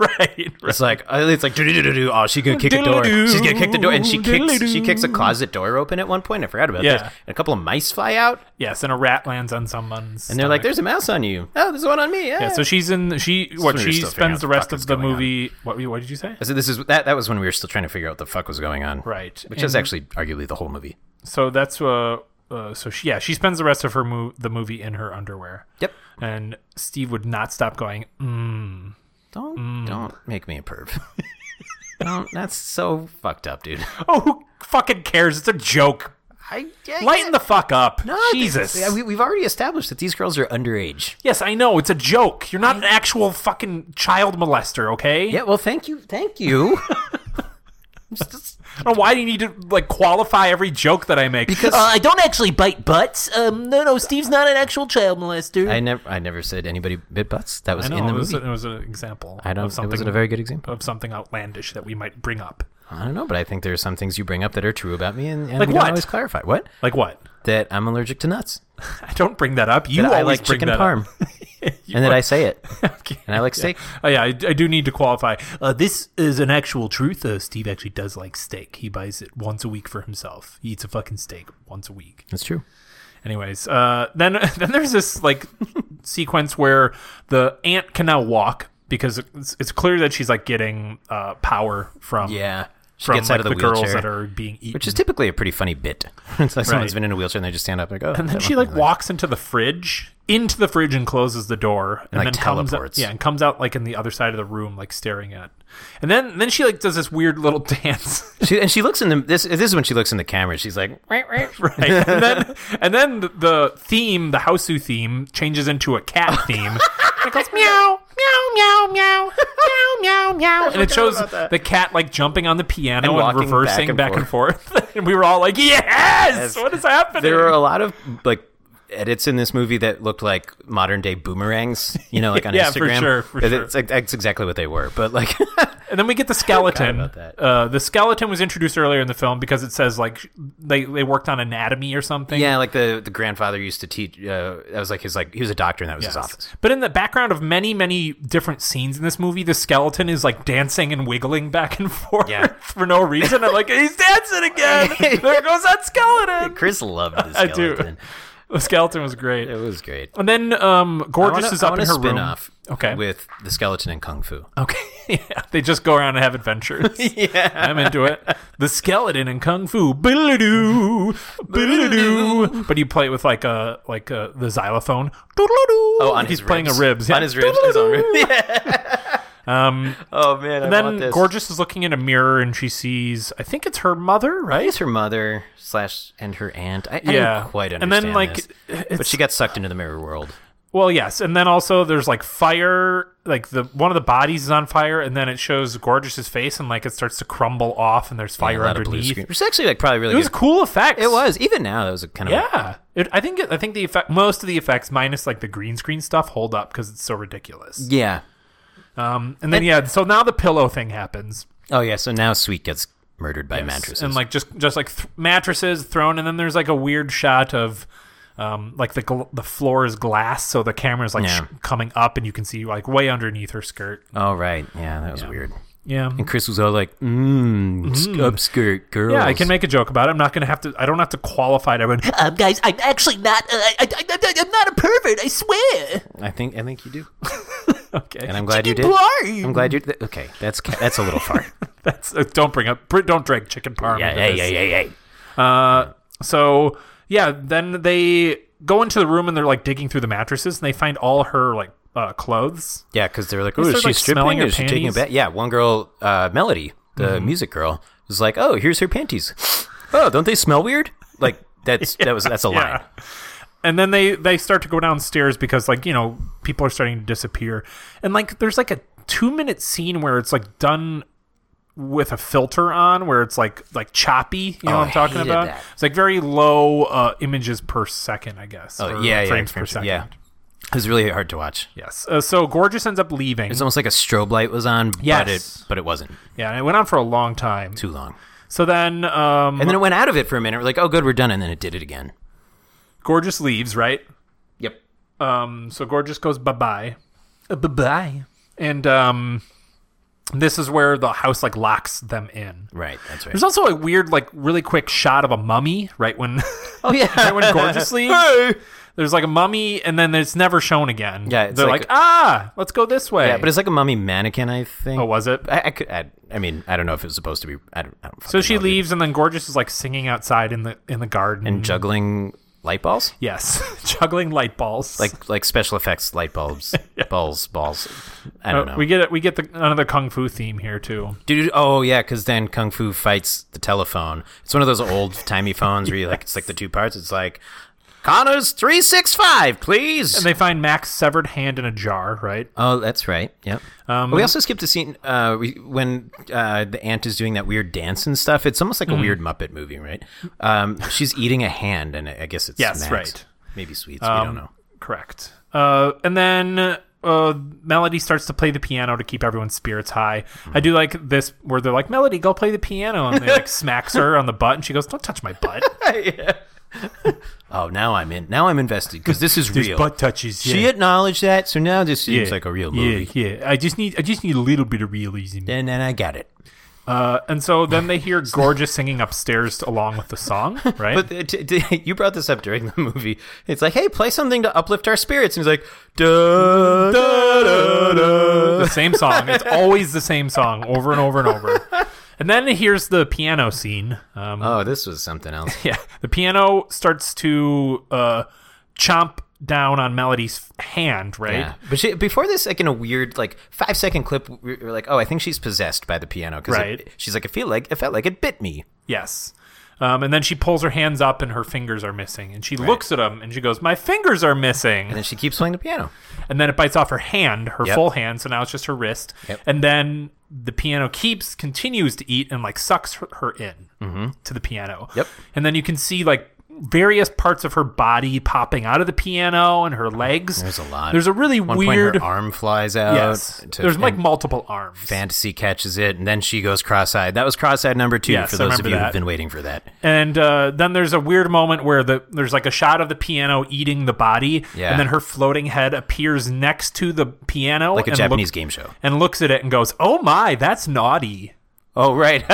[SPEAKER 2] right, right.
[SPEAKER 1] It's like uh, it's like do oh she's gonna kick a door.
[SPEAKER 2] Diddle-doo,
[SPEAKER 1] She's gonna kick the door, and she kicks
[SPEAKER 2] diddle-doo.
[SPEAKER 1] she kicks a closet door open at one point. I forgot about
[SPEAKER 2] Yeah.
[SPEAKER 1] this. And a couple of mice fly out,
[SPEAKER 2] Yes, and a rat lands on someone's.
[SPEAKER 1] and they're like, "There's a mouse on you." Oh, there's one on me. Yeah.
[SPEAKER 2] Yeah, so she's in. She
[SPEAKER 1] when
[SPEAKER 2] what?
[SPEAKER 1] we were
[SPEAKER 2] She
[SPEAKER 1] still figuring out
[SPEAKER 2] spends the
[SPEAKER 1] what the
[SPEAKER 2] rest
[SPEAKER 1] fuck was
[SPEAKER 2] of the
[SPEAKER 1] going on.
[SPEAKER 2] movie. What? What did you say?
[SPEAKER 1] So this is that. That was when we were still trying to figure out what the fuck was going on.
[SPEAKER 2] Right.
[SPEAKER 1] Which is
[SPEAKER 2] And-
[SPEAKER 1] actually arguably the whole movie.
[SPEAKER 2] So that's uh, uh so she yeah she spends the rest of her mo- the movie in her underwear.
[SPEAKER 1] Yep.
[SPEAKER 2] And Steve would not stop going. Mm.
[SPEAKER 1] Don't don't make me a perv. don't. That's so fucked up, dude.
[SPEAKER 2] Oh, who fucking cares? It's a joke.
[SPEAKER 1] I, I
[SPEAKER 2] Lighten the fuck up.
[SPEAKER 1] No,
[SPEAKER 2] Jesus.
[SPEAKER 1] they- yeah, we, we've already established that these girls are underage.
[SPEAKER 2] yes, I know it's a joke. You're not an actual fucking child molester, okay?
[SPEAKER 1] Yeah, well, thank you, thank you.
[SPEAKER 2] I don't know why do you need to like qualify every joke that I make? Because
[SPEAKER 4] Uh, I don't actually bite butts. Um, no, no, Steve's not an actual child molester.
[SPEAKER 1] I never, I never said anybody bit butts. That was
[SPEAKER 2] I know
[SPEAKER 1] in the
[SPEAKER 2] it, was,
[SPEAKER 1] movie.
[SPEAKER 2] it was an example.
[SPEAKER 1] I I don't.
[SPEAKER 2] Of
[SPEAKER 1] It
[SPEAKER 2] something,
[SPEAKER 1] wasn't a very good example.
[SPEAKER 2] of something outlandish that we might bring up.
[SPEAKER 1] I don't know, but I think there are some things you bring up that are true about me, and, and
[SPEAKER 2] Like
[SPEAKER 1] we don't
[SPEAKER 2] what?
[SPEAKER 1] always clarify what
[SPEAKER 2] Like what?
[SPEAKER 1] that I'm allergic to nuts.
[SPEAKER 2] I don't bring that up. You
[SPEAKER 1] That I
[SPEAKER 2] always
[SPEAKER 1] like
[SPEAKER 2] bring
[SPEAKER 1] chicken
[SPEAKER 2] that
[SPEAKER 1] parm,
[SPEAKER 2] up.
[SPEAKER 1] and that I say it,
[SPEAKER 2] Okay.
[SPEAKER 1] and I like steak.
[SPEAKER 2] Oh yeah, I, I do need to qualify. Uh, this is an actual truth. Uh, Steve actually does like steak. He buys it once a week for himself. He eats a fucking steak once a week.
[SPEAKER 1] That's true.
[SPEAKER 2] Anyways, uh, then then there's this like sequence where the ant can now walk because it's, it's clear that she's like getting uh, power from
[SPEAKER 1] Yeah, she
[SPEAKER 2] from
[SPEAKER 1] gets
[SPEAKER 2] like,
[SPEAKER 1] out of the,
[SPEAKER 2] the, girls
[SPEAKER 1] wheelchair,
[SPEAKER 2] that are being eaten.
[SPEAKER 1] which is typically a pretty funny bit. it's like someone's
[SPEAKER 2] Right.
[SPEAKER 1] been in a wheelchair and they just stand up like, oh.
[SPEAKER 2] And then she like
[SPEAKER 1] walks.
[SPEAKER 2] walks into the fridge, into the fridge, and closes the door, and,
[SPEAKER 1] like,
[SPEAKER 2] then comes out,
[SPEAKER 1] teleports.
[SPEAKER 2] yeah, and comes out like in the other side of the room, like staring at. And then then she like does this weird little dance,
[SPEAKER 1] She, and she looks in the this. This is when she looks in the camera. She's like,
[SPEAKER 2] right? And then and then the theme, the Houseu theme, changes into a cat theme. and it goes meow, meow, meow, meow, meow, meow, meow, and it shows the cat like jumping on the piano
[SPEAKER 1] And
[SPEAKER 2] and,
[SPEAKER 1] walking back
[SPEAKER 2] reversing
[SPEAKER 1] and
[SPEAKER 2] back and forth. And, we were all like, yes, what is happening?
[SPEAKER 1] there are a lot of like edits in this movie that looked like modern day boomerangs. You know, like on
[SPEAKER 2] Yeah, for
[SPEAKER 1] Instagram.
[SPEAKER 2] sure, for
[SPEAKER 1] It's-
[SPEAKER 2] sure.
[SPEAKER 1] it's like- that's exactly what they were. But like,
[SPEAKER 2] And then we get the skeleton.
[SPEAKER 1] about that.
[SPEAKER 2] Uh, the skeleton was introduced earlier in the film because it says like sh- they they worked on anatomy or something.
[SPEAKER 1] yeah, like the the grandfather used to teach. Uh, that was like his like he was a doctor, and that was his office.
[SPEAKER 2] But in the background of many, many different scenes in this movie, the skeleton is like dancing and wiggling back and forth
[SPEAKER 1] Yeah.
[SPEAKER 2] for no reason. I'm like, he's dancing again. there goes that skeleton.
[SPEAKER 1] Chris loved the
[SPEAKER 2] I do.
[SPEAKER 1] skeleton.
[SPEAKER 2] The skeleton was great.
[SPEAKER 1] It was great.
[SPEAKER 2] And then um,
[SPEAKER 1] I
[SPEAKER 2] Gorgeous
[SPEAKER 1] wanna-
[SPEAKER 2] is
[SPEAKER 1] I
[SPEAKER 2] up
[SPEAKER 1] wanna
[SPEAKER 2] in her
[SPEAKER 1] spin
[SPEAKER 2] room.
[SPEAKER 1] off
[SPEAKER 2] Okay.
[SPEAKER 1] with the skeleton and kung fu.
[SPEAKER 2] Okay. yeah. They just go around and have adventures. yeah. I'm into it. The skeleton and kung fu. Biddle-doo. Biddle-doo. But you play it with like a like a, the xylophone. Oh,
[SPEAKER 1] on
[SPEAKER 2] he's
[SPEAKER 1] his
[SPEAKER 2] playing
[SPEAKER 1] ribs.
[SPEAKER 2] a ribs.
[SPEAKER 1] On his ribs, his own ribs. Um, oh man, I want
[SPEAKER 2] And then
[SPEAKER 1] this.
[SPEAKER 2] Gorgeous is looking in a mirror and she sees I think it's her mother, right?
[SPEAKER 1] It's her mother slash and her aunt. I, I
[SPEAKER 2] Yeah.
[SPEAKER 1] didn't quite
[SPEAKER 2] And
[SPEAKER 1] understand.
[SPEAKER 2] then, like,
[SPEAKER 1] this. but
[SPEAKER 2] it's-
[SPEAKER 1] she got sucked into the mirror world.
[SPEAKER 2] Well, yes, and then also there's like fire, like the one of the bodies is on fire, and then it shows Gorgeous's face, and like it starts to crumble off, and there's fire
[SPEAKER 1] a lot of blue
[SPEAKER 2] underneath.
[SPEAKER 1] screen.
[SPEAKER 2] It
[SPEAKER 1] It's actually like probably really
[SPEAKER 2] was
[SPEAKER 1] good.
[SPEAKER 2] cool effects.
[SPEAKER 1] It was even now that was a kind of
[SPEAKER 2] yeah. It, I think it, I think the effect, most of the effects, minus like the green screen stuff, hold up because it's so ridiculous.
[SPEAKER 1] yeah.
[SPEAKER 2] And then yeah, so now the pillow thing happens,
[SPEAKER 1] Oh yeah. So now Sweet gets murdered by mattresses.
[SPEAKER 2] and like just just like th- mattresses thrown, and then there's like a weird shot of. Um, like the gl- the floor is glass, so the camera's like
[SPEAKER 1] Yeah.
[SPEAKER 2] sh- coming up, and you can see like way underneath her skirt.
[SPEAKER 1] oh right, yeah, that was weird.
[SPEAKER 2] Yeah, Mm.
[SPEAKER 1] And Chris was all like, mmm, sc upskirt girls.
[SPEAKER 2] Yeah, I can make a joke about it. I'm not going to have to. I don't have to qualify it. Everyone,
[SPEAKER 4] Um, guys, I'm actually not. Uh, I, I, I, I'm not a pervert. I swear.
[SPEAKER 1] I think I think you do,
[SPEAKER 2] okay,
[SPEAKER 1] and I'm glad you did.
[SPEAKER 4] Blind.
[SPEAKER 1] I'm glad you. Th- okay, that's ca- that's a little far.
[SPEAKER 2] that's uh, don't bring up. br- Don't drag chicken parm.
[SPEAKER 1] yeah,
[SPEAKER 2] into
[SPEAKER 1] yeah,
[SPEAKER 2] this.
[SPEAKER 1] yeah, yeah, yeah.
[SPEAKER 2] Uh, so yeah, then they go into the room and they're like digging through the mattresses and they find all her like uh, clothes.
[SPEAKER 1] Yeah, because they're like, oh, is
[SPEAKER 2] there,
[SPEAKER 1] she
[SPEAKER 2] like, smelling
[SPEAKER 1] stripping?
[SPEAKER 2] her
[SPEAKER 1] Is she taking a
[SPEAKER 2] panties? Mm-hmm.
[SPEAKER 1] bath? Yeah, one girl, uh, Melody, the music girl, was like, oh, here's her panties. oh, don't they smell weird? Like that's that was that's a line.
[SPEAKER 2] And then they they start to go downstairs because like you know people are starting to disappear and like there's like a two minute scene where it's like done with a filter on where it's like like choppy you know
[SPEAKER 1] Oh,
[SPEAKER 2] what i'm
[SPEAKER 1] I
[SPEAKER 2] talking
[SPEAKER 1] hated
[SPEAKER 2] about
[SPEAKER 1] that.
[SPEAKER 2] it's like very low uh images per second i guess
[SPEAKER 1] Oh
[SPEAKER 2] or
[SPEAKER 1] yeah, yeah,
[SPEAKER 2] frames per
[SPEAKER 1] frames-
[SPEAKER 2] second
[SPEAKER 1] yeah. It was really hard to watch.
[SPEAKER 2] yes uh, so gorgeous ends up leaving
[SPEAKER 1] It's almost like a strobe light was on, but
[SPEAKER 2] Yes.
[SPEAKER 1] it but it wasn't
[SPEAKER 2] yeah and it went on for a long time
[SPEAKER 1] too long.
[SPEAKER 2] so then um
[SPEAKER 1] And then it went out of it for a minute. We're like, oh, good, we're done, and then it did it again.
[SPEAKER 2] gorgeous leaves right
[SPEAKER 1] Yep.
[SPEAKER 2] um so gorgeous goes bye-bye
[SPEAKER 4] bye bye.
[SPEAKER 2] and um this is where the house like locks them in
[SPEAKER 1] Right. That's right.
[SPEAKER 2] There's also a weird, like, really quick shot of a mummy right when,
[SPEAKER 1] Oh yeah.
[SPEAKER 2] right when gorgeously. There's like a mummy, and then it's never shown again.
[SPEAKER 1] Yeah, it's
[SPEAKER 2] they're like,
[SPEAKER 1] like-
[SPEAKER 2] ah, let's go this way.
[SPEAKER 1] yeah, but it's like a mummy mannequin, I think.
[SPEAKER 2] oh, was it?
[SPEAKER 1] I, I could. I, I mean, I don't know if it was supposed to be. I don't. I don't
[SPEAKER 2] So
[SPEAKER 1] fucking
[SPEAKER 2] she
[SPEAKER 1] know, dude.
[SPEAKER 2] leaves, and then gorgeous is like singing outside in the in the garden.
[SPEAKER 1] and juggling light balls.
[SPEAKER 2] yes, juggling light balls.
[SPEAKER 1] like like special effects light bulbs, balls, balls. I
[SPEAKER 2] Uh,
[SPEAKER 1] don't know.
[SPEAKER 2] we get it. We get the another kung fu theme here too.
[SPEAKER 1] Dude, oh yeah, because then Kung Fu fights the telephone. It's one of those old timey phones where you like it's like the two parts. It's like Connors three six five, please.
[SPEAKER 2] And they find Mac's severed hand in a jar. Right.
[SPEAKER 1] oh, that's right. Yep.
[SPEAKER 2] Um,
[SPEAKER 1] we also skipped a scene uh, we, when uh, the aunt is doing that weird dance and stuff. It's almost
[SPEAKER 2] Mm-hmm.
[SPEAKER 1] like a weird Muppet movie, right? Um, she's eating a hand, and I I guess it's
[SPEAKER 2] Yes,
[SPEAKER 1] snacks.
[SPEAKER 2] right. Um,
[SPEAKER 1] Maybe sweets. we don't know.
[SPEAKER 2] Correct. Uh, and then uh, Melody starts to play the piano to keep everyone's spirits high.
[SPEAKER 1] Mm-hmm.
[SPEAKER 2] I do like this where they're like, Melody, go play the piano. And they like smacks her on the butt and she goes, don't touch my butt.
[SPEAKER 1] Oh, now I'm in. Now I'm invested because this is real.
[SPEAKER 2] touches.
[SPEAKER 1] She acknowledged that, so now this seems like a real movie.
[SPEAKER 2] Yeah, yeah. I just need I just need a little bit of realism.
[SPEAKER 1] And then I got it.
[SPEAKER 2] Uh, and so then they hear gorgeous singing upstairs along with the song, right?
[SPEAKER 1] But uh, t- t- you brought this up during the movie. It's like, hey, play something to uplift our spirits. And he's like, duh, duh, duh, duh.
[SPEAKER 2] the same song. It's always the same song over and over and over. And then here's the piano scene. Um,
[SPEAKER 1] Oh, this was something else.
[SPEAKER 2] Yeah, the piano starts to uh, chomp down on Melody's hand, right?
[SPEAKER 1] Yeah. But she, before this, like in a weird, like five second clip, we were like, oh, I think she's possessed by the piano because
[SPEAKER 2] Right.
[SPEAKER 1] she's like, I feel like it felt like it bit me.
[SPEAKER 2] Yes. Um, and then she pulls her hands up, and her fingers are missing. And she looks at them, and she goes, "My fingers are missing."
[SPEAKER 1] And then she keeps playing the piano.
[SPEAKER 2] And then it bites off her hand, her
[SPEAKER 1] Yep.
[SPEAKER 2] full hand. So now it's just her wrist.
[SPEAKER 1] Yep.
[SPEAKER 2] And then the piano keeps continues to eat and like sucks her, her in to the piano.
[SPEAKER 1] Mm-hmm. Yep.
[SPEAKER 2] And then you can see like various parts of her body popping out of the piano and her legs.
[SPEAKER 1] There's a lot.
[SPEAKER 2] There's a really
[SPEAKER 1] At one
[SPEAKER 2] weird.
[SPEAKER 1] point, her arm flies out.
[SPEAKER 2] Yes.
[SPEAKER 1] to-
[SPEAKER 2] There's like
[SPEAKER 1] and
[SPEAKER 2] multiple arms.
[SPEAKER 1] fantasy catches it, and then she goes cross-eyed. That was cross-eyed number two
[SPEAKER 2] Yes,
[SPEAKER 1] for
[SPEAKER 2] I
[SPEAKER 1] those of
[SPEAKER 2] remember
[SPEAKER 1] you
[SPEAKER 2] that.
[SPEAKER 1] who've been waiting for that.
[SPEAKER 2] And uh, then there's a weird moment where the there's like a shot of the piano eating the body,
[SPEAKER 1] Yeah.
[SPEAKER 2] and then her floating head appears next to the piano,
[SPEAKER 1] Like a
[SPEAKER 2] and
[SPEAKER 1] Japanese
[SPEAKER 2] look-
[SPEAKER 1] game show.
[SPEAKER 2] and looks at it and goes, "Oh my, that's naughty."
[SPEAKER 1] Oh, right.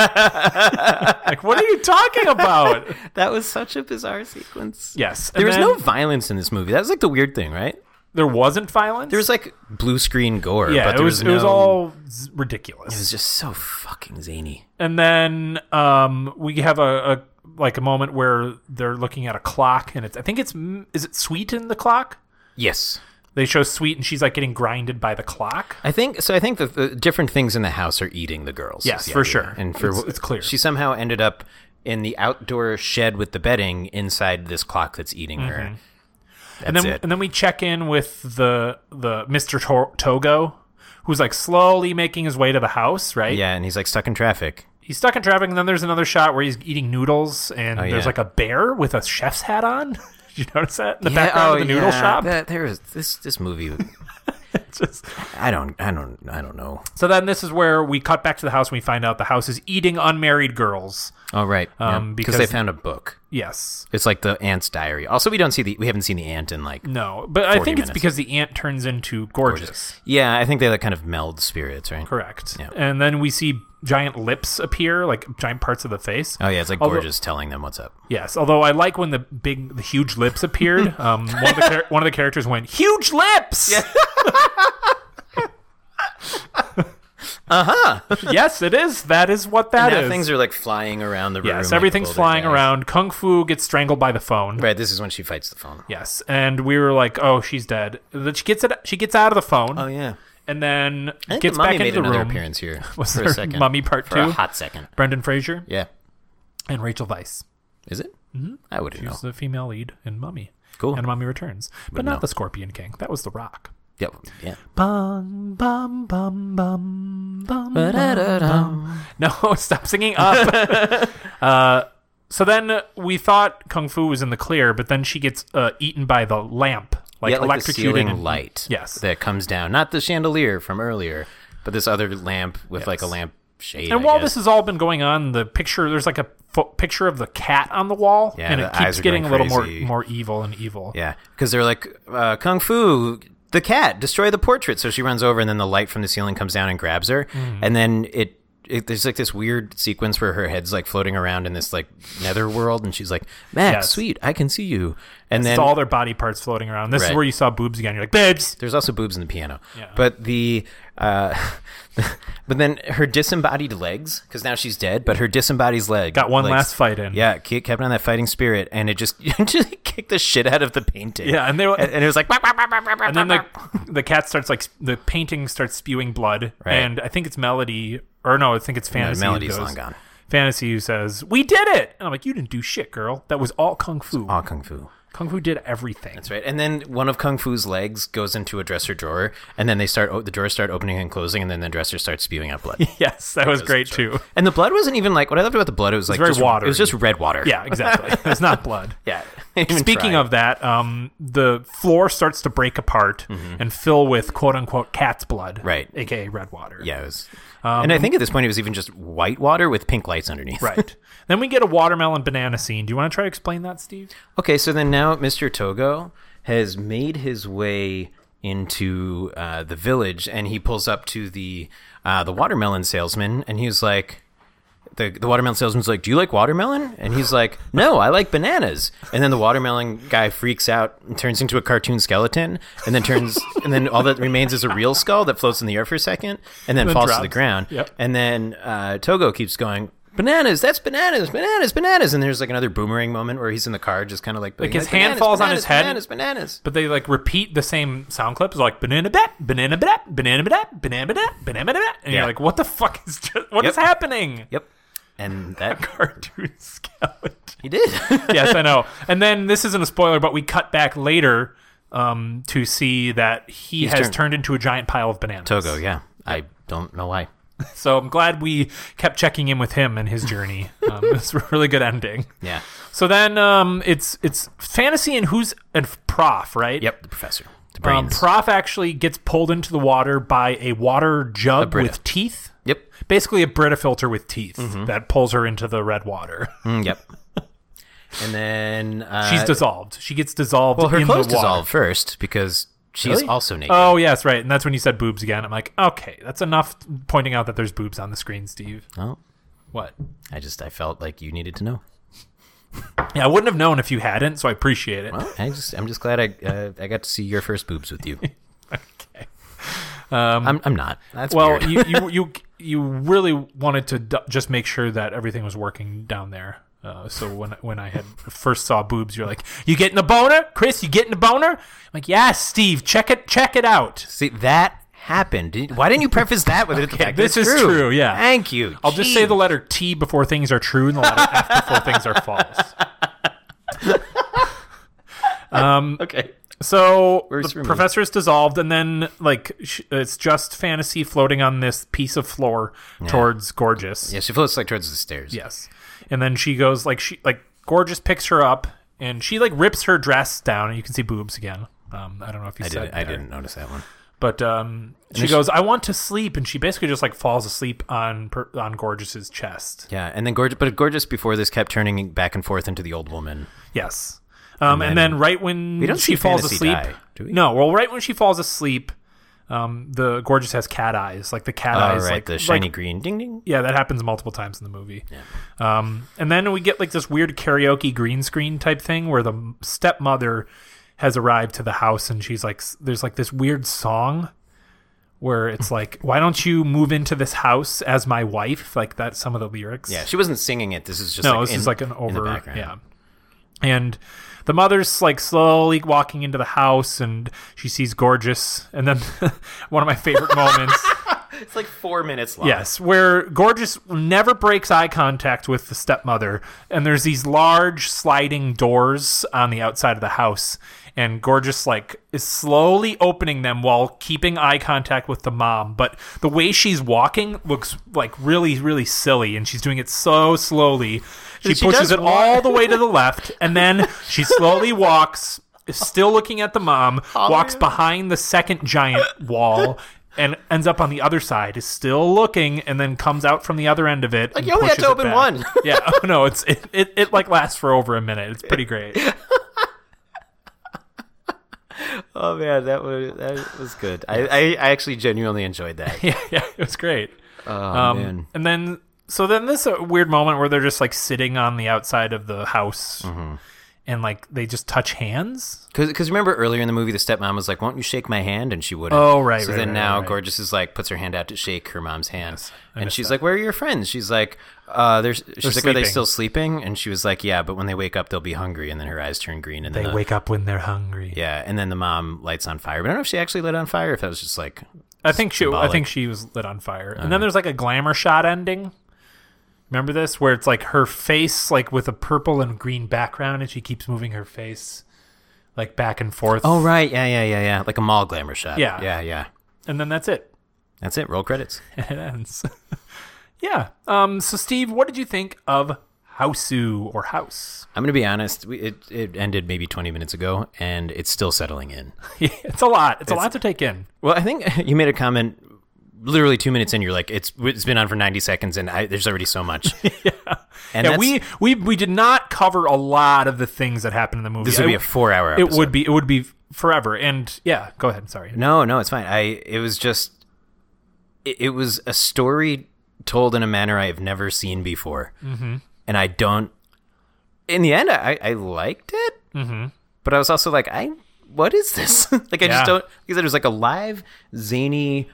[SPEAKER 2] Like, what are you talking about?
[SPEAKER 1] that was such a bizarre sequence.
[SPEAKER 2] yes. and
[SPEAKER 1] There was
[SPEAKER 2] then
[SPEAKER 1] no violence in this movie. That was like the weird thing, right?
[SPEAKER 2] There wasn't violence.
[SPEAKER 1] There was like blue screen gore.
[SPEAKER 2] Yeah,
[SPEAKER 1] but
[SPEAKER 2] it
[SPEAKER 1] there
[SPEAKER 2] was.
[SPEAKER 1] was,
[SPEAKER 2] It was
[SPEAKER 1] no-
[SPEAKER 2] all z- ridiculous.
[SPEAKER 1] It was just so fucking zany.
[SPEAKER 2] and then um, we have a, a like a moment where they're looking at a clock, and it's I think it's m- is it Sweet in the clock?
[SPEAKER 1] Yes.
[SPEAKER 2] They show Sweet, and she's like getting grinded by the clock.
[SPEAKER 1] I think so. I think that the different things in the house are eating the girls.
[SPEAKER 2] Yes,
[SPEAKER 1] is the
[SPEAKER 2] for
[SPEAKER 1] idea.
[SPEAKER 2] sure.
[SPEAKER 1] And for
[SPEAKER 2] It's- it's clear.
[SPEAKER 1] she somehow ended up in the outdoor shed with the bedding inside this clock that's eating her. That's
[SPEAKER 2] Mm-hmm. and then
[SPEAKER 1] it.
[SPEAKER 2] and then we check in with the the Mr. Tor- Togo, who's like slowly making his way to the house. Right?
[SPEAKER 1] yeah, and he's like stuck in traffic.
[SPEAKER 2] He's stuck in traffic, and then there's another shot where he's eating noodles, and
[SPEAKER 1] Oh, yeah.
[SPEAKER 2] there's like a bear with a chef's hat on. Did you notice that in the background of the noodle shop?
[SPEAKER 1] oh, That, there is this this movie.
[SPEAKER 2] Just-
[SPEAKER 1] I don't I don't I don't know.
[SPEAKER 2] so then this is where we cut back to the house, and we find out the house is eating unmarried girls.
[SPEAKER 1] All right,
[SPEAKER 2] Um,
[SPEAKER 1] because they
[SPEAKER 2] because-
[SPEAKER 1] found a book.
[SPEAKER 2] Yes.
[SPEAKER 1] It's like the aunt's diary. Also, we don't see the we haven't seen the aunt in like.
[SPEAKER 2] No, but I
[SPEAKER 1] 40
[SPEAKER 2] think it's
[SPEAKER 1] minutes.
[SPEAKER 2] because the ant turns into gorgeous.
[SPEAKER 1] Yeah, I think they like kind of meld spirits, right?
[SPEAKER 2] Correct.
[SPEAKER 1] Yeah.
[SPEAKER 2] And then we see giant lips appear, like giant parts of the face.
[SPEAKER 1] Oh yeah, it's like
[SPEAKER 2] Although-
[SPEAKER 1] gorgeous telling them what's up.
[SPEAKER 2] Yes, although I like when the big, the huge lips appeared. Um, one, of the char- one of the characters went, "Huge lips." uh huh. yes, it is. That is what that
[SPEAKER 1] Uh-huh. now
[SPEAKER 2] is.
[SPEAKER 1] things are like flying around the room.
[SPEAKER 2] yes,
[SPEAKER 1] like
[SPEAKER 2] everything's
[SPEAKER 1] Boulder
[SPEAKER 2] flying
[SPEAKER 1] Dash.
[SPEAKER 2] around. Kung Fu gets strangled by the phone.
[SPEAKER 1] Right, this is when she fights the phone.
[SPEAKER 2] Yes, and we were like, "Oh, she's dead." Then she gets it. She gets out of the phone,
[SPEAKER 1] Oh yeah,
[SPEAKER 2] and then
[SPEAKER 1] I think
[SPEAKER 2] gets
[SPEAKER 1] the mummy
[SPEAKER 2] back
[SPEAKER 1] made
[SPEAKER 2] into the
[SPEAKER 1] another
[SPEAKER 2] room.
[SPEAKER 1] appearance here
[SPEAKER 2] Was
[SPEAKER 1] for
[SPEAKER 2] there
[SPEAKER 1] a second.
[SPEAKER 2] Mummy Part
[SPEAKER 1] for a
[SPEAKER 2] Two?
[SPEAKER 1] hot second.
[SPEAKER 2] Brendan Fraser
[SPEAKER 1] Yeah,
[SPEAKER 2] and Rachel Weisz.
[SPEAKER 1] is it? Mm-hmm. I wouldn't know.
[SPEAKER 2] She's the female lead in Mummy.
[SPEAKER 1] Cool.
[SPEAKER 2] And Mummy Returns. But
[SPEAKER 1] Wouldn't
[SPEAKER 2] not
[SPEAKER 1] know.
[SPEAKER 2] the Scorpion King. That was The Rock.
[SPEAKER 1] Yeah, yeah.
[SPEAKER 2] Bum, bum, bum, bum, bum, bum, bum. No, stop singing up. uh, so then we thought Kung Fu was in the clear, but then she gets uh, eaten by the lamp, like
[SPEAKER 1] yeah, like the
[SPEAKER 2] electrocuting
[SPEAKER 1] ceiling light.
[SPEAKER 2] Yes.
[SPEAKER 1] that comes down, not the chandelier from earlier, but this other lamp with like a lamp shade.
[SPEAKER 2] and while this has all been going on, the picture there's like a fo- picture of the cat on the wall,
[SPEAKER 1] Yeah,
[SPEAKER 2] and
[SPEAKER 1] the
[SPEAKER 2] it
[SPEAKER 1] eyes
[SPEAKER 2] keeps
[SPEAKER 1] are
[SPEAKER 2] getting a
[SPEAKER 1] going
[SPEAKER 2] little
[SPEAKER 1] crazy.
[SPEAKER 2] more more evil and evil.
[SPEAKER 1] yeah, because they're like uh, kung fu. The cat destroy the portrait, so she runs over, and then the light from the ceiling comes down and grabs her,
[SPEAKER 2] Mm.
[SPEAKER 1] and then it. It, there's like this weird sequence where her head's like floating around in this like nether world, and she's like, "Max,
[SPEAKER 2] Yes.
[SPEAKER 1] sweet, I can see you." And
[SPEAKER 2] It's
[SPEAKER 1] then
[SPEAKER 2] all their body parts floating around. This
[SPEAKER 1] Right.
[SPEAKER 2] is where you saw boobs again. You're like, boobs.
[SPEAKER 1] There's also boobs in the piano. But the uh, but then her disembodied legs because now she's dead, but her disembodied leg
[SPEAKER 2] Got one
[SPEAKER 1] legs-
[SPEAKER 2] last fight in.
[SPEAKER 1] Yeah, ke- kept on that fighting spirit, and it just just kicked the shit out of the painting.
[SPEAKER 2] Yeah, and they were-
[SPEAKER 1] and, and it was like "Bah, bah, bah, bah, bah, bah,
[SPEAKER 2] And then
[SPEAKER 1] bah."
[SPEAKER 2] the the cat starts like the painting starts spewing blood,
[SPEAKER 1] Right.
[SPEAKER 2] and I think it's Melody or no, I think it's Fantasy. who
[SPEAKER 1] Melody's
[SPEAKER 2] goes-
[SPEAKER 1] long gone.
[SPEAKER 2] Fantasy who says, "We did it," and I'm like, "You didn't do shit, girl. That was all kung fu.
[SPEAKER 1] Aw, kung fu.
[SPEAKER 2] kung fu did everything."
[SPEAKER 1] That's right. And then one of Kung Fu's legs goes into a dresser drawer, and then they start o- the drawers start opening and closing, and then the dresser starts spewing out blood.
[SPEAKER 2] Yes, that was great too.
[SPEAKER 1] and the blood wasn't even like what I loved about the blood. It was like
[SPEAKER 2] very
[SPEAKER 1] just, It
[SPEAKER 2] watery.
[SPEAKER 1] was just red water.
[SPEAKER 2] Yeah, exactly. it's not blood.
[SPEAKER 1] yeah.
[SPEAKER 2] Speaking of that, um, the floor starts to break apart and fill with "quote unquote" cat's blood,
[SPEAKER 1] Mm-hmm. Right.
[SPEAKER 2] Aka red water.
[SPEAKER 1] Yeah, it was. and I think at this point it was even just white water with pink lights underneath.
[SPEAKER 2] Um, Right. then we get a watermelon banana scene. Do you want to try to explain that, Steve?
[SPEAKER 1] Okay, so then now Mr. Togo has made his way into uh, the village, and he pulls up to the uh, the watermelon salesman, and he's like. The, the watermelon salesman's like, "Do you like watermelon?" And he's like, "No, I like bananas." And then the watermelon guy freaks out and turns into a cartoon skeleton, and then turns, and then all that remains is a real skull that floats in the air for a second, and then,
[SPEAKER 2] then
[SPEAKER 1] falls to
[SPEAKER 2] drops.
[SPEAKER 1] the ground.
[SPEAKER 2] Yep.
[SPEAKER 1] And then uh, Togo keeps going, bananas, that's bananas, bananas, bananas. And there's like another boomerang moment where he's in the car just kind of like, like
[SPEAKER 2] his hand falls on his head.
[SPEAKER 1] Bananas, bananas.
[SPEAKER 2] But they like repeat the same sound clips, like banana bat, banana bat, banana bat, banana bat, banana bat, and
[SPEAKER 1] Yeah.
[SPEAKER 2] you're like, "What the fuck is just, what
[SPEAKER 1] Yep.
[SPEAKER 2] is happening?"
[SPEAKER 1] Yep. And that
[SPEAKER 2] Cartoon skeleton.
[SPEAKER 1] he did.
[SPEAKER 2] yes, I know. And then this isn't a spoiler, but we cut back later um, to see that he has
[SPEAKER 1] turned-
[SPEAKER 2] turned, into a giant pile of bananas.
[SPEAKER 1] Togo, yeah. I don't know why.
[SPEAKER 2] So I'm glad we kept checking in with him and his journey. um, it's a really good ending.
[SPEAKER 1] Yeah.
[SPEAKER 2] So then um, it's it's fantasy and who's and prof, right?
[SPEAKER 1] Yep. The professor. The
[SPEAKER 2] Um,
[SPEAKER 1] brains.
[SPEAKER 2] Prof actually gets pulled into the water by a water jug
[SPEAKER 1] Brita. Mm-hmm.
[SPEAKER 2] with teeth.
[SPEAKER 1] yep.
[SPEAKER 2] Basically, a Brita filter with teeth that pulls her into the red water.
[SPEAKER 1] Mm, yep. and then uh,
[SPEAKER 2] She's dissolved. She gets dissolved.
[SPEAKER 1] well, her
[SPEAKER 2] in
[SPEAKER 1] clothes
[SPEAKER 2] the water.
[SPEAKER 1] dissolve first because she's
[SPEAKER 2] Really?
[SPEAKER 1] also naked.
[SPEAKER 2] Oh yes, right. And that's when you said boobs again. I'm like, okay, that's enough pointing out that there's boobs on the screen, Steve.
[SPEAKER 1] Oh.
[SPEAKER 2] What?
[SPEAKER 1] I just I felt like you needed to know.
[SPEAKER 2] Yeah, I wouldn't have known if you hadn't, so I appreciate it.
[SPEAKER 1] Well, I just I'm just glad I uh, I got to see your first boobs with you.
[SPEAKER 2] Okay. Um,
[SPEAKER 1] I'm I'm not. That's
[SPEAKER 2] Well,
[SPEAKER 1] weird.
[SPEAKER 2] you, you you you really wanted to d- just make sure that everything was working down there. Uh, so when when I had first saw boobs, you're like, "You getting a boner, Chris? You getting a boner?" I'm like, "Yeah, Steve, check it check it out."
[SPEAKER 1] see that happened. Didn't- Why didn't you preface that with it? the fact that
[SPEAKER 2] this
[SPEAKER 1] it's
[SPEAKER 2] is true, yeah.
[SPEAKER 1] Thank you.
[SPEAKER 2] I'll just say the letter T before things are true and the letter F before things are false.
[SPEAKER 1] okay.
[SPEAKER 2] Um, So
[SPEAKER 1] Where's
[SPEAKER 2] the
[SPEAKER 1] Rumi?
[SPEAKER 2] professor is dissolved, and then like sh- it's just fantasy floating on this piece of floor towards gorgeous.
[SPEAKER 1] Yeah, she floats like towards the stairs.
[SPEAKER 2] Yes. And then she goes like she like gorgeous picks her up and she like rips her dress down and you can see boobs again. Um, I don't know if you
[SPEAKER 1] I
[SPEAKER 2] said
[SPEAKER 1] didn't. I
[SPEAKER 2] there.
[SPEAKER 1] didn't notice that one.
[SPEAKER 2] But um, she goes, "I want to sleep," and she basically just like falls asleep on per- on gorgeous's chest.
[SPEAKER 1] Yeah, and then gorgeous, but gorgeous before this kept turning back and forth into the old woman.
[SPEAKER 2] Yes. Um, and, then, right when
[SPEAKER 1] don't
[SPEAKER 2] she
[SPEAKER 1] see
[SPEAKER 2] falls
[SPEAKER 1] fantasy
[SPEAKER 2] asleep,
[SPEAKER 1] die, do we?
[SPEAKER 2] no, well, right when she falls asleep, um, the gorgeous has cat eyes, like the cat
[SPEAKER 1] All Oh, right,
[SPEAKER 2] eyes, like
[SPEAKER 1] the shiny
[SPEAKER 2] like-
[SPEAKER 1] green ding ding.
[SPEAKER 2] yeah, that happens multiple times in the movie. Um, and then we get like this weird karaoke green screen type thing where the m- stepmother has arrived to the house and she's like, s- there's like this weird song where it's like, why don't you move into this house as my wife? Like that's some of the lyrics.
[SPEAKER 1] Yeah, she wasn't singing it. This is just
[SPEAKER 2] No,
[SPEAKER 1] like
[SPEAKER 2] this
[SPEAKER 1] in-
[SPEAKER 2] is like an
[SPEAKER 1] in the
[SPEAKER 2] over.
[SPEAKER 1] background.
[SPEAKER 2] yeah. And the mother's like slowly walking into the house and she sees gorgeous. And then one of my favorite moments.
[SPEAKER 1] it's like four minutes long.
[SPEAKER 2] Yes, where Gorgeous never breaks eye contact with the stepmother, and there's these large sliding doors on the outside of the house, and Gorgeous like is slowly opening them while keeping eye contact with the mom. But the way she's walking looks like really, really silly, and she's doing it so slowly. She,
[SPEAKER 1] She
[SPEAKER 2] pushes
[SPEAKER 1] does
[SPEAKER 2] it
[SPEAKER 1] walk-
[SPEAKER 2] all the way to the left, and then she slowly walks, is still looking at the mom,
[SPEAKER 1] Oh,
[SPEAKER 2] walks behind the second giant wall, and ends up on the other side, is still looking, and then comes out from the other end of it. Like
[SPEAKER 1] you only had to open one.
[SPEAKER 2] yeah, oh, no, it's it, it, it like lasts for over a minute. It's pretty great.
[SPEAKER 1] Oh man, that was that was good. I, I, I actually genuinely enjoyed that.
[SPEAKER 2] yeah, yeah, it was great.
[SPEAKER 1] Oh
[SPEAKER 2] Um,
[SPEAKER 1] man.
[SPEAKER 2] And then so then this uh, weird moment where they're just like sitting on the outside of the house. And like they just touch hands.
[SPEAKER 1] Because remember earlier in the movie, the stepmom was like, "Won't you shake my hand?" and she wouldn't.
[SPEAKER 2] Oh, right,
[SPEAKER 1] So
[SPEAKER 2] right,
[SPEAKER 1] then
[SPEAKER 2] right,
[SPEAKER 1] now,
[SPEAKER 2] right, right.
[SPEAKER 1] gorgeous is like puts her hand out to shake her mom's hand, and she's like, "Where are your friends?" She's like, "Uh, they're, she's like, are
[SPEAKER 2] sleeping.
[SPEAKER 1] they still sleeping?" And she was like, "Yeah, but when they wake up, they'll be hungry." And then her eyes turn green, and
[SPEAKER 2] They
[SPEAKER 1] then the,
[SPEAKER 2] wake up when they're hungry.
[SPEAKER 1] yeah, and then the mom lights on fire. But I don't know if she actually lit on fire, if that was just like
[SPEAKER 2] I think she. I
[SPEAKER 1] symbolic.
[SPEAKER 2] think she was lit on fire. And then there's like a glamour shot ending. Remember this, where it's like her face, like with a purple and green background, and she keeps moving her face, like back and forth.
[SPEAKER 1] Oh right, yeah, yeah, yeah, yeah. Like a mall glamour shot.
[SPEAKER 2] Yeah.
[SPEAKER 1] yeah, yeah.
[SPEAKER 2] And then that's it.
[SPEAKER 1] That's it. Roll credits.
[SPEAKER 2] It ends. yeah. Um. So Steve, what did you think of Houseu or House?
[SPEAKER 1] I'm gonna be honest. We, it it ended maybe 20 minutes ago, and it's still settling in.
[SPEAKER 2] it's a lot. It's, a lot to take in.
[SPEAKER 1] Well, I think you made a comment. Literally two minutes in, you're like, it's it's been on for 90 seconds, and I, there's already so much. yeah, and
[SPEAKER 2] Yeah,
[SPEAKER 1] that's-
[SPEAKER 2] we, we we did not cover a lot of the things that happened in the movie.
[SPEAKER 1] this would
[SPEAKER 2] I-
[SPEAKER 1] be a four hour.
[SPEAKER 2] It would be. It would be forever. And yeah, go ahead. Sorry.
[SPEAKER 1] No, no, it's fine. I it was just it, it was a story told in a manner I have never seen before, mm-hmm. and I don't. In the end, I I liked it, mm-hmm. but I was also like, I what is this? like I
[SPEAKER 2] Yeah.
[SPEAKER 1] just don't because it was like a live zany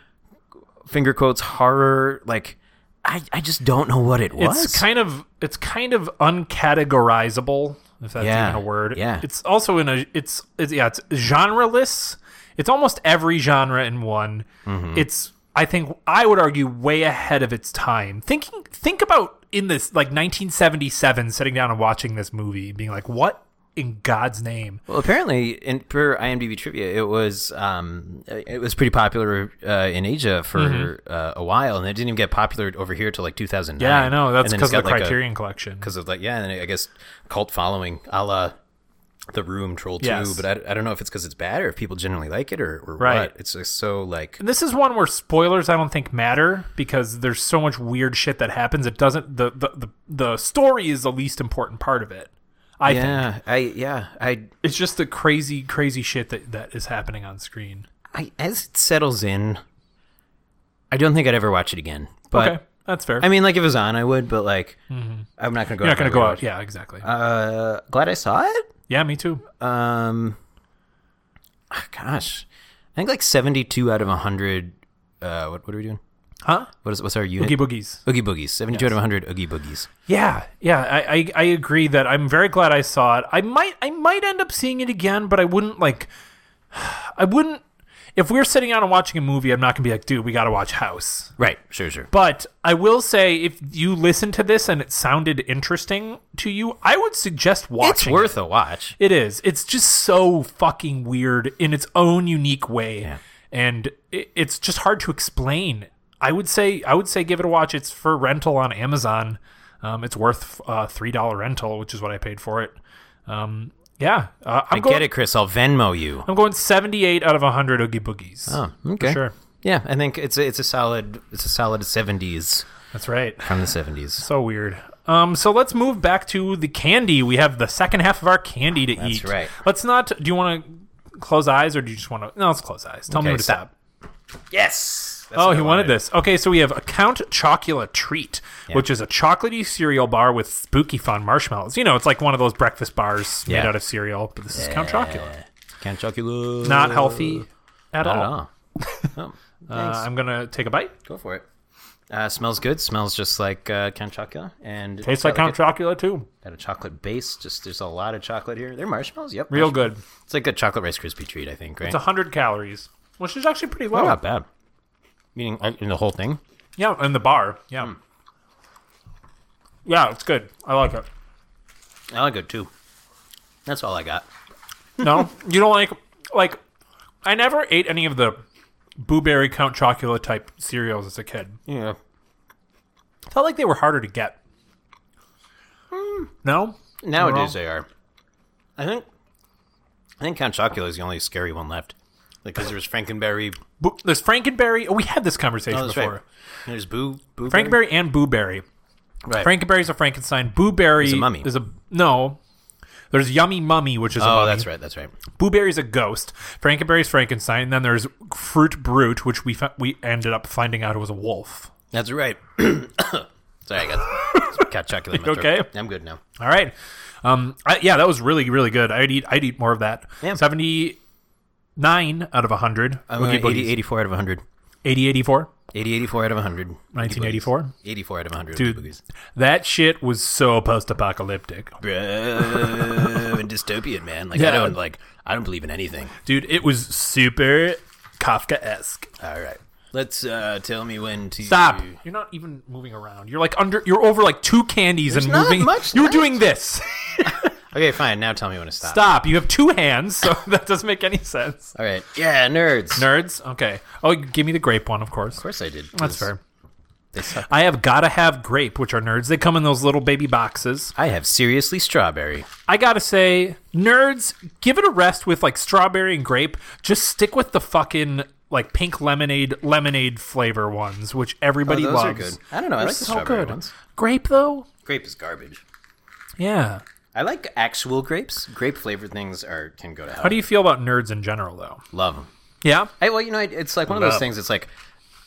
[SPEAKER 1] finger quotes horror like. I, I just don't know what it was.
[SPEAKER 2] It's kind of it's kind of uncategorizable, if that's
[SPEAKER 1] Yeah,
[SPEAKER 2] even a word.
[SPEAKER 1] yeah.
[SPEAKER 2] It's also in a it's, it's yeah, it's genreless. It's almost every genre in one. It's I think I would argue way ahead of its time. Thinking think about in this like 1977 sitting down and watching this movie and being like what in God's name?
[SPEAKER 1] Well, apparently, in per IMDb trivia, it was um, it was pretty popular uh, in Asia for uh, a while, and it didn't even get popular over here till like 2009.
[SPEAKER 2] Yeah, I know. That's
[SPEAKER 1] And then
[SPEAKER 2] because
[SPEAKER 1] it's
[SPEAKER 2] of the
[SPEAKER 1] got, like, a-
[SPEAKER 2] Criterion collection.
[SPEAKER 1] because of like yeah, and I guess cult following a la The Room, Troll
[SPEAKER 2] Yes.
[SPEAKER 1] Two. But I, I don't know if it's because it's bad or if people generally like it or, or
[SPEAKER 2] Right.
[SPEAKER 1] what. It's just so like
[SPEAKER 2] And this is one where spoilers I don't think matter because there's so much weird shit that happens. It doesn't the the the, the story is the least important part of it. I think
[SPEAKER 1] yeah, I yeah, I
[SPEAKER 2] it's just the crazy crazy shit that that is happening on screen.
[SPEAKER 1] I as it settles in, I don't think I'd ever watch it again. But
[SPEAKER 2] Okay. That's fair.
[SPEAKER 1] I mean, like if it was on, I would, but like I'm Mm-hmm. not gonna go.
[SPEAKER 2] You're not
[SPEAKER 1] out
[SPEAKER 2] gonna
[SPEAKER 1] of
[SPEAKER 2] go
[SPEAKER 1] my way
[SPEAKER 2] out. Yeah, exactly.
[SPEAKER 1] Uh, glad I saw it.
[SPEAKER 2] yeah, me too.
[SPEAKER 1] Um, ah, gosh, I think like 72 out of 100. Uh, what what are we doing?
[SPEAKER 2] Huh?
[SPEAKER 1] What is what's our unit?
[SPEAKER 2] Boogie boogies.
[SPEAKER 1] Oogie boogies. 72 out of 100 oogie boogies.
[SPEAKER 2] Yeah, yeah, I, I I agree that I'm very glad I saw it. I might I might end up seeing it again, but I wouldn't like I wouldn't if we're sitting down and watching a movie, I'm not gonna be like, dude, we gotta watch House.
[SPEAKER 1] Right. Sure. Sure.
[SPEAKER 2] But I will say if you listen to this and it sounded interesting to you, I would suggest
[SPEAKER 1] It's
[SPEAKER 2] watching
[SPEAKER 1] worth a watch.
[SPEAKER 2] it is. It's just so fucking weird in its own unique way, and i it's just hard to explain. I would say I would say give it a watch. It's for rental on Amazon. Um, it's worth uh, three dollar rental, which is what I paid for it. Um, yeah, uh, I'm
[SPEAKER 1] I
[SPEAKER 2] going.
[SPEAKER 1] get it, Chris. I'll Venmo you.
[SPEAKER 2] I'm going 78 out of 100 Oogie Boogies.
[SPEAKER 1] Oh, okay.
[SPEAKER 2] sure.
[SPEAKER 1] Yeah, I think it's a, it's a solid it's a solid 70s
[SPEAKER 2] That's right.
[SPEAKER 1] from the 70s.
[SPEAKER 2] So weird. Um, so let's move back to the candy. We have the second half of our candy to eat.
[SPEAKER 1] right.
[SPEAKER 2] Let's not. Do you want to close eyes or do you just want to? No, let's close eyes. Tell me
[SPEAKER 1] Okay,
[SPEAKER 2] when to
[SPEAKER 1] stop.
[SPEAKER 2] stop.
[SPEAKER 1] Yes. That's
[SPEAKER 2] Oh,
[SPEAKER 1] what
[SPEAKER 2] he
[SPEAKER 1] I
[SPEAKER 2] wanted this. Okay, so we have a Count Chocula Treat, which is a chocolatey cereal bar with spooky fun marshmallows. You know, it's like one of those breakfast bars made
[SPEAKER 1] Yeah.
[SPEAKER 2] out of cereal, but this is Count Chocula.
[SPEAKER 1] Count Chocula.
[SPEAKER 2] Not healthy at
[SPEAKER 1] Not at
[SPEAKER 2] all.
[SPEAKER 1] all. Oh,
[SPEAKER 2] Uh, I'm going to take a bite.
[SPEAKER 1] go for it. Uh, smells good. Smells just like uh, Count Chocula, and it's
[SPEAKER 2] Tastes
[SPEAKER 1] got
[SPEAKER 2] like Count Chocula, too.
[SPEAKER 1] a, got a chocolate base. Just there's a lot of chocolate here. They're marshmallows. Yep,
[SPEAKER 2] Real good.
[SPEAKER 1] It's like a chocolate rice crispy treat, I think. Right?
[SPEAKER 2] It's 100 calories, which is actually pretty low.
[SPEAKER 1] Oh, not bad. Meaning uh, in the whole thing.
[SPEAKER 2] Yeah, in the bar. Yeah.
[SPEAKER 1] Hmm.
[SPEAKER 2] Yeah, it's good. I like it.
[SPEAKER 1] I like it too. That's all I got.
[SPEAKER 2] No, you don't like like. I never ate any of the blueberry Count Chocula type cereals as a kid.
[SPEAKER 1] Yeah.
[SPEAKER 2] felt like they were harder to get.
[SPEAKER 1] Hmm.
[SPEAKER 2] No,
[SPEAKER 1] Nowadays they are. I think. I think Count Chocula is the only scary one left, because there was Frankenberry.
[SPEAKER 2] Bo- there's Frankenberry. Oh, we had this conversation
[SPEAKER 1] Oh, that's
[SPEAKER 2] before.
[SPEAKER 1] right. There's Boo. Boo
[SPEAKER 2] Frankenberry and Booberry.
[SPEAKER 1] Right.
[SPEAKER 2] Frankenberry's a Frankenstein. Booberry
[SPEAKER 1] It's a mummy.
[SPEAKER 2] is a no. There's Yummy Mummy, which is a
[SPEAKER 1] oh,
[SPEAKER 2] mummy.
[SPEAKER 1] that's right. That's right.
[SPEAKER 2] Booberry's a ghost. Frankenberry's Frankenstein. And then there's Fruit Brute, which we fa- we ended up finding out it was a wolf.
[SPEAKER 1] That's right. Sorry, I got Count Chocula. In my
[SPEAKER 2] You
[SPEAKER 1] throat.
[SPEAKER 2] okay?
[SPEAKER 1] I'm good now.
[SPEAKER 2] All right. Um, I, yeah, that was really, really good. I'd eat, I'd eat more of that.
[SPEAKER 1] Yeah.
[SPEAKER 2] 79 out of 100.
[SPEAKER 1] I'm
[SPEAKER 2] Oogie
[SPEAKER 1] uh, 80,
[SPEAKER 2] Boogies.
[SPEAKER 1] 84 out of 100.
[SPEAKER 2] 80, 84,
[SPEAKER 1] 80, 84 out of 100. Oogie
[SPEAKER 2] 1984.
[SPEAKER 1] Boogies. 84 out of 100.
[SPEAKER 2] Dude. That shit was so post-apocalyptic.
[SPEAKER 1] Bro, and dystopian, man. Like, I
[SPEAKER 2] Yeah.
[SPEAKER 1] don't, like, I don't believe in anything.
[SPEAKER 2] Dude, it was super Kafka-esque.
[SPEAKER 1] All right. Let's, uh, tell me when to...
[SPEAKER 2] Stop. You're not even moving around. You're like under you're over like two candies and
[SPEAKER 1] not
[SPEAKER 2] moving
[SPEAKER 1] much
[SPEAKER 2] You're
[SPEAKER 1] left.
[SPEAKER 2] doing this.
[SPEAKER 1] Okay, fine. Now tell me when to stop.
[SPEAKER 2] Stop. You have two hands, so that doesn't make any sense.
[SPEAKER 1] All right. Yeah, nerds. Of
[SPEAKER 2] Nerds. Okay. Oh, give me the grape one, of course.
[SPEAKER 1] course I did. 'cause
[SPEAKER 2] That's fair.
[SPEAKER 1] They suck.
[SPEAKER 2] I have gotta have grape, which are nerds. They come in those little baby boxes.
[SPEAKER 1] I have seriously strawberry.
[SPEAKER 2] I gotta say, nerds, give it a rest with like strawberry and grape. Just stick with the fucking like pink lemonade lemonade flavor ones, which everybody
[SPEAKER 1] Oh, those are
[SPEAKER 2] loves.
[SPEAKER 1] good. I don't know. I
[SPEAKER 2] They're
[SPEAKER 1] like the strawberry ones.
[SPEAKER 2] Grape though,
[SPEAKER 1] Grape is garbage.
[SPEAKER 2] yeah.
[SPEAKER 1] I like actual grapes. Grape flavored things are can go to hell.
[SPEAKER 2] How do you feel about nerds in general though?
[SPEAKER 1] Love them.
[SPEAKER 2] Yeah,
[SPEAKER 1] I, well, you know, I- it's like one of those
[SPEAKER 2] Love.
[SPEAKER 1] things. It's like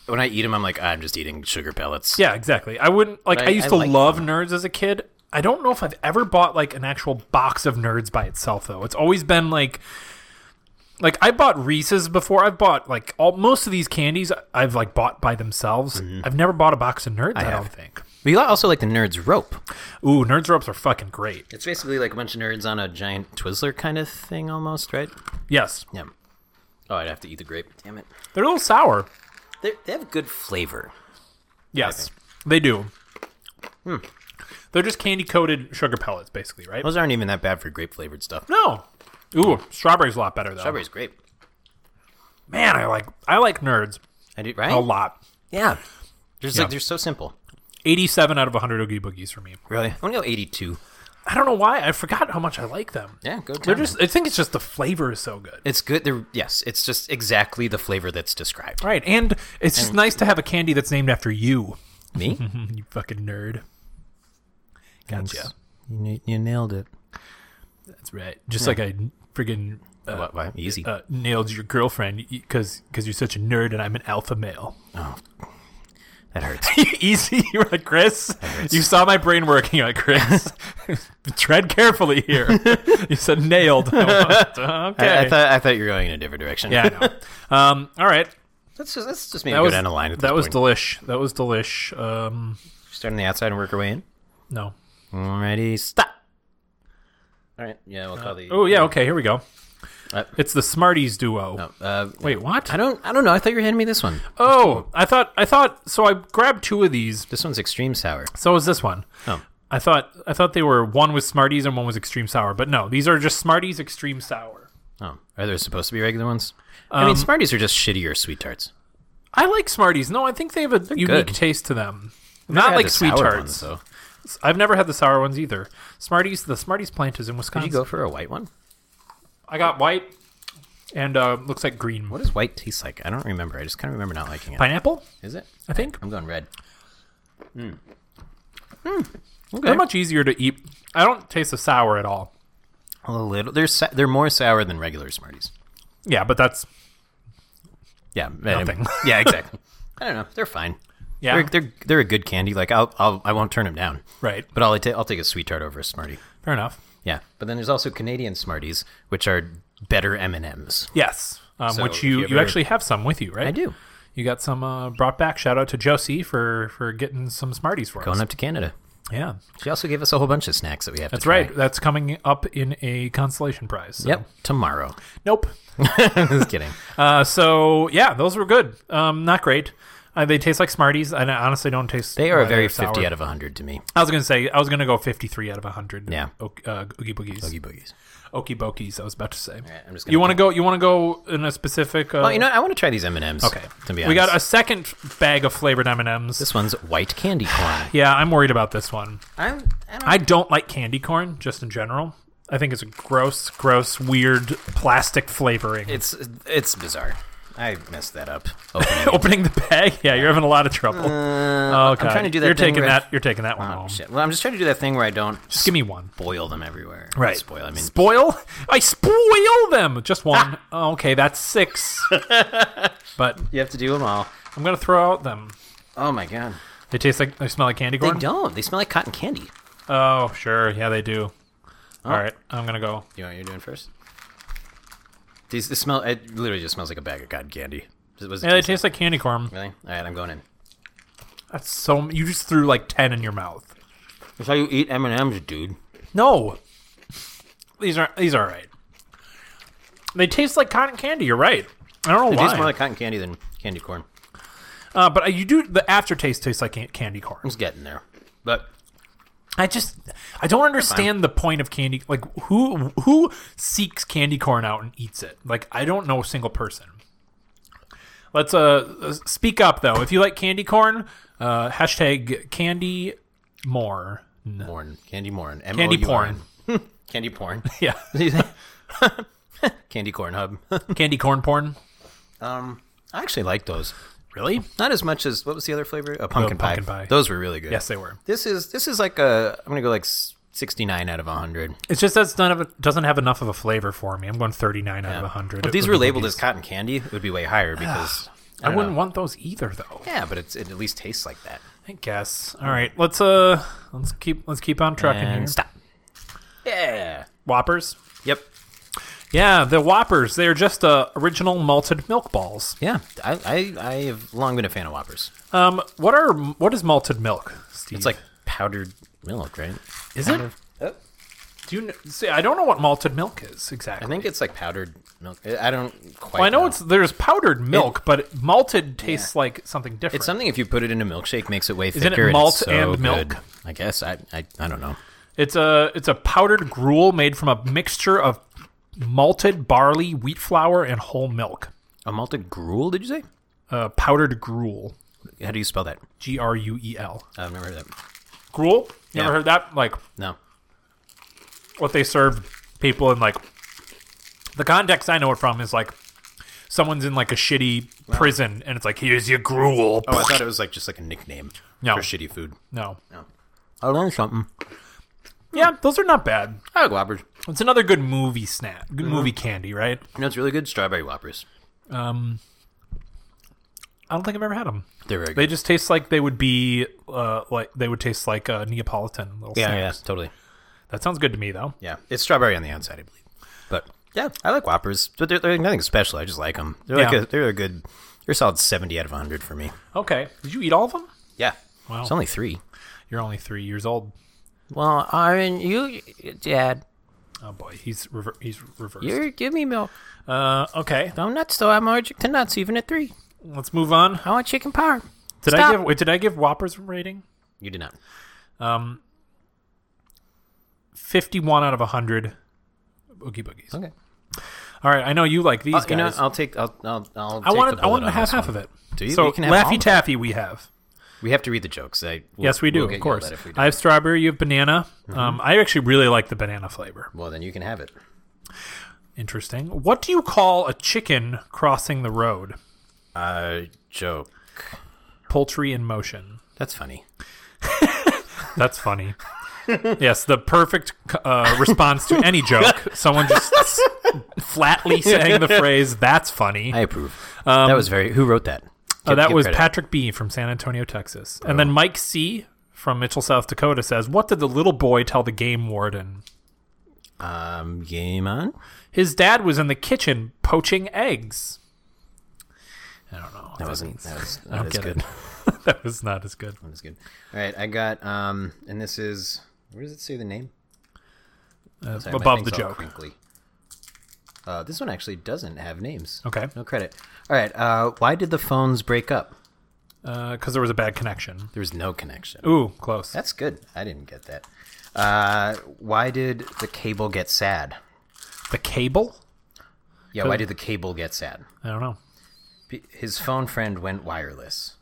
[SPEAKER 1] when I eat them, I'm like, "Ah, I'm just eating sugar pellets.
[SPEAKER 2] yeah, exactly. I wouldn't like.
[SPEAKER 1] But
[SPEAKER 2] I,
[SPEAKER 1] I-
[SPEAKER 2] used
[SPEAKER 1] I
[SPEAKER 2] to
[SPEAKER 1] like
[SPEAKER 2] love nerds as a kid. I don't know if I've ever bought like an actual box of nerds by itself though. It's always been like like I bought Reese's before. I've bought like all most of these candies I've like bought by themselves. I've never bought a box of Nerds. I, don't
[SPEAKER 1] Mm-hmm. have.
[SPEAKER 2] think.
[SPEAKER 1] But you also like the nerds rope.
[SPEAKER 2] Ooh, Nerds ropes are fucking great.
[SPEAKER 1] It's basically like a bunch of nerds on a giant Twizzler kind of thing, almost, right?
[SPEAKER 2] Yes,
[SPEAKER 1] Yeah. Oh, I'd have to eat the grape. Damn it.
[SPEAKER 2] they're a little sour.
[SPEAKER 1] They're, they have good flavor.
[SPEAKER 2] Yes, they do.
[SPEAKER 1] Hmm.
[SPEAKER 2] They're just candy coated sugar pellets, basically, right?
[SPEAKER 1] Those aren't even that bad for grape flavored stuff.
[SPEAKER 2] No. Ooh, strawberry's a lot better though.
[SPEAKER 1] Strawberry's grape.
[SPEAKER 2] Man, I like I like Nerds
[SPEAKER 1] I do, right?
[SPEAKER 2] a lot.
[SPEAKER 1] Oh, Yeah. There's
[SPEAKER 2] Yeah.
[SPEAKER 1] like they're so simple.
[SPEAKER 2] 87 out of 100 Oogie Boogies for me.
[SPEAKER 1] Really? I'm gonna go 82.
[SPEAKER 2] I don't know why. I forgot how much I like them.
[SPEAKER 1] Yeah, go.
[SPEAKER 2] They're
[SPEAKER 1] down.
[SPEAKER 2] just, I think it's just the flavor is so good.
[SPEAKER 1] It's good. They're yes. It's just exactly the flavor that's described.
[SPEAKER 2] Right. And it's just nice to have a candy that's named after you,
[SPEAKER 1] Me?
[SPEAKER 2] you fucking nerd. Gotcha.
[SPEAKER 1] You, you nailed it.
[SPEAKER 2] That's right. Just like I friggin' uh,
[SPEAKER 1] Why- why? Easy.
[SPEAKER 2] uh, nailed your girlfriend because cause you're such a nerd and I'm an alpha male.
[SPEAKER 1] That hurts.
[SPEAKER 2] Easy, you're like Chris. You saw my brain working, you're like Chris. Tread carefully here. you said nailed. I went, okay.
[SPEAKER 1] I, I thought I thought you were going in a different direction.
[SPEAKER 2] yeah. I know. Um. All right.
[SPEAKER 1] that's just that's just me
[SPEAKER 2] That
[SPEAKER 1] go
[SPEAKER 2] was
[SPEAKER 1] down a line. At
[SPEAKER 2] that
[SPEAKER 1] this
[SPEAKER 2] was
[SPEAKER 1] point.
[SPEAKER 2] delish. That was delish. Um.
[SPEAKER 1] Start on the outside and work our way in.
[SPEAKER 2] No.
[SPEAKER 1] Alrighty, stop. All right. Yeah, we'll call the.
[SPEAKER 2] Oh yeah. Okay. Here we go.
[SPEAKER 1] Uh,
[SPEAKER 2] It's the Smarties duo.
[SPEAKER 1] No, uh,
[SPEAKER 2] Wait. What?
[SPEAKER 1] I don't. I don't know. I thought you were handing me this one.
[SPEAKER 2] Oh, I thought I thought so. I grabbed two of these.
[SPEAKER 1] This one's extreme sour.
[SPEAKER 2] So is this one.
[SPEAKER 1] Oh.
[SPEAKER 2] I thought I thought they were one was Smarties and one was Extreme Sour, but no, these are just Smarties Extreme Sour.
[SPEAKER 1] Oh, are there supposed to be regular ones? I
[SPEAKER 2] Um,
[SPEAKER 1] mean, Smarties are just shittier sweet tarts.
[SPEAKER 2] I like Smarties. No, I think they have a unique
[SPEAKER 1] good.
[SPEAKER 2] taste to them.
[SPEAKER 1] I
[SPEAKER 2] Not
[SPEAKER 1] had
[SPEAKER 2] like
[SPEAKER 1] the
[SPEAKER 2] sweet
[SPEAKER 1] sour
[SPEAKER 2] tarts.
[SPEAKER 1] ones, though.
[SPEAKER 2] I've never had the sour ones either. Smarties, the Smarties plant is in
[SPEAKER 1] Did
[SPEAKER 2] Wisconsin.
[SPEAKER 1] you go for a white one?
[SPEAKER 2] I got white and uh, looks like green.
[SPEAKER 1] What does white taste like? I don't remember. I just kind of remember not liking it.
[SPEAKER 2] pineapple?
[SPEAKER 1] Is it?
[SPEAKER 2] I think
[SPEAKER 1] I'm going red. Hmm.
[SPEAKER 2] they're much easier to eat. I don't taste the sour at all.
[SPEAKER 1] A little. They're sa- they're more sour than regular Smarties.
[SPEAKER 2] Yeah, but that's
[SPEAKER 1] Yeah, anyway.
[SPEAKER 2] Nothing.
[SPEAKER 1] yeah, exactly. I don't know. They're fine.
[SPEAKER 2] yeah
[SPEAKER 1] They're, they're they're a good candy. Like I'll, I'll I won't turn them down.
[SPEAKER 2] right.
[SPEAKER 1] But I'll ta- I'll take a sweet tart over a Smartie.
[SPEAKER 2] Fair enough.
[SPEAKER 1] Yeah. But then there's also Canadian Smarties, which are better M and M's.
[SPEAKER 2] Yes, um,
[SPEAKER 1] So
[SPEAKER 2] which
[SPEAKER 1] if
[SPEAKER 2] you
[SPEAKER 1] you
[SPEAKER 2] you,
[SPEAKER 1] ever-
[SPEAKER 2] actually have some with you, right?
[SPEAKER 1] I do.
[SPEAKER 2] You got some uh, brought back. Shout out to Josie for for getting some Smarties for
[SPEAKER 1] Going
[SPEAKER 2] us.
[SPEAKER 1] up to Canada.
[SPEAKER 2] Yeah,
[SPEAKER 1] She also gave us a whole bunch of snacks that we have.
[SPEAKER 2] that's right. That's coming up in a consolation prize. so-
[SPEAKER 1] Yep. Tomorrow.
[SPEAKER 2] Nope.
[SPEAKER 1] Just kidding.
[SPEAKER 2] Uh, so yeah, those were good. Um, not great. Uh, they taste like Smarties, and I honestly don't taste.
[SPEAKER 1] They are a very
[SPEAKER 2] sour.
[SPEAKER 1] 50 out of 100 to me.
[SPEAKER 2] I was gonna say I was gonna go fifty-three out of hundred.
[SPEAKER 1] Yeah.
[SPEAKER 2] Ok- uh, Oogie boogies.
[SPEAKER 1] Boogie boogies.
[SPEAKER 2] Okie bokies. I was about to say.
[SPEAKER 1] I'm just gonna
[SPEAKER 2] you want to go? You want to go in a specific? Uh,
[SPEAKER 1] Well, you know, what? I want to try these M and M's.
[SPEAKER 2] okay.
[SPEAKER 1] To be honest,
[SPEAKER 2] we got a second bag of flavored M and M's.
[SPEAKER 1] this one's white candy corn.
[SPEAKER 2] Yeah, I'm worried about this one.
[SPEAKER 1] I'm. I don't.
[SPEAKER 2] I don't like candy corn just in general. I think it's a gross, gross, weird plastic flavoring.
[SPEAKER 1] It's it's bizarre. I messed that up. Opening.
[SPEAKER 2] Opening the bag, yeah, you're having a lot of trouble. oh, God.
[SPEAKER 1] Uh, trying to do that
[SPEAKER 2] You're
[SPEAKER 1] thing
[SPEAKER 2] taking
[SPEAKER 1] where I-
[SPEAKER 2] that. You're taking that one home.
[SPEAKER 1] Shit. Well, I'm just trying to do that thing where I don't
[SPEAKER 2] Just give me one.
[SPEAKER 1] spoil them everywhere.
[SPEAKER 2] Right.
[SPEAKER 1] Spoil. Ah! I mean,
[SPEAKER 2] Spoil? I spoil them. Just one. Oh, okay, that's six. but
[SPEAKER 1] you have to do them all.
[SPEAKER 2] I'm gonna throw out them.
[SPEAKER 1] Oh my god.
[SPEAKER 2] They taste like they smell like candy
[SPEAKER 1] They
[SPEAKER 2] corn.
[SPEAKER 1] don't. They smell like cotton candy.
[SPEAKER 2] Oh, sure. Yeah, they do.
[SPEAKER 1] Oh.
[SPEAKER 2] All right, I'm gonna go.
[SPEAKER 1] You know what you're doing first? These this smell. It literally just smells like a bag of cotton candy. Does- Was it
[SPEAKER 2] Yeah, they
[SPEAKER 1] taste-
[SPEAKER 2] taste like candy corn.
[SPEAKER 1] really? All right, I'm going in.
[SPEAKER 2] That's so. You just threw like ten in your mouth.
[SPEAKER 1] That's how you eat M and M's, dude.
[SPEAKER 2] No. These are these are right. They taste like cotton candy. You're right. I don't know
[SPEAKER 1] It
[SPEAKER 2] why.
[SPEAKER 1] tastes more like cotton candy than candy corn.
[SPEAKER 2] uh, but uh, you do the aftertaste tastes like can- candy corn.
[SPEAKER 1] It's getting there, but
[SPEAKER 2] I just I don't understand the point of candy. Like who who seeks candy corn out and eats it? Like I don't know a single person. Let's uh uh, speak up though. If you like candy corn, uh, hashtag candy more.
[SPEAKER 1] Morn. Candy Morn.
[SPEAKER 2] Candy
[SPEAKER 1] M-O-U-R-N.
[SPEAKER 2] porn.
[SPEAKER 1] Candy porn.
[SPEAKER 2] Yeah,
[SPEAKER 1] candy corn hub.
[SPEAKER 2] candy corn porn.
[SPEAKER 1] um, I actually like those.
[SPEAKER 2] Really?
[SPEAKER 1] Not as much as what was the other flavor? A pumpkin, pie.
[SPEAKER 2] Oh, pumpkin pie.
[SPEAKER 1] Those were really good.
[SPEAKER 2] Yes, they were.
[SPEAKER 1] This is this is like a I'm gonna go like s- 69 out of 100.
[SPEAKER 2] It's just that's none of it doesn't have enough of a flavor for me. I'm going 39 out of 100.
[SPEAKER 1] If these were labeled as cotton candy, it would be way higher because
[SPEAKER 2] I,
[SPEAKER 1] don't
[SPEAKER 2] wouldn't
[SPEAKER 1] know.
[SPEAKER 2] want those either, though.
[SPEAKER 1] Yeah, but it's, it at least tastes like that.
[SPEAKER 2] I guess. All right, let's uh, let's keep let's keep on trucking here.
[SPEAKER 1] And stop. Yeah.
[SPEAKER 2] Whoppers.
[SPEAKER 1] Yep.
[SPEAKER 2] Yeah, the Whoppers. They are just uh, original malted milk balls.
[SPEAKER 1] Yeah. I, I I have long been a fan of Whoppers.
[SPEAKER 2] Um, what are what is malted milk? Steve?
[SPEAKER 1] It's like powdered milk, right?
[SPEAKER 2] is it? Do you kn- see? I don't know what malted milk is exactly.
[SPEAKER 1] I think it's like powdered milk. I I don't quite.
[SPEAKER 2] Well, I know, it's there's powdered milk, but malted tastes like something different.
[SPEAKER 1] It's something if you put it in a milkshake makes it way
[SPEAKER 2] it
[SPEAKER 1] thicker. and it's
[SPEAKER 2] malt
[SPEAKER 1] so
[SPEAKER 2] and milk?
[SPEAKER 1] good. I guess I, I I don't know.
[SPEAKER 2] It's a it's a powdered gruel made from a mixture of malted barley, wheat flour, and whole milk.
[SPEAKER 1] A malted gruel? Did you say?
[SPEAKER 2] Uh, powdered gruel,
[SPEAKER 1] How do you spell that?
[SPEAKER 2] G R U E L.
[SPEAKER 1] I've never heard that.
[SPEAKER 2] Gruel.
[SPEAKER 1] Yeah.
[SPEAKER 2] You ever heard that? Like
[SPEAKER 1] No.
[SPEAKER 2] what they serve people in like the context I know it from is like someone's in like a shitty prison and it's like here's your gruel.
[SPEAKER 1] Oh, I thought it was like just like a nickname
[SPEAKER 2] No.
[SPEAKER 1] for shitty food.
[SPEAKER 2] No.
[SPEAKER 1] I learned something.
[SPEAKER 2] Yeah, those are not bad.
[SPEAKER 1] I like Whoppers.
[SPEAKER 2] It's another good movie snack,
[SPEAKER 1] Mm-hmm.
[SPEAKER 2] good movie candy, right?
[SPEAKER 1] You know, it's really good strawberry Whoppers.
[SPEAKER 2] I don't think I've ever had them.
[SPEAKER 1] They're very
[SPEAKER 2] They
[SPEAKER 1] good.
[SPEAKER 2] just taste like they would be uh, like they would taste like uh, Neapolitan little
[SPEAKER 1] yeah, yeah,
[SPEAKER 2] snacks.
[SPEAKER 1] totally.
[SPEAKER 2] That sounds good to me though.
[SPEAKER 1] Yeah, it's strawberry on the outside, I believe. But yeah, I like Whoppers, but they're, they're nothing special. I just like them. They're like
[SPEAKER 2] Yeah.
[SPEAKER 1] a, they're a good. They're a solid seventy out of hundred for me.
[SPEAKER 2] Okay. Did you eat all of them?
[SPEAKER 1] Yeah,
[SPEAKER 2] Wow.
[SPEAKER 1] it's only three.
[SPEAKER 2] You're only three years old.
[SPEAKER 1] Well, I mean, you, Dad,
[SPEAKER 2] Oh boy, he's rever- he's reversed.
[SPEAKER 1] you give me milk.
[SPEAKER 2] Uh, okay,
[SPEAKER 1] I'm nuts though. I'm allergic to nuts, even at three.
[SPEAKER 2] let's move on.
[SPEAKER 1] I want chicken parm.
[SPEAKER 2] Did
[SPEAKER 1] Stop.
[SPEAKER 2] I give wait, did I give Whoppers a rating?
[SPEAKER 1] You did not.
[SPEAKER 2] Fifty one out of hundred. Boogie boogies.
[SPEAKER 1] Okay.
[SPEAKER 2] All right, I know you like these
[SPEAKER 1] Uh,
[SPEAKER 2] guys.
[SPEAKER 1] you know, I'll take. I'll. I'll. I'll
[SPEAKER 2] I
[SPEAKER 1] take
[SPEAKER 2] wanted
[SPEAKER 1] the
[SPEAKER 2] I
[SPEAKER 1] bullet
[SPEAKER 2] wanted to
[SPEAKER 1] on
[SPEAKER 2] have
[SPEAKER 1] this
[SPEAKER 2] half
[SPEAKER 1] one.
[SPEAKER 2] of it.
[SPEAKER 1] Do you?
[SPEAKER 2] So
[SPEAKER 1] You can have all of
[SPEAKER 2] Laffy
[SPEAKER 1] it.
[SPEAKER 2] Taffy we have.
[SPEAKER 1] We have to read the jokes. I, we'll-
[SPEAKER 2] yes, we do.
[SPEAKER 1] we'll get
[SPEAKER 2] of
[SPEAKER 1] yelled
[SPEAKER 2] course.
[SPEAKER 1] at if we don't.
[SPEAKER 2] I have strawberry. You have banana.
[SPEAKER 1] Mm-hmm.
[SPEAKER 2] Um, I actually really like the banana flavor.
[SPEAKER 1] well, then you can have it.
[SPEAKER 2] Interesting. What do you call a chicken crossing the road?
[SPEAKER 1] Uh, joke.
[SPEAKER 2] Poultry in motion.
[SPEAKER 1] That's funny.
[SPEAKER 2] That's funny. yes, the perfect uh, response to any joke. Someone just s- flatly saying the phrase "That's funny."
[SPEAKER 1] I approve. that was very. Who wrote that?
[SPEAKER 2] Um, Uh,
[SPEAKER 1] Give-
[SPEAKER 2] that
[SPEAKER 1] give
[SPEAKER 2] was
[SPEAKER 1] credit. Oh.
[SPEAKER 2] Patrick B from San Antonio, Texas, and then Mike C from Mitchell, South Dakota says, "What did the little boy tell the game warden?"
[SPEAKER 1] Um, game on.
[SPEAKER 2] His dad was in the kitchen poaching eggs. I don't know.
[SPEAKER 1] That wasn't. That was.
[SPEAKER 2] I
[SPEAKER 1] That
[SPEAKER 2] don't
[SPEAKER 1] was
[SPEAKER 2] get
[SPEAKER 1] good.
[SPEAKER 2] it. that was not as good.
[SPEAKER 1] That was good. All right, I got. Um, and this is. Where does it say the name?
[SPEAKER 2] Uh,
[SPEAKER 1] Sorry, my
[SPEAKER 2] above the
[SPEAKER 1] thing's all
[SPEAKER 2] joke.
[SPEAKER 1] crinkly. Uh, this one actually doesn't have names.
[SPEAKER 2] Okay,
[SPEAKER 1] No credit. All right. Uh, why did the phones break up?
[SPEAKER 2] because Uh, there was a bad connection.
[SPEAKER 1] There was no connection.
[SPEAKER 2] Ooh, close.
[SPEAKER 1] That's good. I didn't get that. Uh, why did the cable get sad?
[SPEAKER 2] the cable.
[SPEAKER 1] Yeah, why did the cable get sad?
[SPEAKER 2] I don't know.
[SPEAKER 1] B- His phone friend went wireless.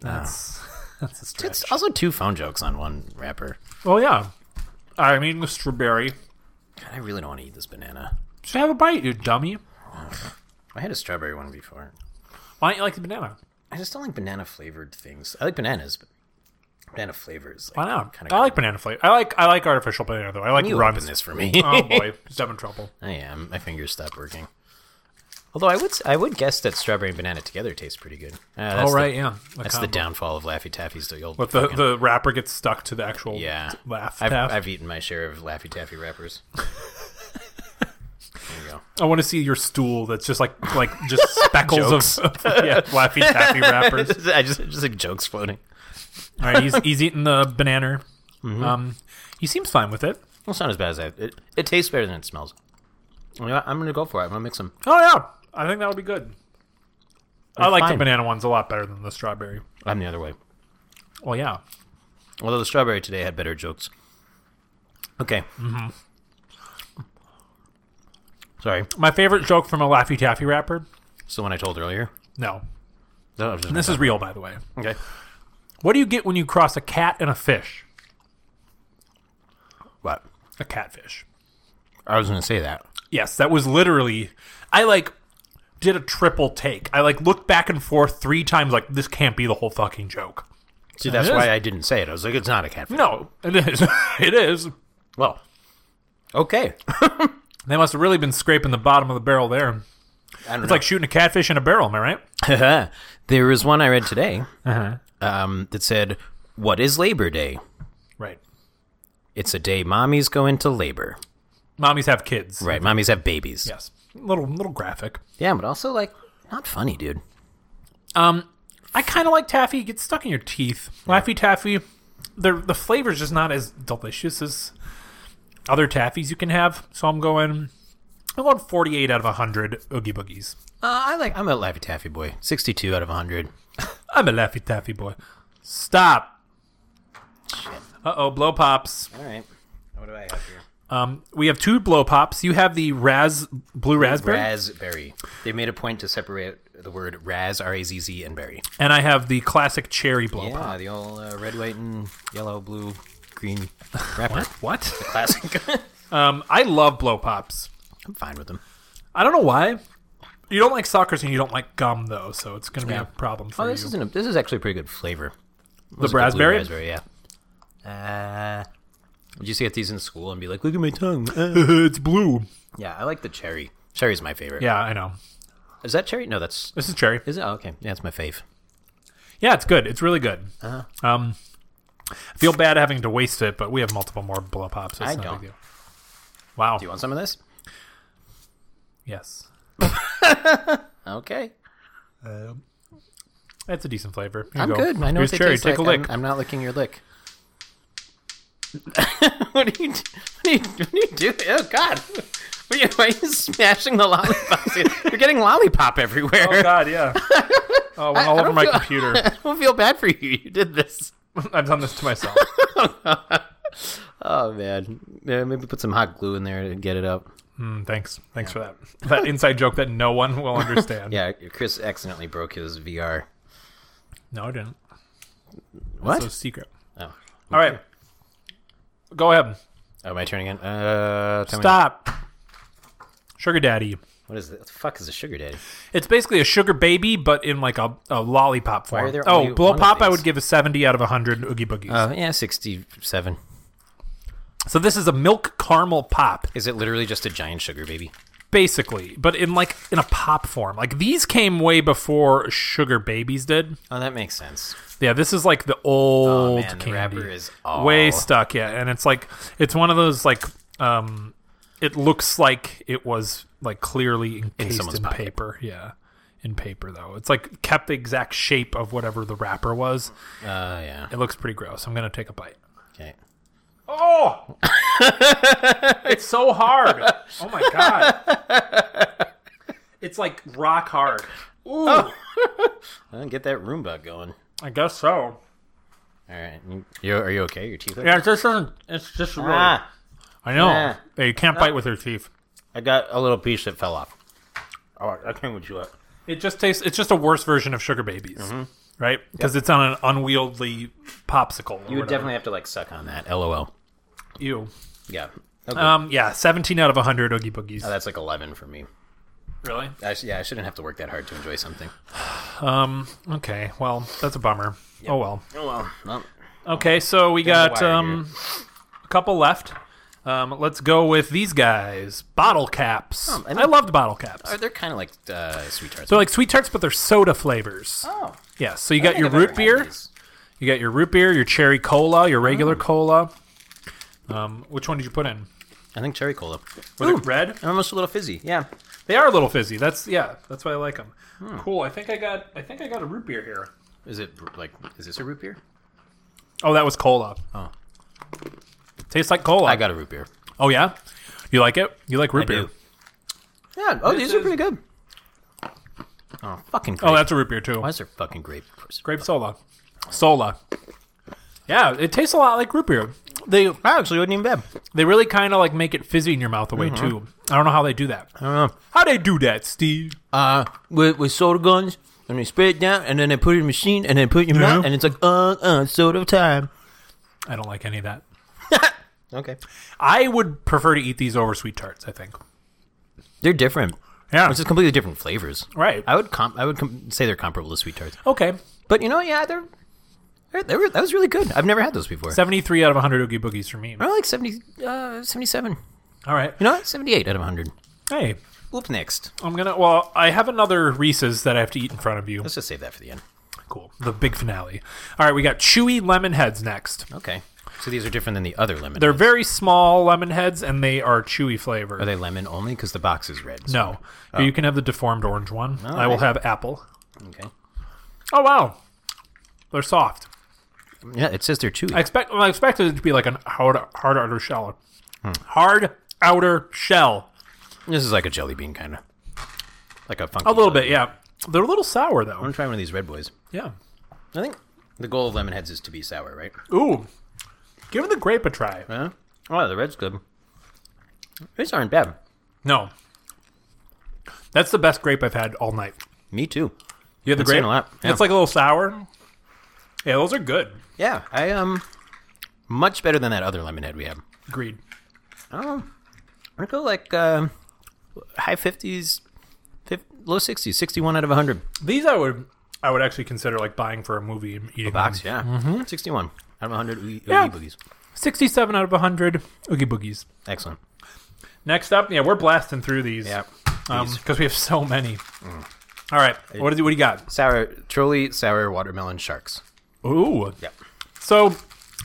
[SPEAKER 2] That's that's a stretch.
[SPEAKER 1] It's also two phone jokes on one wrapper.
[SPEAKER 2] Well, yeah. I mean, the strawberry.
[SPEAKER 1] God, I really don't want to eat this banana.
[SPEAKER 2] Just have a bite, you dummy.
[SPEAKER 1] I had a strawberry one before.
[SPEAKER 2] Why don't you like the banana?
[SPEAKER 1] I just don't like banana flavored things. I like bananas, but banana flavors.
[SPEAKER 2] Why not?
[SPEAKER 1] Kind
[SPEAKER 2] I
[SPEAKER 1] of.
[SPEAKER 2] like banana flavor. I like I like artificial banana though. I like
[SPEAKER 1] You
[SPEAKER 2] runs.
[SPEAKER 1] open this for me.
[SPEAKER 2] oh boy, he's having trouble.
[SPEAKER 1] I am. My fingers stopped working. Although I would, s- I would guess that strawberry and banana together taste pretty good. Uh, that's
[SPEAKER 2] All right,
[SPEAKER 1] the,
[SPEAKER 2] yeah. um,
[SPEAKER 1] That's the downfall of Laffy Taffy's. The old
[SPEAKER 2] But the
[SPEAKER 1] fucking-
[SPEAKER 2] the wrapper gets stuck to the actual
[SPEAKER 1] yeah.
[SPEAKER 2] laugh
[SPEAKER 1] I've,
[SPEAKER 2] taff.
[SPEAKER 1] I've eaten my share of Laffy Taffy wrappers. there you go.
[SPEAKER 2] I want to see your stool that's just like like just speckles of yeah, laffy taffy wrappers.
[SPEAKER 1] I just just like jokes floating.
[SPEAKER 2] All right, he's he's eating the banana.
[SPEAKER 1] Mm-hmm.
[SPEAKER 2] Um, he seems fine with it.
[SPEAKER 1] Well, it's not as bad as I. It, it tastes better than it smells. You know what? I'm gonna go for it. I'm gonna mix them.
[SPEAKER 2] Oh yeah, I think that would be good. I like
[SPEAKER 1] fine.
[SPEAKER 2] the banana ones a lot better than the strawberry.
[SPEAKER 1] I'm the other way.
[SPEAKER 2] Well, yeah.
[SPEAKER 1] Although the strawberry today had better jokes. Okay. Mm-hmm.
[SPEAKER 2] Mm-hmm.
[SPEAKER 1] Sorry.
[SPEAKER 2] My favorite joke from a Laffy Taffy rapper?
[SPEAKER 1] It's the one I told earlier.
[SPEAKER 2] No.
[SPEAKER 1] No, I was just-
[SPEAKER 2] This is real, by the way.
[SPEAKER 1] okay.
[SPEAKER 2] What do you get when you cross a cat and a fish?
[SPEAKER 1] What?
[SPEAKER 2] A catfish.
[SPEAKER 1] I was gonna say that.
[SPEAKER 2] Yes, that was literally. I like did a triple take. I like looked back and forth three times, like, this can't be the whole fucking joke.
[SPEAKER 1] See, that's
[SPEAKER 2] It is.
[SPEAKER 1] why I didn't say it. I was like, it's not a catfish.
[SPEAKER 2] No, it is. it is.
[SPEAKER 1] Well, okay.
[SPEAKER 2] They must have really been scraping the bottom of the barrel there.
[SPEAKER 1] I don't
[SPEAKER 2] It's like shooting a catfish in a barrel, am I right?
[SPEAKER 1] know. there was one I read today um, that said, "What is Labor Day?
[SPEAKER 2] Right.
[SPEAKER 1] It's a day mommies go into labor.
[SPEAKER 2] Mommies have kids.
[SPEAKER 1] Right? Mommies have babies.
[SPEAKER 2] Yes. Little little graphic.
[SPEAKER 1] Yeah, but also like not funny, dude.
[SPEAKER 2] Um, I kind of like taffy. It gets stuck in your teeth. Laffy taffy, the the flavor's just not as delicious as other taffies you can have. So I'm going. I'm going 48 out of 100 Oogie Boogies.
[SPEAKER 1] Uh, I like. I'm a Laffy Taffy boy. Sixty-two out of hundred.
[SPEAKER 2] I'm a Laffy Taffy boy. Stop. Uh oh, blow pops.
[SPEAKER 1] All right. What do I have here?
[SPEAKER 2] Um, we have two blow pops. You have the Raz Blue Raspberry,
[SPEAKER 1] Raspberry. They made a point to separate the word Raz R A Z Z and berry.
[SPEAKER 2] and I have the classic Cherry Blow
[SPEAKER 1] Yeah,
[SPEAKER 2] Pop.
[SPEAKER 1] the old uh, red, white, and yellow, blue, green wrapper.
[SPEAKER 2] What?
[SPEAKER 1] Classic.
[SPEAKER 2] Um, I love blow pops.
[SPEAKER 1] I'm fine with them.
[SPEAKER 2] I don't know why. You don't like suckers and you don't like gum though, so it's gonna be
[SPEAKER 1] Yeah.
[SPEAKER 2] a problem for
[SPEAKER 1] Oh,
[SPEAKER 2] you.
[SPEAKER 1] this isn't. A, this is actually a pretty good flavor. It's
[SPEAKER 2] the
[SPEAKER 1] like a blue
[SPEAKER 2] raspberry.
[SPEAKER 1] raspberry, yeah. Uh, would you see at these in school and be like, "Look at my tongue"? uh."
[SPEAKER 2] it's blue.
[SPEAKER 1] yeah, I like the cherry. Cherry's my favorite.
[SPEAKER 2] Yeah, I know.
[SPEAKER 1] Is that cherry? No, that's.
[SPEAKER 2] This is cherry.
[SPEAKER 1] Is it? Oh, okay. Yeah, it's my fave.
[SPEAKER 2] Yeah, it's good. It's really good.
[SPEAKER 1] Uh-huh.
[SPEAKER 2] Um, I feel bad having to waste it, but we have multiple more blow pops. so It's
[SPEAKER 1] I
[SPEAKER 2] not a
[SPEAKER 1] don't.
[SPEAKER 2] big deal. Wow.
[SPEAKER 1] Do you want some of this?
[SPEAKER 2] yes.
[SPEAKER 1] Okay.
[SPEAKER 2] That's a decent flavor. Here you
[SPEAKER 1] I'm
[SPEAKER 2] go.
[SPEAKER 1] good. I know
[SPEAKER 2] Here's
[SPEAKER 1] what they
[SPEAKER 2] cherry.
[SPEAKER 1] taste
[SPEAKER 2] Take
[SPEAKER 1] like.
[SPEAKER 2] a lick.
[SPEAKER 1] I'm, I'm not licking your lick. what are you? What are you, what are you doing? Oh God! What are you, why are you smashing the lollipops? You're getting lollipop everywhere.
[SPEAKER 2] oh God, yeah. Oh, went all
[SPEAKER 1] I
[SPEAKER 2] over
[SPEAKER 1] don't
[SPEAKER 2] my
[SPEAKER 1] feel-
[SPEAKER 2] computer.
[SPEAKER 1] I don't feel bad for you. You did this.
[SPEAKER 2] I've done this to myself.
[SPEAKER 1] Oh man. Yeah, maybe put some hot glue in there to get it up.
[SPEAKER 2] Mm, thanks. Thanks for that. That inside joke that no one will understand.
[SPEAKER 1] Yeah, Chris accidentally broke his VR.
[SPEAKER 2] No, I didn't.
[SPEAKER 1] What?
[SPEAKER 2] So secret.
[SPEAKER 1] oh.
[SPEAKER 2] All right. Go ahead.
[SPEAKER 1] Oh, am I turning in? Uh, tell me-
[SPEAKER 2] Stop. Sugar daddy.
[SPEAKER 1] what is it? What the fuck is a sugar daddy?
[SPEAKER 2] It's basically a sugar baby, but in like a, a lollipop form.
[SPEAKER 1] are there only
[SPEAKER 2] oh, blow
[SPEAKER 1] one of
[SPEAKER 2] pop! I
[SPEAKER 1] these?
[SPEAKER 2] would give a seventy out of hundred oogie boogies.
[SPEAKER 1] Uh, yeah, sixty-seven.
[SPEAKER 2] so this is a milk caramel pop,
[SPEAKER 1] Is it literally just a giant sugar baby?
[SPEAKER 2] basically, but in like in a pop form. Like these came way before sugar babies did.
[SPEAKER 1] Oh, that makes sense.
[SPEAKER 2] Yeah, this is like the old
[SPEAKER 1] Oh, man, the
[SPEAKER 2] candy.
[SPEAKER 1] wrapper is all-
[SPEAKER 2] way stuck. Yeah, and it's like it's one of those like um, it looks like it was like clearly encased
[SPEAKER 1] someone's
[SPEAKER 2] in,
[SPEAKER 1] pocket.
[SPEAKER 2] paper. Yeah, in paper though. It's like kept the exact shape of whatever the wrapper was.
[SPEAKER 1] Uh, yeah.
[SPEAKER 2] It looks pretty gross. I'm gonna take a bite.
[SPEAKER 1] Okay.
[SPEAKER 2] Oh, it's so hard. Oh my god, it's like rock hard.
[SPEAKER 1] Uh, get that Roomba going.
[SPEAKER 2] I guess so.
[SPEAKER 1] All right. You, you- are you okay? Your teeth are.
[SPEAKER 2] Yeah, it just doesn't. It's just really.
[SPEAKER 1] Ah,
[SPEAKER 2] I know.
[SPEAKER 1] Yeah. Ah.
[SPEAKER 2] Yeah, you can't bite with your teeth.
[SPEAKER 1] I got a little piece that fell off. All right, Oh, I came with you up.
[SPEAKER 2] It just tastes. It's just a worse version of sugar babies,
[SPEAKER 1] Mm-hmm.
[SPEAKER 2] right? Because it's on an unwieldy popsicle.
[SPEAKER 1] You would definitely have to like suck on that. LOL.
[SPEAKER 2] you.
[SPEAKER 1] Yeah. Okay.
[SPEAKER 2] Um, yeah, seventeen out of hundred oogie boogies.
[SPEAKER 1] Oh, that's like eleven for me.
[SPEAKER 2] really?
[SPEAKER 1] I, sh- yeah, I shouldn't have to work that hard to enjoy something.
[SPEAKER 2] Okay. Well, that's a bummer. Oh well.
[SPEAKER 1] Oh well. well
[SPEAKER 2] Okay, so we
[SPEAKER 1] Down the
[SPEAKER 2] got
[SPEAKER 1] wire
[SPEAKER 2] um, a couple left. Um, let's go with these guys. Bottle caps.
[SPEAKER 1] Oh, I
[SPEAKER 2] I, loved bottle caps.
[SPEAKER 1] are they're kind of like uh, sweet tarts.
[SPEAKER 2] They're like sweet tarts, but they're soda flavors.
[SPEAKER 1] oh,
[SPEAKER 2] Yeah. So you got your root beer. You got your root beer, your cherry cola, your regular cola. Um, which one did you put in?
[SPEAKER 1] I think cherry cola.
[SPEAKER 2] Was it red?
[SPEAKER 1] I'm almost a little fizzy. Yeah.
[SPEAKER 2] They are a little fizzy. That's yeah. That's why I like them. Hmm. Cool. I think I got. I think I got a root beer here.
[SPEAKER 1] Is it like? Is this a root beer?
[SPEAKER 2] Oh, that was cola.
[SPEAKER 1] Oh.
[SPEAKER 2] Tastes like cola.
[SPEAKER 1] I got a root beer.
[SPEAKER 2] Oh yeah. You like it? You like root
[SPEAKER 1] I
[SPEAKER 2] beer?
[SPEAKER 1] do. Yeah. Oh,
[SPEAKER 2] This
[SPEAKER 1] these are
[SPEAKER 2] is-
[SPEAKER 1] pretty good. Oh, fucking. Grape.
[SPEAKER 2] Oh, that's a root beer too.
[SPEAKER 1] Why is there fucking grape?
[SPEAKER 2] Grape sola. Sola. Yeah, it tastes a lot like root beer. They
[SPEAKER 1] Actually, it wasn't even bad.
[SPEAKER 2] they really kind of like make it fizzy in your mouth away
[SPEAKER 1] Mm-hmm.
[SPEAKER 2] too. I don't know how they do that. I
[SPEAKER 1] don't know.
[SPEAKER 2] how they do that, Steve.
[SPEAKER 1] uh, with, with soda guns, and they spray it down, and then they put it in the machine, and then put it in your
[SPEAKER 2] Yeah.
[SPEAKER 1] mouth, and it's like, uh, uh, soda time.
[SPEAKER 2] I don't like any of that.
[SPEAKER 1] Okay.
[SPEAKER 2] I would prefer to eat these over sweet tarts. I think.
[SPEAKER 1] They're different.
[SPEAKER 2] Yeah.
[SPEAKER 1] It's just completely different flavors.
[SPEAKER 2] Right.
[SPEAKER 1] I would comp- I would com- say they're comparable to sweet tarts.
[SPEAKER 2] Okay.
[SPEAKER 1] But you know, yeah, they're, they're, they were, that was really good. I've never had those before.
[SPEAKER 2] Seventy-three out of hundred oogie boogies for me.
[SPEAKER 1] I like 70, uh, 77.
[SPEAKER 2] All right.
[SPEAKER 1] You know what? 78 out of 100.
[SPEAKER 2] Hey,
[SPEAKER 1] Oop, next.
[SPEAKER 2] I'm gonna. Well, I have another Reese's that I have to eat in front of you.
[SPEAKER 1] Let's just save that for the end.
[SPEAKER 2] Cool. The big finale. All right, we got chewy lemon heads next.
[SPEAKER 1] Okay. So these are different than the other lemon.
[SPEAKER 2] They're very small lemon heads, and they are chewy flavored.
[SPEAKER 1] are they Oh. lemon only? Because the box is red. so-
[SPEAKER 2] no, you can have the deformed orange one. I will have apple.
[SPEAKER 1] Okay.
[SPEAKER 2] Oh wow, they're soft.
[SPEAKER 1] Yeah, it says they're chewy.
[SPEAKER 2] I expect. Well, I expected it to be like an hard, hard outer shell.
[SPEAKER 1] Hmm.
[SPEAKER 2] Hard outer shell.
[SPEAKER 1] This is like a jelly bean, kind of. Like a funky.
[SPEAKER 2] A little bit, yeah. They're a little sour though.
[SPEAKER 1] I'm trying one of these red boys.
[SPEAKER 2] Yeah.
[SPEAKER 1] I think the goal of lemon heads is to be sour, right?
[SPEAKER 2] Ooh, give the grape a try.
[SPEAKER 1] Huh? Oh, the red's good. These aren't bad.
[SPEAKER 2] No. That's the best grape I've had all night.
[SPEAKER 1] Me too.
[SPEAKER 2] You had the
[SPEAKER 1] That's saying
[SPEAKER 2] grape?
[SPEAKER 1] a lot, yeah.
[SPEAKER 2] It's like a little sour. Yeah, those are good.
[SPEAKER 1] Yeah, I um, much better than that other lemon head we had.
[SPEAKER 2] Agreed.
[SPEAKER 1] I'd go like uh, high fifties, low sixties, sixty-one out of hundred.
[SPEAKER 2] These I would I would actually consider like buying for a movie and eating
[SPEAKER 1] Box,
[SPEAKER 2] them.
[SPEAKER 1] yeah, mm-hmm. sixty-one out of hundred. Oogie
[SPEAKER 2] Yeah.
[SPEAKER 1] boogies,
[SPEAKER 2] 67 out of 100 Oogie Boogies.
[SPEAKER 1] excellent.
[SPEAKER 2] Next up, yeah, we're blasting through these.
[SPEAKER 1] Yeah. please.
[SPEAKER 2] because we have so many. All right, what do you, what do you got?
[SPEAKER 1] sour, truly sour watermelon sharks.
[SPEAKER 2] Ooh,
[SPEAKER 1] Yep.
[SPEAKER 2] So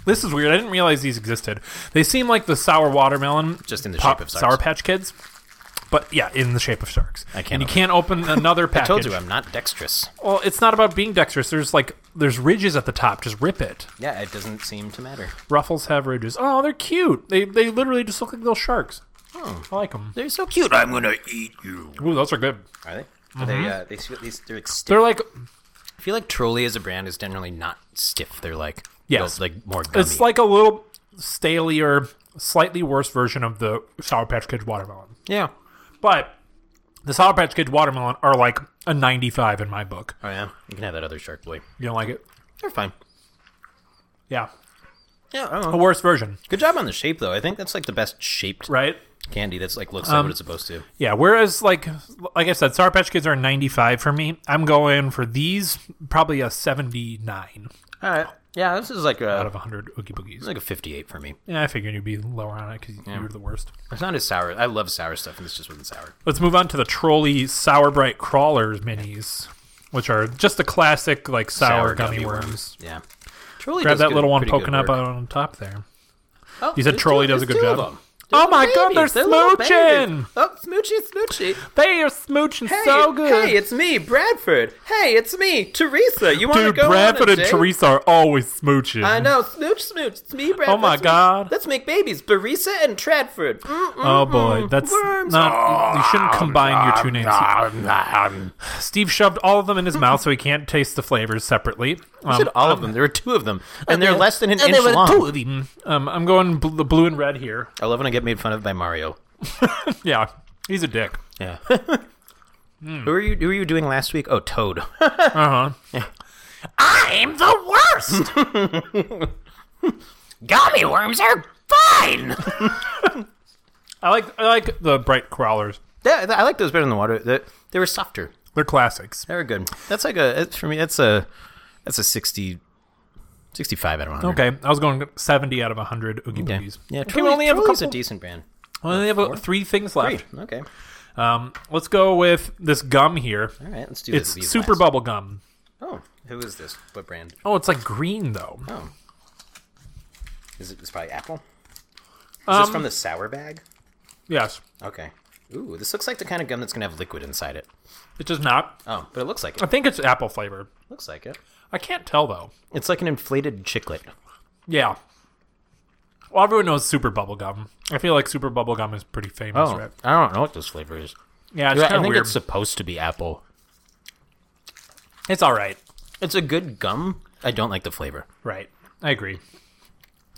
[SPEAKER 2] this is weird. I didn't realize these existed. They seem like the sour watermelon,
[SPEAKER 1] Just in the
[SPEAKER 2] pop-
[SPEAKER 1] shape of sharks.
[SPEAKER 2] Sour Patch Kids. But yeah, in the shape of sharks.
[SPEAKER 1] I can't
[SPEAKER 2] And you
[SPEAKER 1] open
[SPEAKER 2] can't open another package.
[SPEAKER 1] I told you I'm not dexterous.
[SPEAKER 2] Well, it's not about being dexterous. There's like there's ridges at the top. Just rip it.
[SPEAKER 1] Yeah, it doesn't seem to matter.
[SPEAKER 2] Ruffles have ridges. Oh, they're cute. They they literally just look like little sharks. I like them.
[SPEAKER 1] They're so cute. I'm gonna eat you.
[SPEAKER 2] Ooh, those are good.
[SPEAKER 1] Are they? Are they, uh, they, feel- they, they're like stiff.
[SPEAKER 2] They're like
[SPEAKER 1] I feel like Trolley as a brand is generally not stiff. They're like
[SPEAKER 2] Yes.
[SPEAKER 1] they're, like more gummy.
[SPEAKER 2] it's like a little stalier, slightly worse version of the Sour Patch Kids watermelon.
[SPEAKER 1] yeah.
[SPEAKER 2] But the Sour Patch Kids watermelon are like a 95 in my book.
[SPEAKER 1] Oh yeah, you can have that other shark boy.
[SPEAKER 2] You don't like it?
[SPEAKER 1] They're fine.
[SPEAKER 2] Yeah,
[SPEAKER 1] Yeah, I don't
[SPEAKER 2] a
[SPEAKER 1] know.
[SPEAKER 2] worse version,
[SPEAKER 1] Good job on the shape though. I think that's like the best shaped
[SPEAKER 2] right?
[SPEAKER 1] candy. That's like looks like
[SPEAKER 2] Um,
[SPEAKER 1] what it's supposed to.
[SPEAKER 2] Yeah. Whereas, like, like I said, Sour Patch Kids are 95 for me. I'm going for these probably a 79
[SPEAKER 1] All right. Yeah, this is like
[SPEAKER 2] out
[SPEAKER 1] a
[SPEAKER 2] of 100 Oogie Boogies.
[SPEAKER 1] it's like a 58 for me.
[SPEAKER 2] Yeah, I figured you'd be lower on it because you were the worst.
[SPEAKER 1] It's not as sour. I love sour stuff, and this just wasn't sour.
[SPEAKER 2] Let's move on to the Trolley Sour Bright Crawlers minis, which are just the classic like sour, gummy, worms.
[SPEAKER 1] Yeah. Trolley
[SPEAKER 2] Grab
[SPEAKER 1] does
[SPEAKER 2] that
[SPEAKER 1] good-
[SPEAKER 2] little one
[SPEAKER 1] pretty good
[SPEAKER 2] poking up
[SPEAKER 1] work.
[SPEAKER 2] on top there.
[SPEAKER 1] Oh,
[SPEAKER 2] You said
[SPEAKER 1] there's
[SPEAKER 2] Trolley
[SPEAKER 1] two-
[SPEAKER 2] does a
[SPEAKER 1] there's
[SPEAKER 2] good
[SPEAKER 1] two
[SPEAKER 2] job.
[SPEAKER 1] of 'em. They're
[SPEAKER 2] Oh my God,
[SPEAKER 1] babies.
[SPEAKER 2] they're
[SPEAKER 1] little babies.
[SPEAKER 2] smooching.
[SPEAKER 1] Oh, smoochy, smoochy.
[SPEAKER 2] They are smooching
[SPEAKER 1] Hey,
[SPEAKER 2] so good.
[SPEAKER 1] Hey, it's me, Bradford. Hey, it's me, Teresa. You want to
[SPEAKER 2] Dude,
[SPEAKER 1] go on a
[SPEAKER 2] Bradford and
[SPEAKER 1] date?
[SPEAKER 2] Teresa are always smooching. Oh
[SPEAKER 1] I know, smooch, smooch. It's me, Bradford.
[SPEAKER 2] my
[SPEAKER 1] Let's make-
[SPEAKER 2] God.
[SPEAKER 1] let's make babies, Barisa and Tradford. Mm-mm.
[SPEAKER 2] Oh boy, that's
[SPEAKER 1] Worms.
[SPEAKER 2] not. you shouldn't combine your two names. Steve shoved all of them in his mouth, so he can't taste the flavors separately. Um,
[SPEAKER 1] Said all of them. There were two of them, and they're less than an
[SPEAKER 4] and
[SPEAKER 1] inch
[SPEAKER 4] there were
[SPEAKER 1] long.
[SPEAKER 4] two of them.
[SPEAKER 2] um, I'm going bl- the blue and red here.
[SPEAKER 1] I love when I get made fun of by Mario.
[SPEAKER 2] Yeah, he's a dick.
[SPEAKER 1] Yeah. Who are you? Who were you doing last week? Oh, Toad. Uh-huh.
[SPEAKER 2] Uh huh.
[SPEAKER 4] I'm the worst. Gummy worms are fine.
[SPEAKER 2] I like I like the bright crawlers.
[SPEAKER 1] yeah, I like those better than the water. They, they were softer.
[SPEAKER 2] They're classics.
[SPEAKER 1] They were good. That's like a it's- for me. That's a that's a 60, 65 out of hundred.
[SPEAKER 2] Okay, I was going 70 out of 100 Oogie
[SPEAKER 1] Yeah.
[SPEAKER 2] Boogies.
[SPEAKER 1] Yeah.
[SPEAKER 2] Okay,
[SPEAKER 1] Truly,
[SPEAKER 2] we only have a
[SPEAKER 1] Truly's
[SPEAKER 2] couple.
[SPEAKER 1] decent brand.
[SPEAKER 2] we only have uh, three things left.
[SPEAKER 1] Okay.
[SPEAKER 2] Um, let's go with this gum here.
[SPEAKER 1] All right. Let's do
[SPEAKER 2] It's
[SPEAKER 1] this.
[SPEAKER 2] super
[SPEAKER 1] last.
[SPEAKER 2] bubble gum.
[SPEAKER 1] Oh, who is this? What brand?
[SPEAKER 2] Oh, it's like green though.
[SPEAKER 1] Oh. Is it? It's probably Apple. Is
[SPEAKER 2] Um,
[SPEAKER 1] this from the sour bag?
[SPEAKER 2] Yes,
[SPEAKER 1] Okay. Ooh, this looks like the kind of gum that's gonna have liquid inside it.
[SPEAKER 2] it does not.
[SPEAKER 1] Oh, but it looks like
[SPEAKER 2] I
[SPEAKER 1] it.
[SPEAKER 2] think it's apple flavor.
[SPEAKER 1] Looks like it.
[SPEAKER 2] I can't tell though.
[SPEAKER 1] It's like an inflated chiclet.
[SPEAKER 2] Yeah. Well, everyone knows super bubble gum. I feel like super bubble gum is pretty famous, right?
[SPEAKER 1] I don't know what this flavor is.
[SPEAKER 2] Yeah, Oh. it's
[SPEAKER 1] Oh. I
[SPEAKER 2] kind
[SPEAKER 1] think
[SPEAKER 2] of weird.
[SPEAKER 1] it's supposed to be apple.
[SPEAKER 2] it's all right.
[SPEAKER 1] It's a good gum. I don't like the flavor.
[SPEAKER 2] Right. I agree.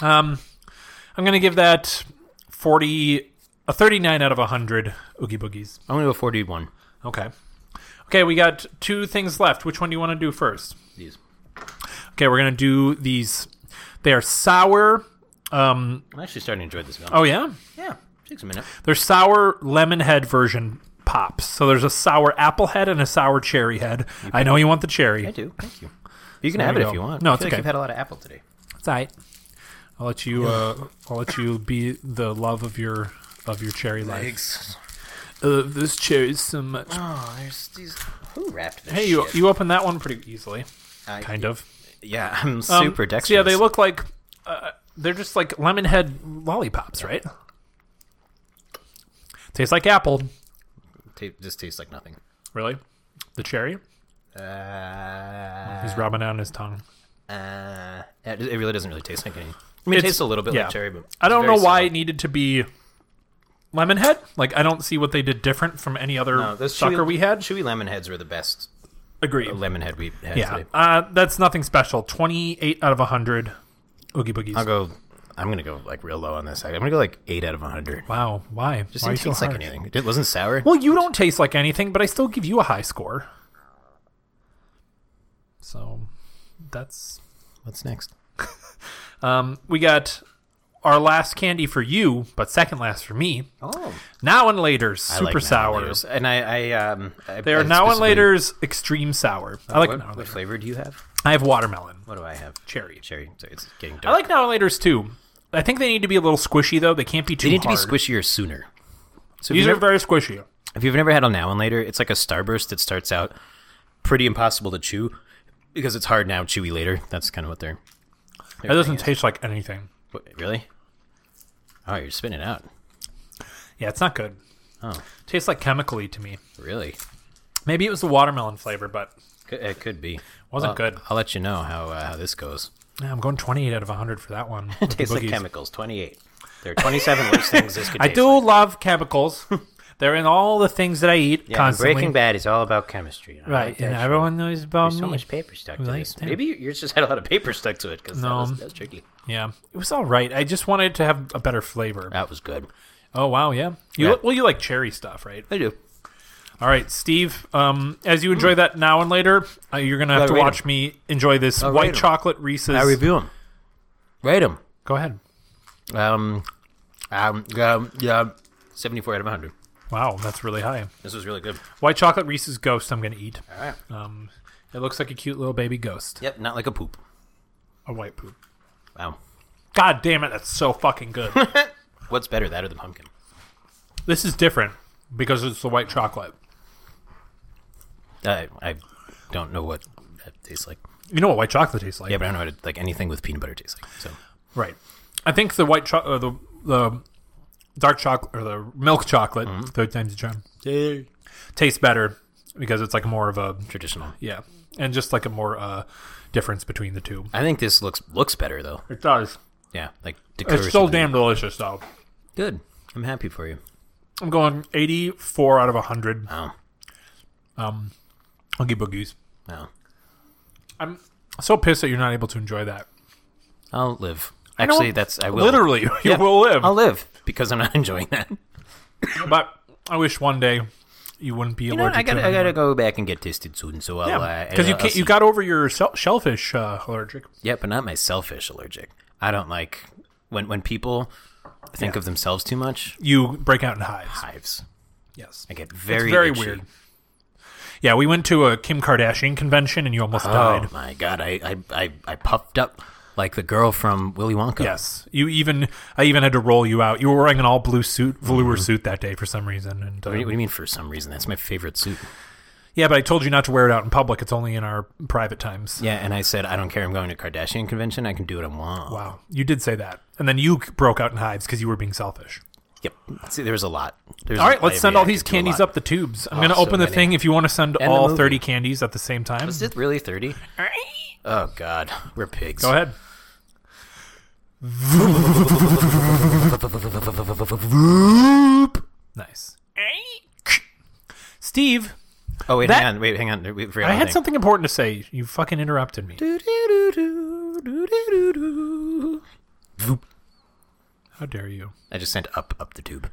[SPEAKER 2] Um, I'm gonna give that forty a thirty nine out of hundred oogie boogies.
[SPEAKER 1] I'm gonna go 41.
[SPEAKER 2] Okay. Okay, we got two things left. Which one do you want to do first?
[SPEAKER 1] These.
[SPEAKER 2] Okay, we're gonna do these. They are sour. Um,
[SPEAKER 1] I'm actually starting to enjoy this gum.
[SPEAKER 2] oh yeah,
[SPEAKER 1] yeah. Takes a minute.
[SPEAKER 2] they're sour lemon head version pops. So there's a sour apple head and a sour cherry head. I know you want the cherry.
[SPEAKER 1] I do. Thank you. You can
[SPEAKER 2] There
[SPEAKER 1] have it
[SPEAKER 2] you
[SPEAKER 1] if
[SPEAKER 2] go.
[SPEAKER 1] you want.
[SPEAKER 2] No,
[SPEAKER 1] I
[SPEAKER 2] it's
[SPEAKER 1] feel
[SPEAKER 2] okay.
[SPEAKER 1] Like you've had a lot of apple today.
[SPEAKER 2] It's all right. I'll let you. Uh, I'll let you be the love of your of your cherry life. Uh, this cherry is so much.
[SPEAKER 1] Oh, there's these. Who wrapped this?
[SPEAKER 2] Hey, you
[SPEAKER 1] shit?
[SPEAKER 2] you opened that one pretty easily,
[SPEAKER 1] I-
[SPEAKER 2] kind of.
[SPEAKER 1] Yeah, I'm
[SPEAKER 2] Um,
[SPEAKER 1] super
[SPEAKER 2] so
[SPEAKER 1] dexterous.
[SPEAKER 2] Yeah, they look like uh, they're just like lemon head lollipops, right? Tastes like apple.
[SPEAKER 1] Ta- just tastes like nothing.
[SPEAKER 2] Really, the cherry.
[SPEAKER 1] Uh,
[SPEAKER 2] He's rubbing down his tongue.
[SPEAKER 1] uh, it it really doesn't really taste like anything. I mean, it
[SPEAKER 2] It's-
[SPEAKER 1] tastes a little bit
[SPEAKER 2] yeah.
[SPEAKER 1] like cherry, but
[SPEAKER 2] I don't
[SPEAKER 1] it's
[SPEAKER 2] know
[SPEAKER 1] very
[SPEAKER 2] why
[SPEAKER 1] subtle.
[SPEAKER 2] it needed to be lemon head. Like I don't see what they did different from any other
[SPEAKER 1] No, those
[SPEAKER 2] sucker
[SPEAKER 1] chewy,
[SPEAKER 2] we had.
[SPEAKER 1] chewy lemon heads were the best
[SPEAKER 2] Agree.
[SPEAKER 1] lemon head we had
[SPEAKER 2] Yeah,
[SPEAKER 1] today.
[SPEAKER 2] uh, that's nothing special. Twenty-eight out of hundred, Oogie Boogies.
[SPEAKER 1] I'll go. I'm gonna go like real low on this. I'm gonna go like eight out of hundred.
[SPEAKER 2] Wow, why?
[SPEAKER 1] Just
[SPEAKER 2] why are you
[SPEAKER 1] didn't
[SPEAKER 2] so
[SPEAKER 1] taste like
[SPEAKER 2] harsh?
[SPEAKER 1] anything. It wasn't sour.
[SPEAKER 2] Well, you don't taste like anything, but I still give you a high score. So, that's
[SPEAKER 1] What's next?
[SPEAKER 2] um, we got our last candy for you, but second last for me.
[SPEAKER 1] Oh,
[SPEAKER 2] Now and later's
[SPEAKER 1] I
[SPEAKER 2] super
[SPEAKER 1] like now and
[SPEAKER 2] sour.
[SPEAKER 1] laters. And I, I um, I,
[SPEAKER 2] They are
[SPEAKER 1] I
[SPEAKER 2] now and
[SPEAKER 1] specifically-
[SPEAKER 2] later's extreme sour. I like
[SPEAKER 1] What,
[SPEAKER 2] now and
[SPEAKER 1] what
[SPEAKER 2] later.
[SPEAKER 1] flavor do you have?
[SPEAKER 2] I have watermelon,
[SPEAKER 1] What do I have?
[SPEAKER 2] cherry.
[SPEAKER 1] Cherry. So it's getting
[SPEAKER 2] I
[SPEAKER 1] dark.
[SPEAKER 2] like now and later's too. I think they need to be a little squishy though. They can't be too.
[SPEAKER 1] They need
[SPEAKER 2] hard.
[SPEAKER 1] to be squishier sooner. So if
[SPEAKER 2] These
[SPEAKER 1] you
[SPEAKER 2] are
[SPEAKER 1] never-
[SPEAKER 2] very squishy.
[SPEAKER 1] If you've never had a now and later, it's like a starburst that starts out pretty impossible to chew because it's hard now, chewy later. That's kind of what they're.
[SPEAKER 2] It doesn't taste like anything.
[SPEAKER 1] What, really? Oh, you're spinning out.
[SPEAKER 2] Yeah, it's not good.
[SPEAKER 1] Oh,
[SPEAKER 2] Tastes like chemically to me.
[SPEAKER 1] really?
[SPEAKER 2] Maybe it was the watermelon flavor, but
[SPEAKER 1] Could- It could be.
[SPEAKER 2] Wasn't good.
[SPEAKER 1] I'll let you know how uh, how this goes.
[SPEAKER 2] yeah, I'm going 28 out of 100 for that one. with the
[SPEAKER 1] Tastes like
[SPEAKER 2] boogies.
[SPEAKER 1] chemicals. Twenty eight. There are twenty seven worst things this could.
[SPEAKER 2] I
[SPEAKER 1] taste
[SPEAKER 2] do
[SPEAKER 1] Like.
[SPEAKER 2] love chemicals. They're in all the things that I eat
[SPEAKER 1] Yeah, and
[SPEAKER 2] constantly.
[SPEAKER 1] Breaking Bad is all about chemistry. I
[SPEAKER 2] Right,
[SPEAKER 1] like
[SPEAKER 2] and
[SPEAKER 1] that
[SPEAKER 2] everyone knows about
[SPEAKER 1] shit. There's so
[SPEAKER 2] me.
[SPEAKER 1] much paper stuck to
[SPEAKER 2] Like
[SPEAKER 1] this.
[SPEAKER 2] that.
[SPEAKER 1] Maybe yours just had a lot of paper stuck to it because
[SPEAKER 2] No.
[SPEAKER 1] that, was, that was tricky.
[SPEAKER 2] Yeah, it was all right. I just wanted to have a better flavor.
[SPEAKER 1] That was good.
[SPEAKER 2] Oh wow, yeah. You
[SPEAKER 1] Yeah.
[SPEAKER 2] well, you like cherry stuff, right?
[SPEAKER 1] I do.
[SPEAKER 2] All right, Steve. Um, as you enjoy that now and later, uh, you're gonna have
[SPEAKER 1] Gotta
[SPEAKER 2] to
[SPEAKER 1] rate
[SPEAKER 2] watch me enjoy this
[SPEAKER 1] I'll rate
[SPEAKER 2] white
[SPEAKER 1] 'em.
[SPEAKER 2] chocolate Reese's.
[SPEAKER 1] I review them. Rate them.
[SPEAKER 2] Go ahead.
[SPEAKER 1] Um, um, um, yeah, seventy four out of one hundred.
[SPEAKER 2] Wow, that's really high.
[SPEAKER 1] This was really good.
[SPEAKER 2] White chocolate Reese's ghost. I'm gonna eat.
[SPEAKER 1] All right.
[SPEAKER 2] Um, it looks like a cute little baby ghost.
[SPEAKER 1] Yep, not like a poop.
[SPEAKER 2] A white poop.
[SPEAKER 1] Wow.
[SPEAKER 2] God damn it, that's so fucking good.
[SPEAKER 1] What's better, that or the pumpkin?
[SPEAKER 2] this is different because it's the white chocolate.
[SPEAKER 1] I I don't know what that tastes like.
[SPEAKER 2] You know what white chocolate tastes like?
[SPEAKER 1] Yeah, but I don't know what it, like anything with peanut butter tastes like. So
[SPEAKER 2] Right. I think the white chocolate, or the the dark chocolate, or the milk chocolate,
[SPEAKER 1] Mm-hmm.
[SPEAKER 2] third time's a charm, tastes better because it's like more of a
[SPEAKER 1] traditional.
[SPEAKER 2] yeah, and just like a more uh difference between the two.
[SPEAKER 1] I think this looks looks better though.
[SPEAKER 2] It does.
[SPEAKER 1] Yeah, like
[SPEAKER 2] It's so damn delicious though.
[SPEAKER 1] good. I'm happy for you. Oh,
[SPEAKER 2] I'm going 84 out of 100
[SPEAKER 1] Wow,
[SPEAKER 2] Huggy Boogies.
[SPEAKER 1] wow.
[SPEAKER 2] I'm so pissed that you're not able to enjoy that.
[SPEAKER 1] I'll live.
[SPEAKER 2] know-
[SPEAKER 1] Actually, that's I will
[SPEAKER 2] Literally, you
[SPEAKER 1] Yeah,
[SPEAKER 2] will live.
[SPEAKER 1] I'll live because I'm not enjoying that.
[SPEAKER 2] but I wish one day you wouldn't be
[SPEAKER 1] You
[SPEAKER 2] allergic
[SPEAKER 1] know what? I
[SPEAKER 2] to
[SPEAKER 1] gotta I gotta go back and get tested soon. So I'll uh,
[SPEAKER 2] because you
[SPEAKER 1] I'll
[SPEAKER 2] can't, you
[SPEAKER 1] see.
[SPEAKER 2] got over your shell- shellfish uh, allergic.
[SPEAKER 1] yeah, but not my selfish allergic. I don't like when when people think of themselves too much.
[SPEAKER 2] You break out in hives.
[SPEAKER 1] Hives.
[SPEAKER 2] Yes,
[SPEAKER 1] I get very
[SPEAKER 2] it's very
[SPEAKER 1] itchy.
[SPEAKER 2] weird. Yeah, we went to a Kim Kardashian convention and you almost
[SPEAKER 1] Oh
[SPEAKER 2] died.
[SPEAKER 1] my god, I, I I I puffed up like the girl from Willy Wonka.
[SPEAKER 2] Yes, you even I even had to roll you out. You were wearing an all blue suit, velour
[SPEAKER 1] Mm-hmm.
[SPEAKER 2] suit that day for some reason. And uh,
[SPEAKER 1] What do you- what do you mean for some reason? That's my favorite suit.
[SPEAKER 2] yeah, but I told you not to wear it out in public. It's only in our private times.
[SPEAKER 1] Yeah, and I said, I don't care. I'm going to Kardashian convention. I can do what I want.
[SPEAKER 2] Wow, you did say that, and then you c- broke out in hives because you were being selfish.
[SPEAKER 1] Yep. See, there's a lot. There's
[SPEAKER 2] All right, let's
[SPEAKER 1] I
[SPEAKER 2] send all
[SPEAKER 1] reacted
[SPEAKER 2] these
[SPEAKER 1] to a
[SPEAKER 2] candies
[SPEAKER 1] lot.
[SPEAKER 2] up the tubes. I'm
[SPEAKER 1] Oh,
[SPEAKER 2] gonna
[SPEAKER 1] so
[SPEAKER 2] open the
[SPEAKER 1] many.
[SPEAKER 2] thing. If you want to send
[SPEAKER 1] And the
[SPEAKER 2] all
[SPEAKER 1] movie.
[SPEAKER 2] 30 candies at the same time,
[SPEAKER 1] Is it really 30? Oh, God. We're pigs.
[SPEAKER 2] go ahead. Nice. Steve,
[SPEAKER 1] Oh, wait,
[SPEAKER 2] That-
[SPEAKER 1] hang on. Wait, hang on. Wait,
[SPEAKER 2] I had something important to say. You fucking interrupted me.
[SPEAKER 1] something.
[SPEAKER 2] How dare you?
[SPEAKER 1] I just sent up, up the tube.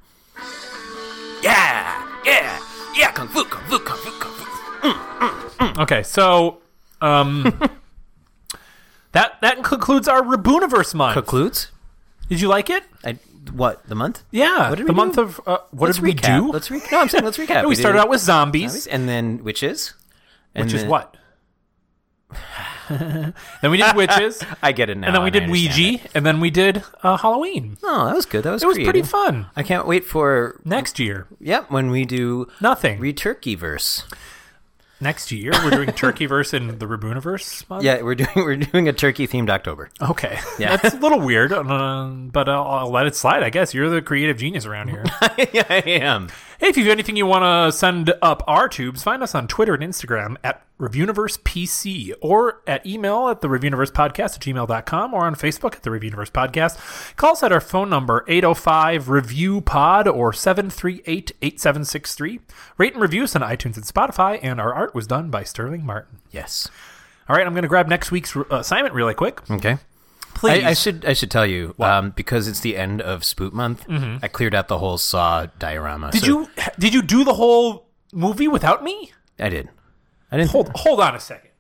[SPEAKER 1] Yeah! Yeah! Yeah! Kung fu, kung fu, kung fu, kung fu.
[SPEAKER 2] Okay, so um that that concludes our Rabooniverse month.
[SPEAKER 1] Concludes?
[SPEAKER 2] Did you like it?
[SPEAKER 1] I, what, the month?
[SPEAKER 2] Yeah,
[SPEAKER 1] What did
[SPEAKER 2] the
[SPEAKER 1] we
[SPEAKER 2] month
[SPEAKER 1] do?
[SPEAKER 2] of uh, what
[SPEAKER 1] Let's
[SPEAKER 2] did we
[SPEAKER 1] recap.
[SPEAKER 2] do?
[SPEAKER 1] Let's recap. No, I'm saying let's recap.
[SPEAKER 2] we
[SPEAKER 1] did-
[SPEAKER 2] started out with zombies,
[SPEAKER 1] and then witches. And
[SPEAKER 2] which is
[SPEAKER 1] then-
[SPEAKER 2] what? then we did witches,
[SPEAKER 1] I get it now.
[SPEAKER 2] and then we
[SPEAKER 1] I
[SPEAKER 2] did
[SPEAKER 1] understand it.
[SPEAKER 2] Ouija, and then we did uh, Halloween.
[SPEAKER 1] Oh, that was good. That was
[SPEAKER 2] It was pretty
[SPEAKER 1] creative.
[SPEAKER 2] fun.
[SPEAKER 1] I can't wait for
[SPEAKER 2] Next year,
[SPEAKER 1] yep when we do
[SPEAKER 2] nothing.
[SPEAKER 1] Returkey verse.
[SPEAKER 2] Next year, we're doing Turkey verse and the Rabooniverse month.
[SPEAKER 1] Yeah, we're doing we're doing a turkey themed October.
[SPEAKER 2] Okay.
[SPEAKER 1] Yeah.
[SPEAKER 2] That's a little weird, um, but I'll, I'll let it slide, I guess. You're the creative genius around here.
[SPEAKER 1] yeah, I am.
[SPEAKER 2] hey, if you have anything you want to send up our tubes, find us on Twitter and Instagram at ReviewUniversePC or at email at the Podcast at gmail.com or on Facebook at the Reviewuniverse Podcast. Call us at our phone number 805 Review Pod or 738 8763. Rate and review us on iTunes and Spotify, and our art was done by Sterling Martin.
[SPEAKER 1] Yes.
[SPEAKER 2] All right, I'm going to grab next week's uh, assignment really quick.
[SPEAKER 1] Okay.
[SPEAKER 2] Please.
[SPEAKER 1] I, I should I should tell you um, because it's the end of Spook Month. I cleared out the whole Saw diorama.
[SPEAKER 2] Mm-hmm. Did you did you do the whole movie without me?
[SPEAKER 1] I did. I didn't.
[SPEAKER 2] Hold hold on a second.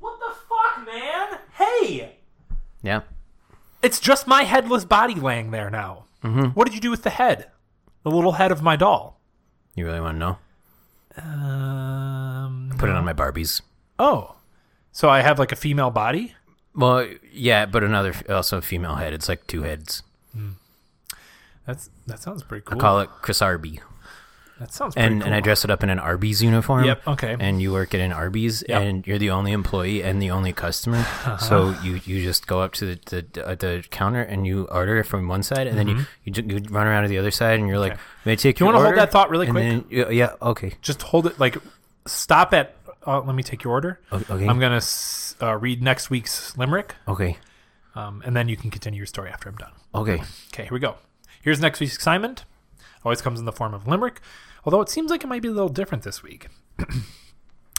[SPEAKER 2] What the fuck, man? Hey,
[SPEAKER 1] Yeah.
[SPEAKER 2] it's just my headless body laying there now.
[SPEAKER 1] Mm-hmm.
[SPEAKER 2] What did you do with the head? The little head of my doll.
[SPEAKER 1] You really want to know?
[SPEAKER 2] Um.
[SPEAKER 1] Put it on my Barbies.
[SPEAKER 2] Oh, so I have like a female body.
[SPEAKER 1] Well, yeah, but another also a female head. It's like two heads.
[SPEAKER 2] That's that sounds pretty cool.
[SPEAKER 1] Call it Chris Arby.
[SPEAKER 2] That sounds pretty
[SPEAKER 1] and
[SPEAKER 2] cool.
[SPEAKER 1] and I dress it up in an Arby's uniform.
[SPEAKER 2] Yep, okay.
[SPEAKER 1] And you work at an Arby's,
[SPEAKER 2] Yep. Uh-huh.
[SPEAKER 1] and you're the only employee and the only customer. So you, you just go up to the the, uh, the counter and you order from one side, and then you, you ju- you run around to the other side, and you're like, "May I take
[SPEAKER 2] Mm-hmm. Do
[SPEAKER 1] your
[SPEAKER 2] you wanna hold
[SPEAKER 1] order?"
[SPEAKER 2] that thought really
[SPEAKER 1] And
[SPEAKER 2] quick?
[SPEAKER 1] then- yeah, yeah, okay.
[SPEAKER 2] Just hold it, like, stop at. Uh, let me take your order.
[SPEAKER 1] O- okay.
[SPEAKER 2] I'm gonna s- uh, read next week's limerick,
[SPEAKER 1] Okay.
[SPEAKER 2] um, and then you can continue your story after I'm done.
[SPEAKER 1] Okay.
[SPEAKER 2] Okay, here we go. Here's next week's assignment. Always comes in the form of limerick, although it seems like it might be a little different this week.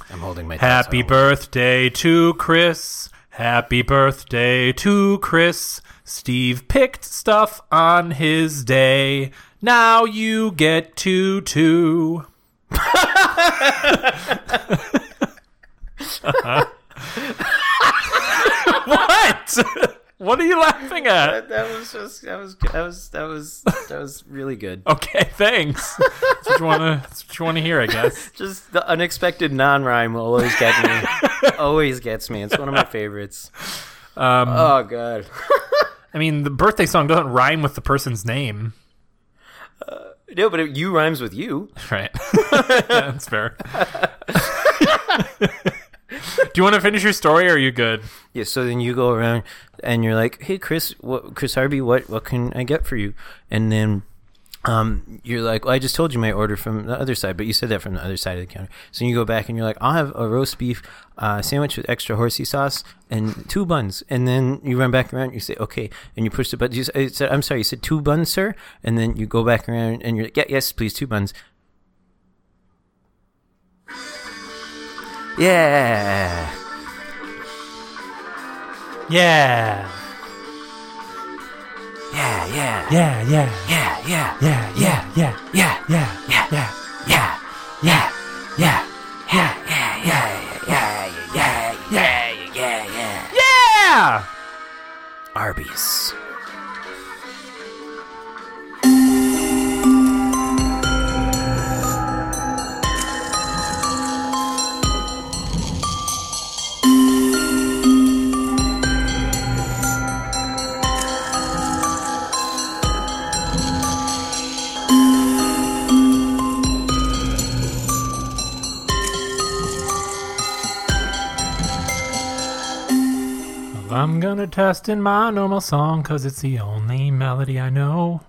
[SPEAKER 1] I'm holding my thoughts.
[SPEAKER 2] Happy
[SPEAKER 1] I don't-
[SPEAKER 2] birthday to Chris. Happy birthday to Chris. Steve picked stuff on his day. Now you get to two. what? what are you laughing at?
[SPEAKER 1] That was just that was that was that was that was really good.
[SPEAKER 2] Okay, thanks. That's what you want to. That's what you want to hear, I guess.
[SPEAKER 1] Just the unexpected non-rhyme will always get me. always gets me. It's one of my favorites.
[SPEAKER 2] Um,
[SPEAKER 1] Oh god.
[SPEAKER 2] I mean, the birthday song doesn't rhyme with the person's name,
[SPEAKER 1] No, but it, you rhymes with you.
[SPEAKER 2] right? yeah, that's fair. Do you want to finish your story? or Are you good?
[SPEAKER 1] Yeah. So then you go around and you're like, "Hey, Chris, what, Chris Harvey, what, what can I get for you?" And then, um, you're like, "Well, I just told you my order from the other side, but you said that from the other side of the counter." So you go back and you're like, "I'll have a roast beef uh, sandwich with extra horsey sauce and two buns." And then you run back around. And you say, "Okay," and you push the button. You s- it said, "I'm sorry," you said, two buns, sir." And then you go back around and you're like, "Yeah, yes, please, two buns." Yeah.
[SPEAKER 2] Yeah,
[SPEAKER 1] Yeah, yeah,
[SPEAKER 2] yeah, yeah,
[SPEAKER 1] yeah, yeah,
[SPEAKER 2] yeah, yeah, yeah,
[SPEAKER 1] yeah,
[SPEAKER 2] yeah,
[SPEAKER 1] yeah,
[SPEAKER 2] yeah.
[SPEAKER 1] yeah, yeah, yeah, yeah, yeah, yeah, yeah, yeah, yeah, yeah, yeah.
[SPEAKER 2] Yeah.
[SPEAKER 1] Arby's.
[SPEAKER 2] I'm gonna test in my normal song because it's the only melody I know.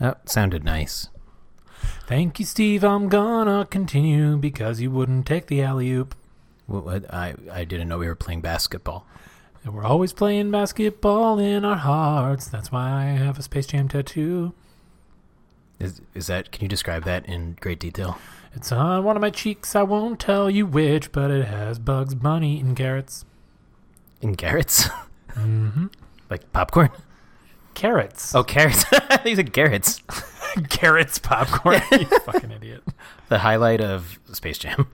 [SPEAKER 1] Oh, sounded nice.
[SPEAKER 2] Thank you, Steve. I'm gonna continue because you wouldn't take the alley oop.
[SPEAKER 1] What, what, I I didn't know we were playing basketball.
[SPEAKER 2] And we're always playing basketball in our hearts. That's why I have a Space Jam tattoo.
[SPEAKER 1] Is is that? Can you describe that in great detail?
[SPEAKER 2] It's on one of my cheeks. I won't tell you which, but it has Bugs Bunny and carrots.
[SPEAKER 1] In carrots. Like popcorn?
[SPEAKER 2] Carrots.
[SPEAKER 1] Mm-hmm. Oh, carrots. These are carrots.
[SPEAKER 2] carrots popcorn. you fucking idiot.
[SPEAKER 1] The highlight of Space Jam.